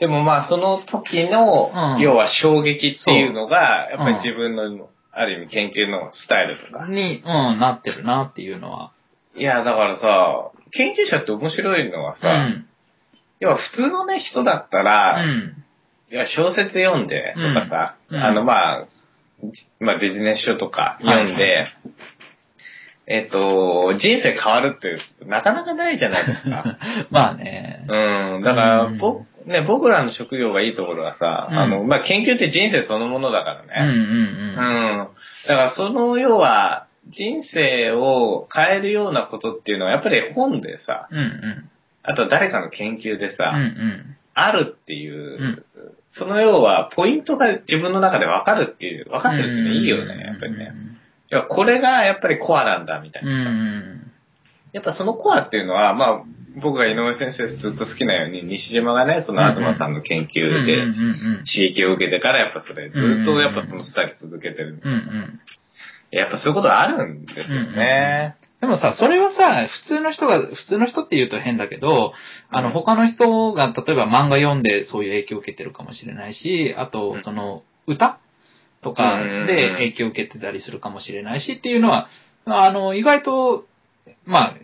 Speaker 2: でもまあ、その時の、
Speaker 1: うん
Speaker 2: 要は衝撃っていうのが、やっぱり
Speaker 1: うん
Speaker 2: 自分の、ある意味研究のスタイルと
Speaker 1: う
Speaker 2: か。
Speaker 1: ん。に、うん、なってるなっていうのは。
Speaker 2: いや、だからさ、研究者って面白いのは
Speaker 1: う
Speaker 2: さ、
Speaker 1: ん。
Speaker 2: 要は普通のね、人だったら、
Speaker 1: うん。
Speaker 2: いや、小説読んで、とかさ、
Speaker 1: うん
Speaker 2: あの、まあ、じまあ、ビジネス書とか読んで、
Speaker 1: はい
Speaker 2: えっと、人生変わるって、なかなかないじゃないで
Speaker 1: [laughs]
Speaker 2: すか。
Speaker 1: まあね。
Speaker 2: うん。だから、
Speaker 1: うん
Speaker 2: ぼね、僕らの職業がいいところはさ、
Speaker 1: うん
Speaker 2: あの、まあ、研究って人生そのものだか
Speaker 1: うんう
Speaker 2: らね。
Speaker 1: ん
Speaker 2: うん。だから、その、要は、人生を変えるようなことっていうのは、やっぱり本でさ、
Speaker 1: うんうん。
Speaker 2: あとは誰かの研究でさ、
Speaker 1: うんうん。
Speaker 2: あるっていう、
Speaker 1: うん
Speaker 2: その要は、ポイントが自分の中で分かるっていう、分かってるっていうのはいいよね、やっぱりね。いや、これがやっぱりコアなんだ、みたい
Speaker 1: うん
Speaker 2: な
Speaker 1: う
Speaker 2: さ。
Speaker 1: ん。
Speaker 2: やっぱそのコアっていうのは、まあ、僕が井上先生ずっと好きなように、西島がね、その東さんの研
Speaker 1: うん
Speaker 2: 究
Speaker 1: うん
Speaker 2: で
Speaker 1: うん
Speaker 2: 刺激を受けてから、やっぱそれ、ずっとやっぱそのスタイル続けてる。
Speaker 1: うんうん。
Speaker 2: やっぱそういうことあるんですよね。
Speaker 1: でもさ、それはさ、普通の人が、普通の人って言うと変だけど、あ
Speaker 2: う
Speaker 1: の、
Speaker 2: ん
Speaker 1: 他の人が、例えば漫画読んでそういう影響を受けてるかもしれないし、あ
Speaker 2: う
Speaker 1: と
Speaker 2: ん、
Speaker 1: その、歌とか
Speaker 2: うん
Speaker 1: で影響を受けてたりするかもしれないしっていうのは、あの、意外と、まあ、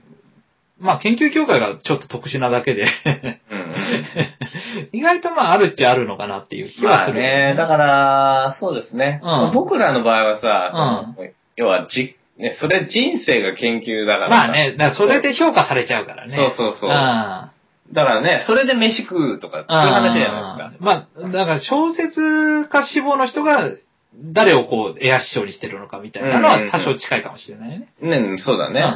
Speaker 1: まあ、研究協会がちょっと特殊なだけで、 [laughs]
Speaker 2: うんうん。
Speaker 1: 意外とまあ、あるっちゃあるのかなっていう気
Speaker 2: ま
Speaker 1: は
Speaker 2: あ
Speaker 1: する。
Speaker 2: ね、だから、そうですね。
Speaker 1: うん
Speaker 2: 僕らの場合はさ、その要はじ、ね、それ人生が研究だからさ。
Speaker 1: まあね、だからそれで評価されちゃうからね。
Speaker 2: そうそうそう
Speaker 1: ああ
Speaker 2: だからね、それで飯食うとか、そういう話じゃないで
Speaker 1: あーまあ、だから小説家志望の人が、誰をこう、エア師匠にしてるのかみたいなの
Speaker 2: うんう
Speaker 1: は
Speaker 2: んうん
Speaker 1: 多少近いかもしれないね。
Speaker 2: すか。ね、そうだ
Speaker 1: うんうんうん
Speaker 2: ね。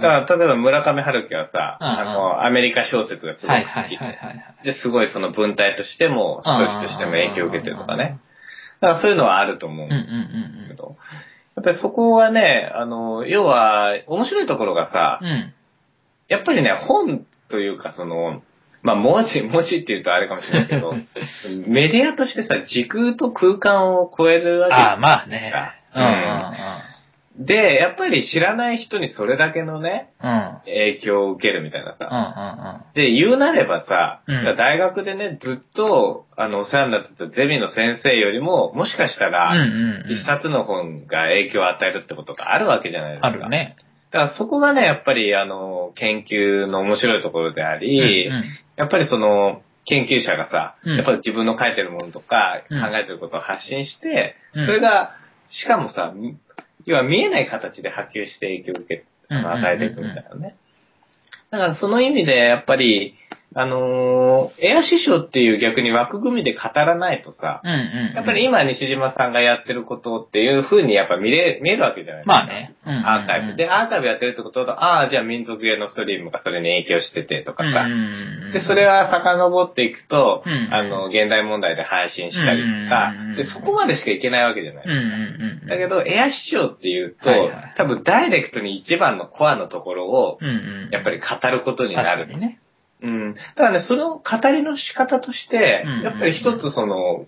Speaker 2: だから、例えば村上春樹はさ、
Speaker 1: うん
Speaker 2: あの、アメリカ小説がすごく好き。
Speaker 1: はいはいはいはい。
Speaker 2: で、すごいその文体としても、ストーリーとしても影響を受けてるとかね。だからそういうのはあると思う
Speaker 1: うんんうん
Speaker 2: だけど。やっぱりそこはね、あの、要は、面白いところがさ
Speaker 1: うんうん。、うん。
Speaker 2: やっぱりね、本というかその、まあ文字、文字って言うとあれかもしれない
Speaker 1: [laughs]
Speaker 2: けど、メディアとしてさ、時空と空間を超える
Speaker 1: ああ、
Speaker 2: わ
Speaker 1: まあね。うんうん
Speaker 2: けで、やっぱり知らない人にそれだけのね、
Speaker 1: うん。うん。
Speaker 2: 影響を受けるみたいなさ、
Speaker 1: う
Speaker 2: で、言うなればさ、
Speaker 1: うん
Speaker 2: 大学でね、ずっと、あの、お世話になってたゼミの先生よりも、もしかしたら、
Speaker 1: んうんうん。うんうんう
Speaker 2: 一
Speaker 1: ん。
Speaker 2: 冊の本が影響を与えるってことがあるわけじゃないですか。
Speaker 1: あるね。
Speaker 2: だからそこがね、やっぱり、あの、研究の面白いところであ
Speaker 1: うん
Speaker 2: り、やっぱりその、研究者がさ、
Speaker 1: うん
Speaker 2: やっぱり自分の書いてるものとか、
Speaker 1: うん
Speaker 2: 考えてることを発信して、
Speaker 1: うん
Speaker 2: それが、しかもさ、要は見えない形で波及して影響を受け、
Speaker 1: うんうんうんうん
Speaker 2: 与えていくみたいなね。だからその意味で、やっぱり、あのーエア師匠っていう逆に枠組みで語らないとさ、
Speaker 1: うんうんうん。
Speaker 2: やっぱり今西島さんがやってることっていう風にやっぱ見れ、見えるわけじゃないですか。
Speaker 1: まあね。うんうんうん
Speaker 2: アーカイブ。で、、アーカイブやってるってことだと、ああ、じゃあ民族芸のストリームがそれに影響しててとかさ、で、それ
Speaker 1: は、
Speaker 2: は遡っていくと、
Speaker 1: うん
Speaker 2: あの、現代問題で配信したりとか
Speaker 1: うん、
Speaker 2: で、そこまでしかいけないわけじゃな
Speaker 1: うんう
Speaker 2: い。
Speaker 1: んうん。
Speaker 2: だけど、エア師匠っていうと、
Speaker 1: はいはい
Speaker 2: 多分ダイレクトに一番のコアのところを、
Speaker 1: うんうん。
Speaker 2: やっぱり語ることにな
Speaker 1: 確か
Speaker 2: る。
Speaker 1: にね。
Speaker 2: うん。だからね、その語りの仕方として
Speaker 1: うんうんう、ん
Speaker 2: やっぱり一つその、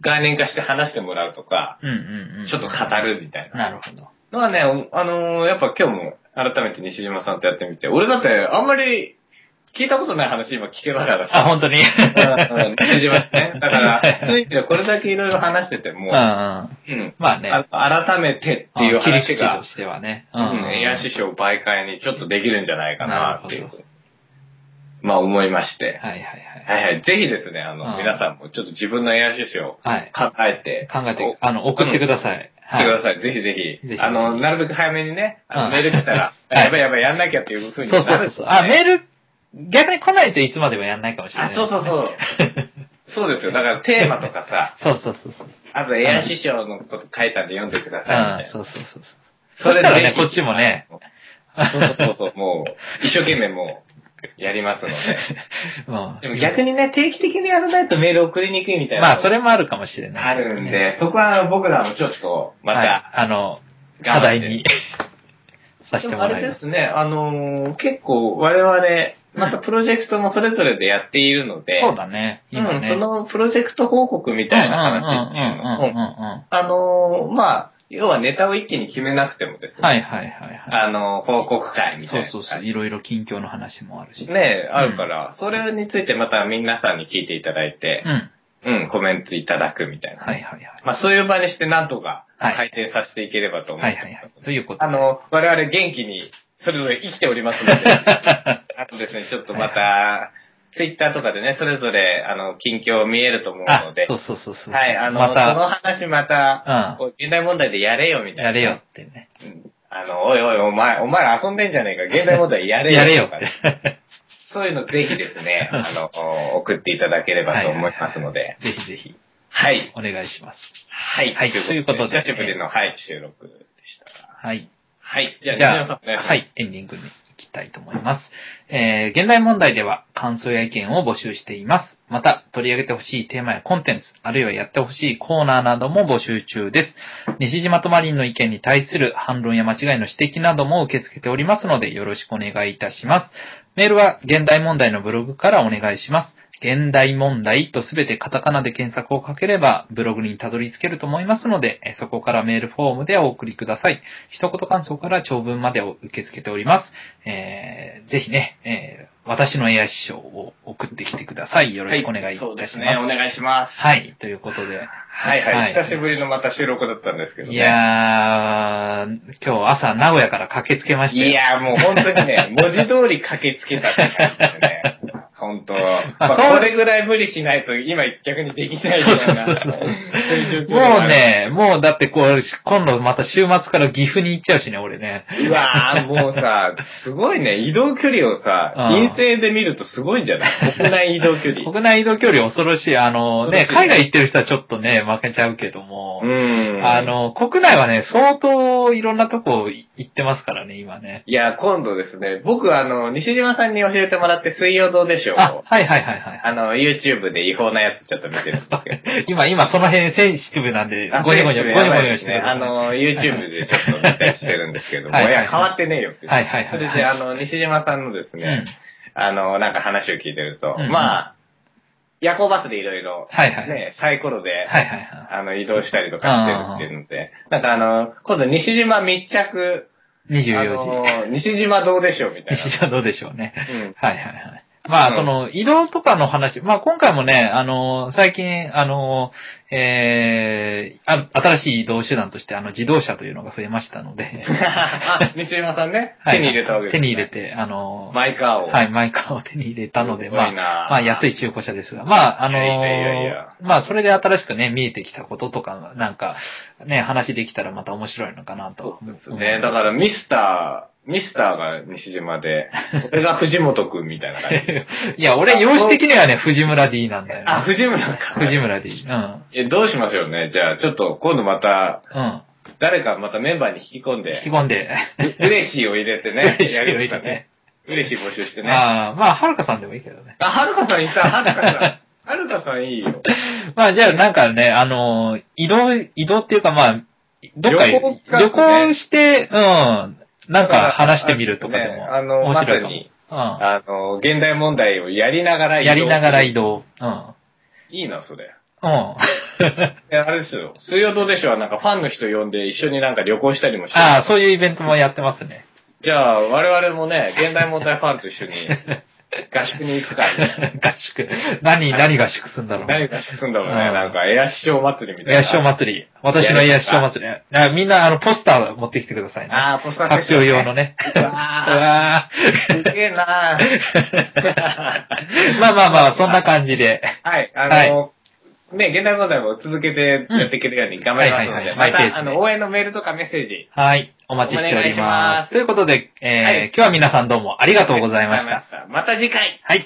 Speaker 2: 概念化して話してもらうとか、
Speaker 1: うんうんうん。
Speaker 2: ちょっと語るみたい
Speaker 1: な
Speaker 2: な。
Speaker 1: るほど。
Speaker 2: のはね、あのーやっぱ今日も改めて西島さんとやってみて、俺だってあんまり聞いたことない話今聞けたからさ
Speaker 1: あ、。本当に。
Speaker 2: [laughs] うんうん西島
Speaker 1: [laughs]
Speaker 2: ね。だから、そういう意味でこれだけいろいろ話してて
Speaker 1: う
Speaker 2: も、
Speaker 1: んうん。
Speaker 2: うん
Speaker 1: まあね。
Speaker 2: あ改めてっていう
Speaker 1: あ切り口
Speaker 2: 話が
Speaker 1: と、してはね。
Speaker 2: うん、エア師匠媒介にちょっとできるんじゃないかなってい
Speaker 1: なる
Speaker 2: う
Speaker 1: ほ、
Speaker 2: まあ思いまして。
Speaker 1: はいはいは。
Speaker 2: はいいはい、ぜひですね、あ
Speaker 1: う
Speaker 2: の、
Speaker 1: ん
Speaker 2: 皆さんもちょっと自分のエア師匠を
Speaker 1: はい。
Speaker 2: 考えて、
Speaker 1: 考えて、あの、送ってください。
Speaker 2: してく
Speaker 1: は
Speaker 2: ださい。ぜひぜ
Speaker 1: ぜ
Speaker 2: ひ。
Speaker 1: ひ
Speaker 2: あの、なるべく早めにね、あの
Speaker 1: うん
Speaker 2: メール来たら、
Speaker 1: [laughs] はい
Speaker 2: やばいやばいやんなきゃっていうふう
Speaker 1: い。
Speaker 2: に
Speaker 1: そ
Speaker 2: な
Speaker 1: う
Speaker 2: る。
Speaker 1: そうそう。あ、メール、逆に来ないといつまでもやんないかもしれない。
Speaker 2: あ、そうそ
Speaker 1: [laughs]
Speaker 2: うそう。そうですよ。だからテーマとかさ、
Speaker 1: そう。そうそうそう。
Speaker 2: あとエア師匠のこと書いたんで読んでくだ
Speaker 1: う
Speaker 2: さいみ
Speaker 1: ん
Speaker 2: たい、な。
Speaker 1: そうそうそうそう。
Speaker 2: そ
Speaker 1: そし
Speaker 2: れ
Speaker 1: たらね、
Speaker 2: ぜ
Speaker 1: こ
Speaker 2: ひ
Speaker 1: っちもね。
Speaker 2: そうそうそう、もう、一生懸命もう、やりますの
Speaker 1: [laughs] う
Speaker 2: で。
Speaker 1: ん
Speaker 2: でも逆にね、定期的にやらないとメール送りにくいみたいな。
Speaker 1: まあ、それもあるかもしれない。
Speaker 2: あるんで、そこは僕らもちょっと、ま
Speaker 1: はい
Speaker 2: た、
Speaker 1: あの、
Speaker 2: 頑
Speaker 1: 課
Speaker 2: 張って
Speaker 1: 題に
Speaker 2: [laughs]
Speaker 1: させ
Speaker 2: で
Speaker 1: て
Speaker 2: も
Speaker 1: も
Speaker 2: あ
Speaker 1: ら
Speaker 2: れ
Speaker 1: いま。
Speaker 2: ですすね、あのー結構我々、またプロジェクトもそれぞれでやっているので、
Speaker 1: そうだね。今ね。
Speaker 2: うん、そのプロジェクト報告みたいな話っていうのを、
Speaker 1: うんうんうんうんうんうん
Speaker 2: あのーまあ、要はネタを一気に決めなくてもですね、
Speaker 1: はいはいはいはい。
Speaker 2: あのー報告会みた
Speaker 1: そ
Speaker 2: いうな。
Speaker 1: そうそう。いろいろ近況の話もあるし。
Speaker 2: ねあるから、それについてまた皆さんに聞いていただいて
Speaker 1: うん。、は
Speaker 2: うん、コメントいただくみたいな。
Speaker 1: いはいはい。
Speaker 2: まあ、そういう場にしてなんとか
Speaker 1: はい
Speaker 2: 改善させていければと思
Speaker 1: はい
Speaker 2: ま
Speaker 1: はいは
Speaker 2: す
Speaker 1: い。ということで。
Speaker 2: あの、我々元気に、それぞれ生きております
Speaker 1: [laughs]
Speaker 2: ので、あとですね、ちょっとまた、ツイッターとかでね、それぞれ、あの、近況見えると思うの
Speaker 1: あ
Speaker 2: で、
Speaker 1: そうそうそうそう。
Speaker 2: はい、あの、
Speaker 1: ま
Speaker 2: その
Speaker 1: た、
Speaker 2: 話また、
Speaker 1: う
Speaker 2: こう現代問題でやれよみたいな。
Speaker 1: やれよってね。
Speaker 2: うん。あの、おいおい、お前、お前ら遊んでんじゃねえか、現代問題やれよ。
Speaker 1: やれよ
Speaker 2: とか
Speaker 1: っ
Speaker 2: ね
Speaker 1: て。
Speaker 2: そういうのぜひで
Speaker 1: [laughs]
Speaker 2: すね、あの、お送っていただければと思いますので、
Speaker 1: ぜひぜひ、
Speaker 2: はい。
Speaker 1: お願願いします。
Speaker 2: はい。
Speaker 1: はいということで
Speaker 2: 久しぶりの、はい、収録でした。
Speaker 1: はい。
Speaker 2: はい。じゃあ、
Speaker 1: じ
Speaker 2: 西
Speaker 1: ゃ
Speaker 2: 野さん
Speaker 1: あ
Speaker 2: お願いします。
Speaker 1: はい、エンディングに行きたいと思います。えー、現代問題では感想や意見を募集しています。また、取り上げてほしいテーマやコンテンツ、あるいはやってほしいコーナーなども募集中です。西島とマリンの意見に対する反論や間違いの指摘なども受け付けておりますので、よろしくお願いいたします。メールは、現代問題のブログからお願いします。現代問題とすべてカタカナで検索をかければ、ブログにたどり着けると思いますので、えそこからメールフォームでお送りください。一言感想から長文までを受け付けております。えー、ぜひね、えー、私の AI 師匠を送ってきてください。よろしくお願いいたします。
Speaker 2: そうですね。お願いします。
Speaker 1: はい、ということで。
Speaker 2: はいはい。久しぶりのまた収録だったんですけどね。
Speaker 1: いやー、今日朝名古屋から駆けつけまし
Speaker 2: い
Speaker 1: たよ。
Speaker 2: やもう本当に
Speaker 1: [laughs]
Speaker 2: ね、文字通り駆けつけたって感じでね。本当。ま
Speaker 1: そう
Speaker 2: あ、これぐらい無理しないと今逆にできないよ
Speaker 1: そう
Speaker 2: う
Speaker 1: そう
Speaker 2: な
Speaker 1: そうそう。
Speaker 2: そういう状況では
Speaker 1: もう
Speaker 2: ある。
Speaker 1: ね、もうだってこう、今度また週末から岐阜に行っちゃうしね、俺ね。
Speaker 2: うわーもうさ、すごいね、移動距離をさ、
Speaker 1: うん
Speaker 2: 陰性で見るとすごいんじゃない国内移動
Speaker 1: [laughs]
Speaker 2: 距離。
Speaker 1: 国内移動距離恐ろしい。あのね、
Speaker 2: 恐ろし
Speaker 1: 海
Speaker 2: いね
Speaker 1: 外行ってる人はちょっとね、負けちゃうけども。
Speaker 2: うん。
Speaker 1: あ、の、国内はね、相当いろんなとこ行ってますからね、今ね。
Speaker 2: いや、今度ですね、僕あの、西島さんに教えてもらって水曜どうでしょう
Speaker 1: あ、
Speaker 2: を
Speaker 1: はいはいはいはい。
Speaker 2: あの、YouTube で違法なやつちょっと見てるんですけど。
Speaker 1: [laughs] 今、今、その辺センシティブなんで、
Speaker 2: あ
Speaker 1: [laughs] ゴニョゴニョ、ゴニョゴニョしてる、
Speaker 2: あ、の、YouTube でちょっと見たりしてるんですけども、
Speaker 1: はい
Speaker 2: い
Speaker 1: はいはい
Speaker 2: や、変わってねえよって。
Speaker 1: はいはいはい
Speaker 2: それで、あの、西島さんのです
Speaker 1: うん。
Speaker 2: ね、あの、なんか話を聞いてると、
Speaker 1: うん
Speaker 2: まあ、夜行バスでいろいろ、
Speaker 1: [laughs] はいはい
Speaker 2: ね、サイコロで、
Speaker 1: はいはいは
Speaker 2: あの、移動したりとかしてるっていうので、なんかあの、今度西島密着、
Speaker 1: い。24時。
Speaker 2: あの、西島どうでしょうみたい
Speaker 1: 西島
Speaker 2: な。
Speaker 1: どうでしょうね。 [laughs]
Speaker 2: うん
Speaker 1: はいはいはい。まあ、
Speaker 2: うん
Speaker 1: その、移動とかの話、まあ今回もね、あの、最近、あの、えー、あ新しい移動手段として、あの、自動車というのが増えましたの
Speaker 2: [laughs]
Speaker 1: で、
Speaker 2: あ、西島さんね、
Speaker 1: はい
Speaker 2: 手に入れたわけです、ね。
Speaker 1: 手に入れ。て、あの、
Speaker 2: マイカーを。
Speaker 1: はい、マイカーを [laughs] 手に入れたので、
Speaker 2: すごいな
Speaker 1: まあ、まあ安い中古車ですが、まあ、あのー
Speaker 2: いやいやいやいや
Speaker 1: まあそれで新しくね、見えてきたこととか、なんか、ね、話できたらまた面白いのかなと。
Speaker 2: そうですね。だからミスター、ミスターが西
Speaker 1: [laughs]
Speaker 2: 島で、俺が藤本くんみたいな感じ。
Speaker 1: いや、俺、容姿的にはね、藤村 D なん [laughs] だよ、ね。
Speaker 2: あ、藤村か。
Speaker 1: 藤村 D。うん。
Speaker 2: え、どうしましょうね。じゃあ、ちょっと今度また、
Speaker 1: うん。
Speaker 2: 誰かまたメンバーに引き込ん
Speaker 1: 引き
Speaker 2: で、
Speaker 1: 込んで。 [laughs]
Speaker 2: うれしいを入れてね、やりましたね。うれしい募集してね。あ、
Speaker 1: ああ、まあ、はるかさんでもいいけどね。
Speaker 2: はるかさんいた、はるかさん。はるかさんいいよ。
Speaker 1: まあ、じゃあ、なんかね、あのー移動、移動っていうか、まあ、どっかへ
Speaker 2: 旅行企画ね
Speaker 1: 旅行して、うん。なんか話してみるとかでも。
Speaker 2: あのねあの
Speaker 1: 面白いかも
Speaker 2: まさに
Speaker 1: うん。
Speaker 2: あの、現代問題をやりながら移動
Speaker 1: やりながら移動。
Speaker 2: [laughs]
Speaker 1: うん。
Speaker 2: いいな、それ。
Speaker 1: うん。
Speaker 2: え、あれですよ。水曜どうでしょうはなんかファンの人呼んで一緒になんか旅行したりもして。
Speaker 1: ああ、そういうイベントもやってます
Speaker 2: [laughs]
Speaker 1: ね。
Speaker 2: じゃあ、我々もね、現代問題ファンと一緒に [laughs] 合宿に行くから、ね。
Speaker 1: [laughs] 合宿。何、何合宿すんだろう。
Speaker 2: 何合宿すんだろうね。
Speaker 1: うん
Speaker 2: なんか、エア師匠祭りみたい
Speaker 1: エ
Speaker 2: な。
Speaker 1: アショー祭り。私のエアショー祭り。あみんな、あの、ポスター持ってきてくださいね。
Speaker 2: ああ、ポスター
Speaker 1: 発表用の。ね。
Speaker 2: う
Speaker 1: う
Speaker 2: わ
Speaker 1: わ
Speaker 2: す
Speaker 1: ー
Speaker 2: げえな
Speaker 1: [laughs] まあまあまあ、そんな感じで。
Speaker 2: はい、あの、ね、現代問題も続けてやっていけるように頑張りますので、
Speaker 1: うんはいはいはい
Speaker 2: ま
Speaker 1: マイペース
Speaker 2: た、
Speaker 1: で
Speaker 2: あの、応援のメールとかメッセージ、
Speaker 1: はい。お待ちしております。
Speaker 2: お願いします
Speaker 1: ということで、えー
Speaker 2: はい
Speaker 1: 今日は皆さんどうもありがとうございまし
Speaker 2: ありが
Speaker 1: た。
Speaker 2: とうございました。また次回
Speaker 1: はい。